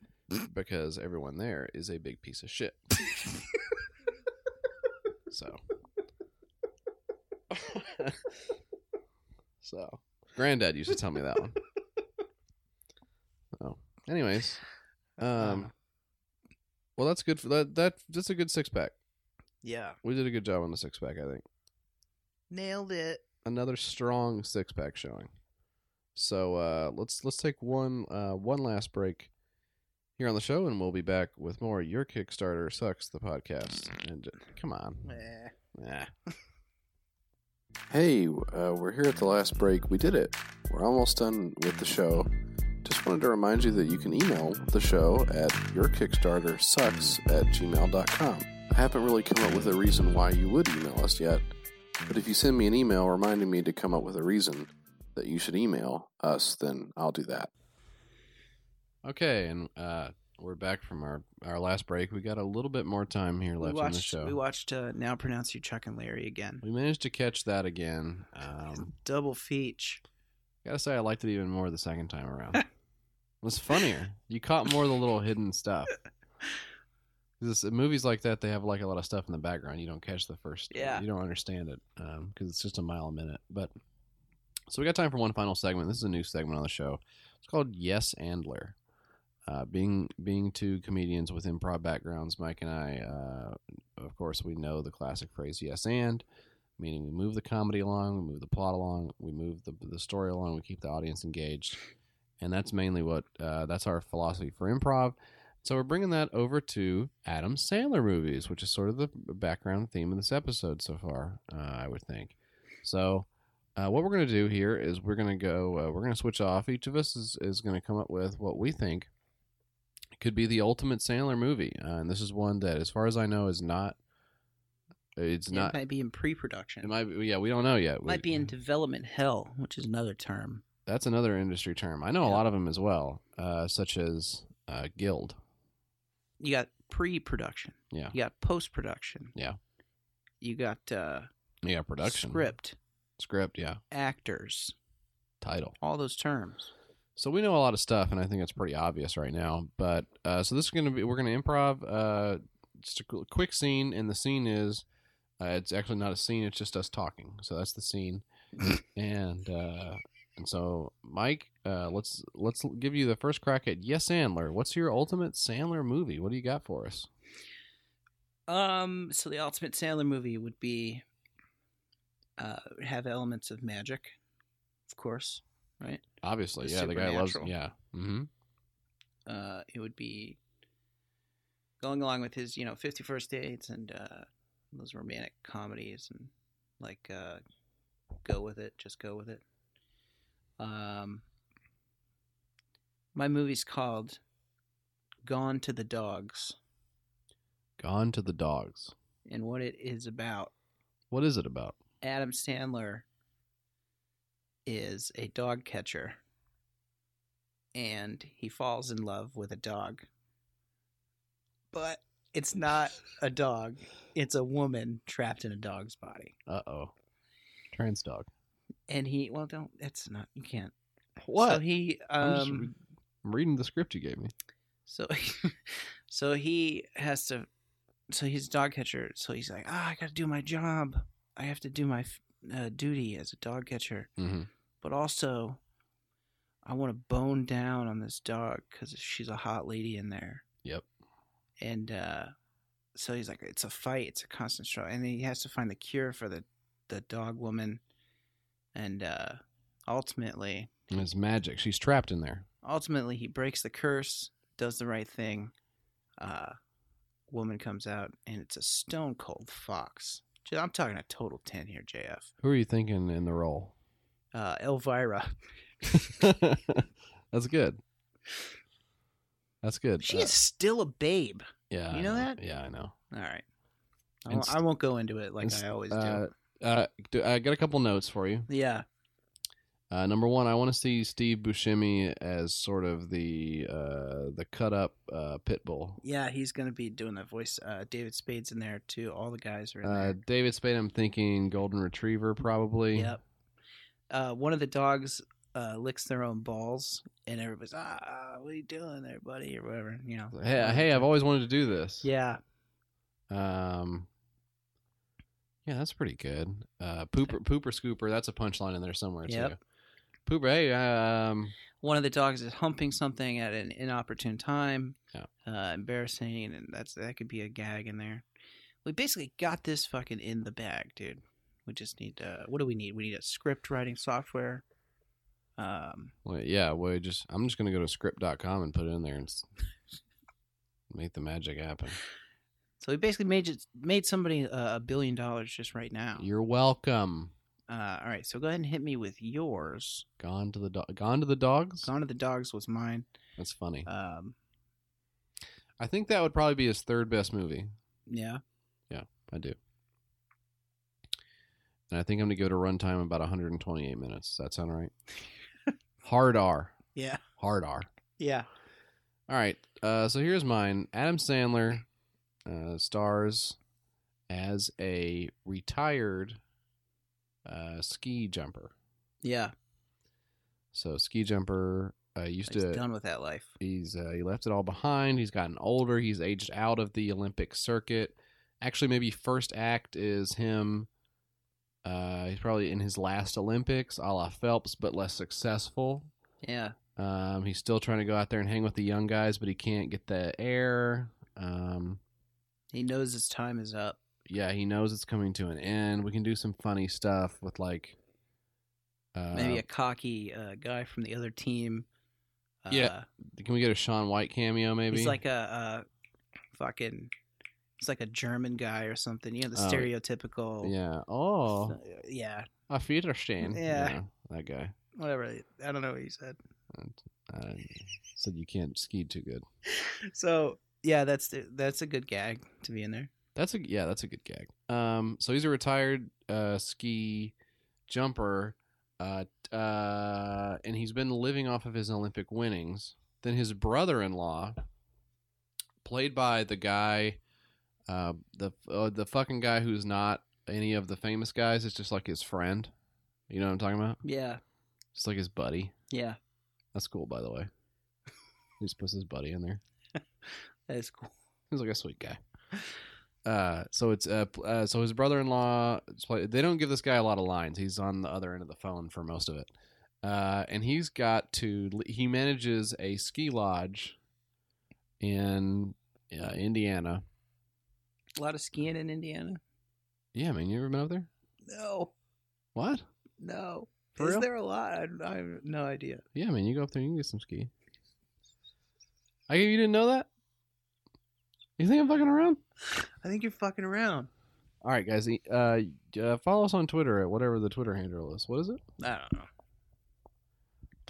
Speaker 4: because everyone there is a big piece of shit. so, so granddad used to tell me that one. Oh, anyways, um, well, that's good for that. That that's a good six pack.
Speaker 5: Yeah.
Speaker 4: We did a good job on the six pack, I think.
Speaker 5: Nailed it.
Speaker 4: Another strong six pack showing. So uh, let's let's take one uh, one last break here on the show, and we'll be back with more. Your Kickstarter sucks. The podcast and uh, come on.
Speaker 5: Eh.
Speaker 4: Hey, uh, we're here at the last break. We did it. We're almost done with the show. Just wanted to remind you that you can email the show at yourkickstartersucks at gmail.com. I haven't really come up with a reason why you would email us yet, but if you send me an email reminding me to come up with a reason that you should email us, then I'll do that. Okay, and uh, we're back from our, our last break. We got a little bit more time here
Speaker 5: We
Speaker 4: left in the
Speaker 5: watched.
Speaker 4: show.
Speaker 5: We watched. Uh, now pronounce you Chuck and Larry again.
Speaker 4: We managed to catch that again. Um,
Speaker 5: Double feature.
Speaker 4: gotta say, I liked it even more the second time around. it was funnier. You caught more of the little hidden stuff. 'Cause it's- movies like that, they have like a lot of stuff in the background. You don't catch the first.
Speaker 5: Yeah.
Speaker 4: You don't understand it because it's just a mile a minute. But so we got time for one final segment. This is a new segment on the show. It's called Yes Andler. Uh, being being two comedians with improv backgrounds, Mike and I, uh, of course, we know the classic phrase "yes and," meaning we move the comedy along, we move the plot along, we move the the story along, we keep the audience engaged, and that's mainly what uh, that's our philosophy for improv. So we're bringing that over to Adam Sandler movies, which is sort of the background theme of this episode so far, uh, I would think. So uh, what we're going to do here is we're going to go, uh, we're going to switch off. Each of us is, is going to come up with what we think could be the ultimate Sandler movie, uh, and this is one that, as far as I know, is not. It's
Speaker 5: it
Speaker 4: not.
Speaker 5: might be in pre-production.
Speaker 4: It might be, yeah, we don't know yet.
Speaker 5: It might
Speaker 4: We-
Speaker 5: be in development hell, which is another term.
Speaker 4: That's another industry term. I know a
Speaker 5: Yeah.
Speaker 4: lot of them as well, uh, such as uh, guild.
Speaker 5: You got pre-production.
Speaker 4: Yeah.
Speaker 5: You got post-production.
Speaker 4: Yeah.
Speaker 5: You got uh,
Speaker 4: Yeah, production
Speaker 5: script,
Speaker 4: script. Yeah,
Speaker 5: actors,
Speaker 4: title.
Speaker 5: all those terms.
Speaker 4: So we know a lot of stuff, and I think it's pretty obvious right now. But uh, so this is going to be we're going to improv uh, just a qu- quick scene, and the scene is uh, it's actually not a scene; it's just us talking. So that's the scene, and uh, and so Mike, uh, let's let's give you the first crack at yes, Sandler. What's your ultimate Sandler movie? What do you got for us?
Speaker 5: Um. So the ultimate Sandler movie would be uh, have elements of magic, of course, right?
Speaker 4: Obviously,
Speaker 5: The
Speaker 4: yeah, the guy loves
Speaker 5: supernatural.
Speaker 4: yeah. Mm-hmm.
Speaker 5: uh, it would be going along with his, you know, 51st dates and uh, those romantic comedies and like uh, go with it, just go with it. Um, my movie's called Gone to the Dogs,
Speaker 4: Gone to the dogs.
Speaker 5: and what it is about
Speaker 4: What is it about?
Speaker 5: Adam Sandler is a dog catcher and he falls in love with a dog. But it's not a dog, it's a woman trapped in a dog's body.
Speaker 4: Uh oh, trans dog.
Speaker 5: And he, well, don't, that's not, you can't. So
Speaker 4: What?
Speaker 5: he,
Speaker 4: I'm just
Speaker 5: um,
Speaker 4: re- I'm reading the script you gave me.
Speaker 5: So, so he has to. So he's a dog catcher. So he's like, ah, I got to do my job. I have to do my f- uh, duty as a dog catcher.
Speaker 4: Mhm.
Speaker 5: But also, I want to bone down on this dog because she's a hot lady in there.
Speaker 4: Yep.
Speaker 5: And uh, so he's like, it's a fight, it's a constant struggle, and he has to find the cure for the the dog woman, and uh, ultimately,
Speaker 4: And it's magic. She's trapped in there.
Speaker 5: ultimately, he breaks the curse, does the right thing. Uh, woman comes out, and it's a stone cold fox. Ju- I'm talking a total ten here, JF.
Speaker 4: Who are you thinking in the role?
Speaker 5: Uh, Elvira,
Speaker 4: That's good. That's good.
Speaker 5: she
Speaker 4: Uh,
Speaker 5: is still a babe.
Speaker 4: Yeah,
Speaker 5: you
Speaker 4: I
Speaker 5: know that?
Speaker 4: Yeah, I know.
Speaker 5: All right, I
Speaker 4: And
Speaker 5: won't- I
Speaker 4: st-
Speaker 5: won't go into it like
Speaker 4: and st-
Speaker 5: I always
Speaker 4: Uh,
Speaker 5: do.
Speaker 4: uh, do, I got a couple notes for you.
Speaker 5: Yeah,
Speaker 4: Uh, number one, I want to see Steve Buscemi as sort of the uh, the cut up uh, pit bull.
Speaker 5: yeah, he's gonna be doing that voice. Uh, David Spade's in there too. All the guys are in
Speaker 4: Uh,
Speaker 5: there.
Speaker 4: David Spade, I'm thinking golden retriever probably.
Speaker 5: Yep. Uh, one of the dogs uh, licks their own balls, and everybody's ah, ah, what are you doing there, buddy, or whatever. You know.
Speaker 4: Hey, hey, I've always wanted to do this.
Speaker 5: Yeah.
Speaker 4: Um, yeah, that's pretty good. Uh, pooper, pooper, scooper. That's a punchline in there somewhere
Speaker 5: Yep.
Speaker 4: too. Pooper. Hey, um,
Speaker 5: One of the dogs is humping something at an inopportune time.
Speaker 4: Yeah.
Speaker 5: Uh, embarrassing, and that's that could be a gag in there. We basically got this fucking in the bag, dude. We just need uh, what do we need? We need a script writing software. Um,
Speaker 4: wait, yeah. We just. I'm just gonna go to script.com and put it in there and s- make the magic happen.
Speaker 5: so we basically made it, made somebody uh, a billion dollars just right now.
Speaker 4: You're welcome.
Speaker 5: Uh, all right, so go ahead and hit me with yours.
Speaker 4: Gone to the do- gone to the dogs.
Speaker 5: Gone to the Dogs was mine.
Speaker 4: That's funny.
Speaker 5: Um,
Speaker 4: I think that would probably be his third best movie.
Speaker 5: yeah.
Speaker 4: I do. And I think I'm gonna go to runtime about 128 minutes. Does that sound right? Hard R.
Speaker 5: Yeah.
Speaker 4: Hard R.
Speaker 5: Yeah.
Speaker 4: All right. Uh, so here's mine. Adam Sandler uh, stars as a retired uh, ski jumper.
Speaker 5: Yeah.
Speaker 4: So ski jumper uh, used
Speaker 5: He's
Speaker 4: to.
Speaker 5: done with that life.
Speaker 4: He's uh, he left it all behind. He's gotten older. He's aged out of the Olympic circuit. Actually, maybe first act is him. Uh, he's probably in his last Olympics, a la Phelps, but less successful.
Speaker 5: Yeah.
Speaker 4: Um, he's still trying to go out there and hang with the young guys, but he can't get the air. Um,
Speaker 5: He knows his time is up.
Speaker 4: yeah, he knows it's coming to an end. We can do some funny stuff with like, uh,
Speaker 5: Maybe a cocky uh, guy from the other team. Uh,
Speaker 4: Yeah, can we get a Sean White cameo? Maybe
Speaker 5: He's like a, a fucking. He's like a German guy or something. You know the
Speaker 4: Oh,
Speaker 5: stereotypical. uh,
Speaker 4: yeah. Oh,
Speaker 5: Yeah.
Speaker 4: a Fiederstein.
Speaker 5: Yeah.
Speaker 4: that guy.
Speaker 5: Whatever. I don't know what he said.
Speaker 4: uh, said you can't ski too good.
Speaker 5: So yeah, that's the, that's a good gag to be in there.
Speaker 4: That's a yeah, that's a good gag. Um, so he's a retired uh, ski jumper, uh, t- uh, and he's been living off of his Olympic winnings. Then his brother-in-law, played by the guy, uh, the uh, the fucking guy who's not any of the famous guys, it's just like his friend. You know what I'm talking about?
Speaker 5: Yeah.
Speaker 4: Just like his buddy.
Speaker 5: Yeah.
Speaker 4: That's cool, by the way. he just puts his buddy in there.
Speaker 5: That is cool.
Speaker 4: He's like a sweet guy. Uh, so it's uh, pl- uh so his brother-in-law. is play- They don't give this guy a lot of lines. He's on the other end of the phone for most of it, uh, and he's got to. He manages a ski lodge in uh, Indiana.
Speaker 5: A lot of skiing in Indiana.
Speaker 4: Yeah, man, you ever been up there?
Speaker 5: No.
Speaker 4: What?
Speaker 5: No.
Speaker 4: For
Speaker 5: is
Speaker 4: real?
Speaker 5: there a lot? I, I have no idea.
Speaker 4: Yeah, man, you go up there, you can get some ski. I you didn't know that. You think I'm fucking around?
Speaker 5: I think you're fucking around.
Speaker 4: All right, guys. e- Uh, uh, follow us on Twitter at whatever the Twitter handle is. What is it?
Speaker 5: I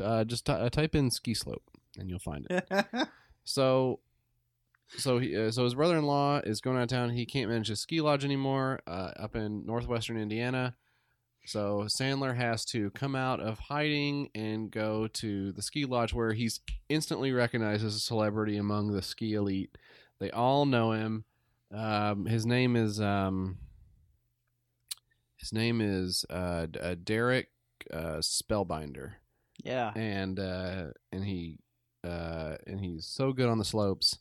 Speaker 4: uh, just ty- uh, type in ski slope and you'll find it.
Speaker 5: don't know.
Speaker 4: So, so he, uh, so his brother-in-law is going out of town. He can't manage his ski lodge anymore uh, up in northwestern Indiana. So Sandler has to come out of hiding and go to the ski lodge where he's instantly recognized as a celebrity among the ski elite. They all know him. Um, his name is um, his name is uh, D- uh, Derek uh, Spellbinder
Speaker 5: yeah.
Speaker 4: and uh, and he uh, and he's so good on the slopes,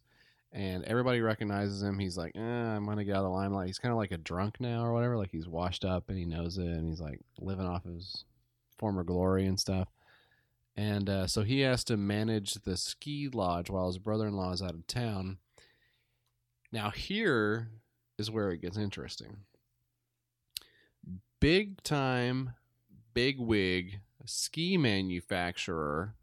Speaker 4: and everybody recognizes him. He's like, eh, I'm gonna get out of the limelight. He's kind of like a drunk now or whatever. Like he's washed up and he knows it, and he's like living off his former glory and stuff. And uh, so he has to manage the ski lodge while his brother-in-law is out of town. Now, here is where it gets interesting. Big time, big wig ski manufacturer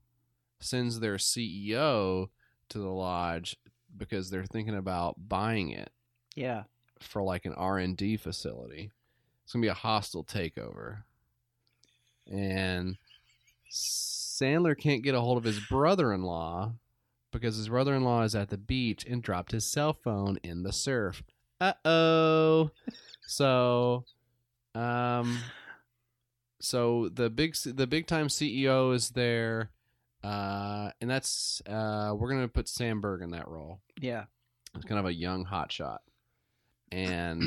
Speaker 4: sends their CEO to the lodge because they're thinking about buying it
Speaker 5: Yeah.
Speaker 4: for like an R&D facility. It's going to be a hostile takeover. And Sandler can't get a hold of his brother-in-law because his brother-in-law is at the beach and dropped his cell phone in the surf. Uh-oh. So um so the big the big time CEO is there uh and that's uh we're going to put Sandberg in that role.
Speaker 5: Yeah.
Speaker 4: It's kind of a young hotshot. And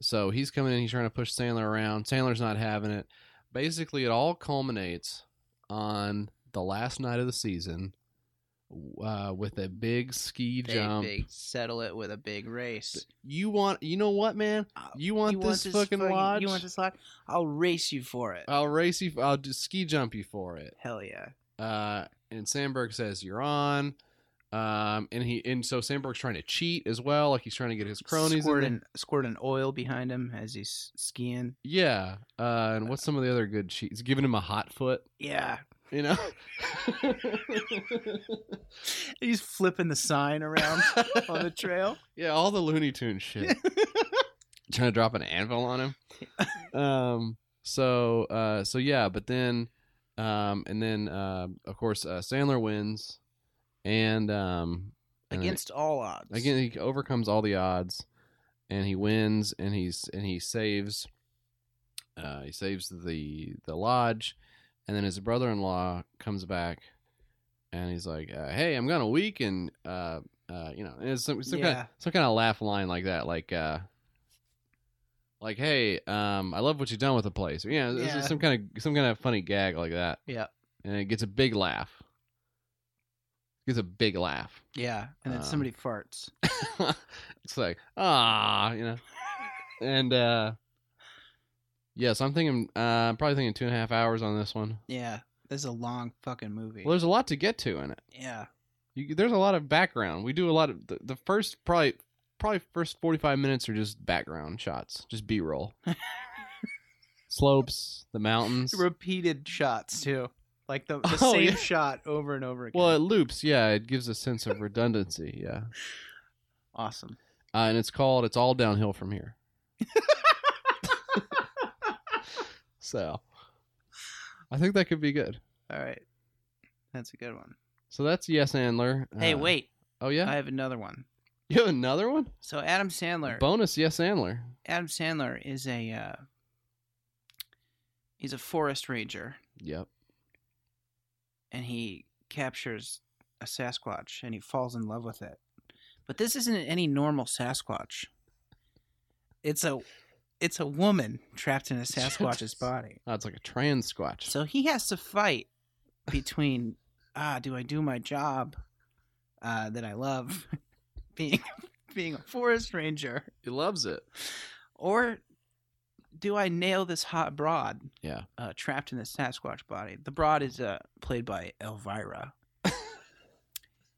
Speaker 4: so he's coming in, he's trying to push Sandler around. Sandler's not having it. Basically, it all culminates on the last night of the season uh, with a big ski
Speaker 5: They,
Speaker 4: jump.
Speaker 5: they settle it with a big race.
Speaker 4: You want, you know what, man? Uh, You want, this, fucking lodge?
Speaker 5: You want this lodge? I'll race you for it.
Speaker 4: I'll race you. I'll do ski jump you for it.
Speaker 5: Hell yeah.
Speaker 4: Uh, and Sandberg says you're on. Um, and he and so Sandberg's trying to cheat as well. Like he's trying to get his cronies. in there.
Speaker 5: squirting, squirting oil behind him as he's skiing.
Speaker 4: Yeah. Uh, and what's some of the other good cheats? Giving him a hot foot,
Speaker 5: Yeah.
Speaker 4: you know?
Speaker 5: He's flipping the sign around on the trail.
Speaker 4: yeah, all the Looney Tune shit. Trying to drop an anvil on him. Um, so, uh, so yeah, but then, um, and then, uh, of course, uh, Sandler wins and, um, and then-
Speaker 5: Against all odds.
Speaker 4: again he overcomes all the odds and he wins and he's and he saves uh, he saves the the lodge and then his brother-in-law comes back and he's like uh, hey i'm gonna weaken uh uh you know and it's some, some kind
Speaker 5: Yeah.
Speaker 4: of some kind of laugh line like that like uh like hey um i love what you've done with the place yeah, it's just
Speaker 5: Yeah.
Speaker 4: some kind of some kind of funny gag like that
Speaker 5: Yeah.
Speaker 4: and it gets a big laugh gets a big laugh
Speaker 5: Yeah. And then
Speaker 4: Um,
Speaker 5: somebody farts.
Speaker 4: it's like ah, you know, and uh, yeah. So I'm thinking, uh, I'm probably thinking two and a half hours on this one.
Speaker 5: Yeah. This is a long fucking movie.
Speaker 4: Well, there's a lot to get to in it.
Speaker 5: yeah.
Speaker 4: You, there's a lot of background. We do a lot of the, the first probably probably first 45 minutes are just background shots, just B-roll, slopes, the mountains.
Speaker 5: Repeated shots, too. Like the, the
Speaker 4: Oh,
Speaker 5: same
Speaker 4: yeah.
Speaker 5: shot over and over again.
Speaker 4: Well, it loops. Yeah, it gives a sense of redundancy. Yeah,
Speaker 5: awesome.
Speaker 4: uh, and it's called "It's All Downhill from Here." so, I think that could be good.
Speaker 5: All right. That's a good one.
Speaker 4: So that's yes, Andler.
Speaker 5: hey,
Speaker 4: Uh,
Speaker 5: wait.
Speaker 4: Oh yeah,
Speaker 5: I have another one.
Speaker 4: you have another one.
Speaker 5: So Adam Sandler.
Speaker 4: Bonus yes, Andler.
Speaker 5: Adam Sandler is a uh, he's a forest ranger
Speaker 4: Yep.
Speaker 5: and he captures a Sasquatch and he falls in love with it. But this isn't any normal Sasquatch. It's a it's a woman trapped in a Sasquatch's body.
Speaker 4: Oh, it's like a trans squatch.
Speaker 5: So he has to fight between ah, do I do my job uh, that I love being being a forest ranger
Speaker 4: he loves it.
Speaker 5: or do I nail this hot broad?
Speaker 4: Yeah.
Speaker 5: Uh, trapped in the Sasquatch body. The broad is uh, played by Elvira.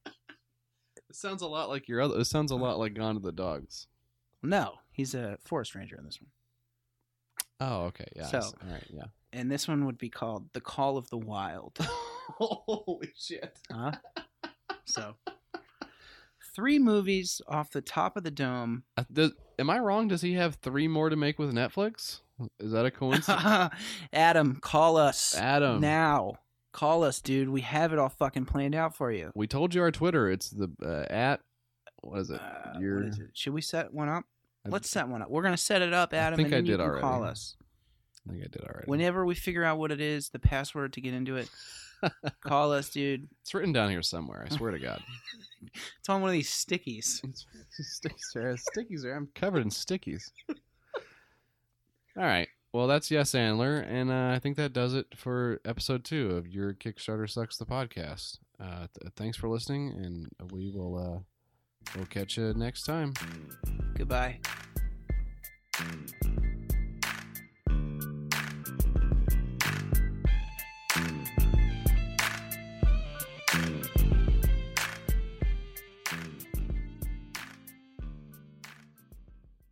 Speaker 4: It sounds a lot like your other. It sounds a lot like Gone to the Dogs.
Speaker 5: No, he's a forest ranger in this one.
Speaker 4: Oh, okay. Yeah. I
Speaker 5: So-
Speaker 4: see. all right. Yeah.
Speaker 5: And this one would be called The Call of the Wild.
Speaker 4: Holy shit.
Speaker 5: Huh? so, three movies off the top of the dome.
Speaker 4: Uh, does, am I wrong? Does he have three more to make with Netflix? Is that a coincidence?
Speaker 5: Adam, call us
Speaker 4: Adam.
Speaker 5: now. Call us, dude. We have it all fucking planned out for you.
Speaker 4: We told you our Twitter. It's the uh, at what is it?
Speaker 5: Uh, what
Speaker 4: Your
Speaker 5: is it? Should we set one up?
Speaker 4: I-
Speaker 5: Let's set one up. We're gonna set it up,
Speaker 4: I
Speaker 5: Adam,
Speaker 4: think
Speaker 5: and then
Speaker 4: I
Speaker 5: you
Speaker 4: did
Speaker 5: can
Speaker 4: already.
Speaker 5: call us.
Speaker 4: I think I did already.
Speaker 5: Whenever we figure out what it is, the password to get into it, call us, dude.
Speaker 4: it's written down here somewhere. I swear to God.
Speaker 5: It's on one of these stickies.
Speaker 4: It's- it's stickies are stickies are. I'm covered in stickies. All right. Well, that's yes, Andler, and uh, I think that does it for episode two of your Kickstarter sucks the podcast. Uh, th- thanks for listening, and we will uh, we'll catch you next time.
Speaker 5: Goodbye.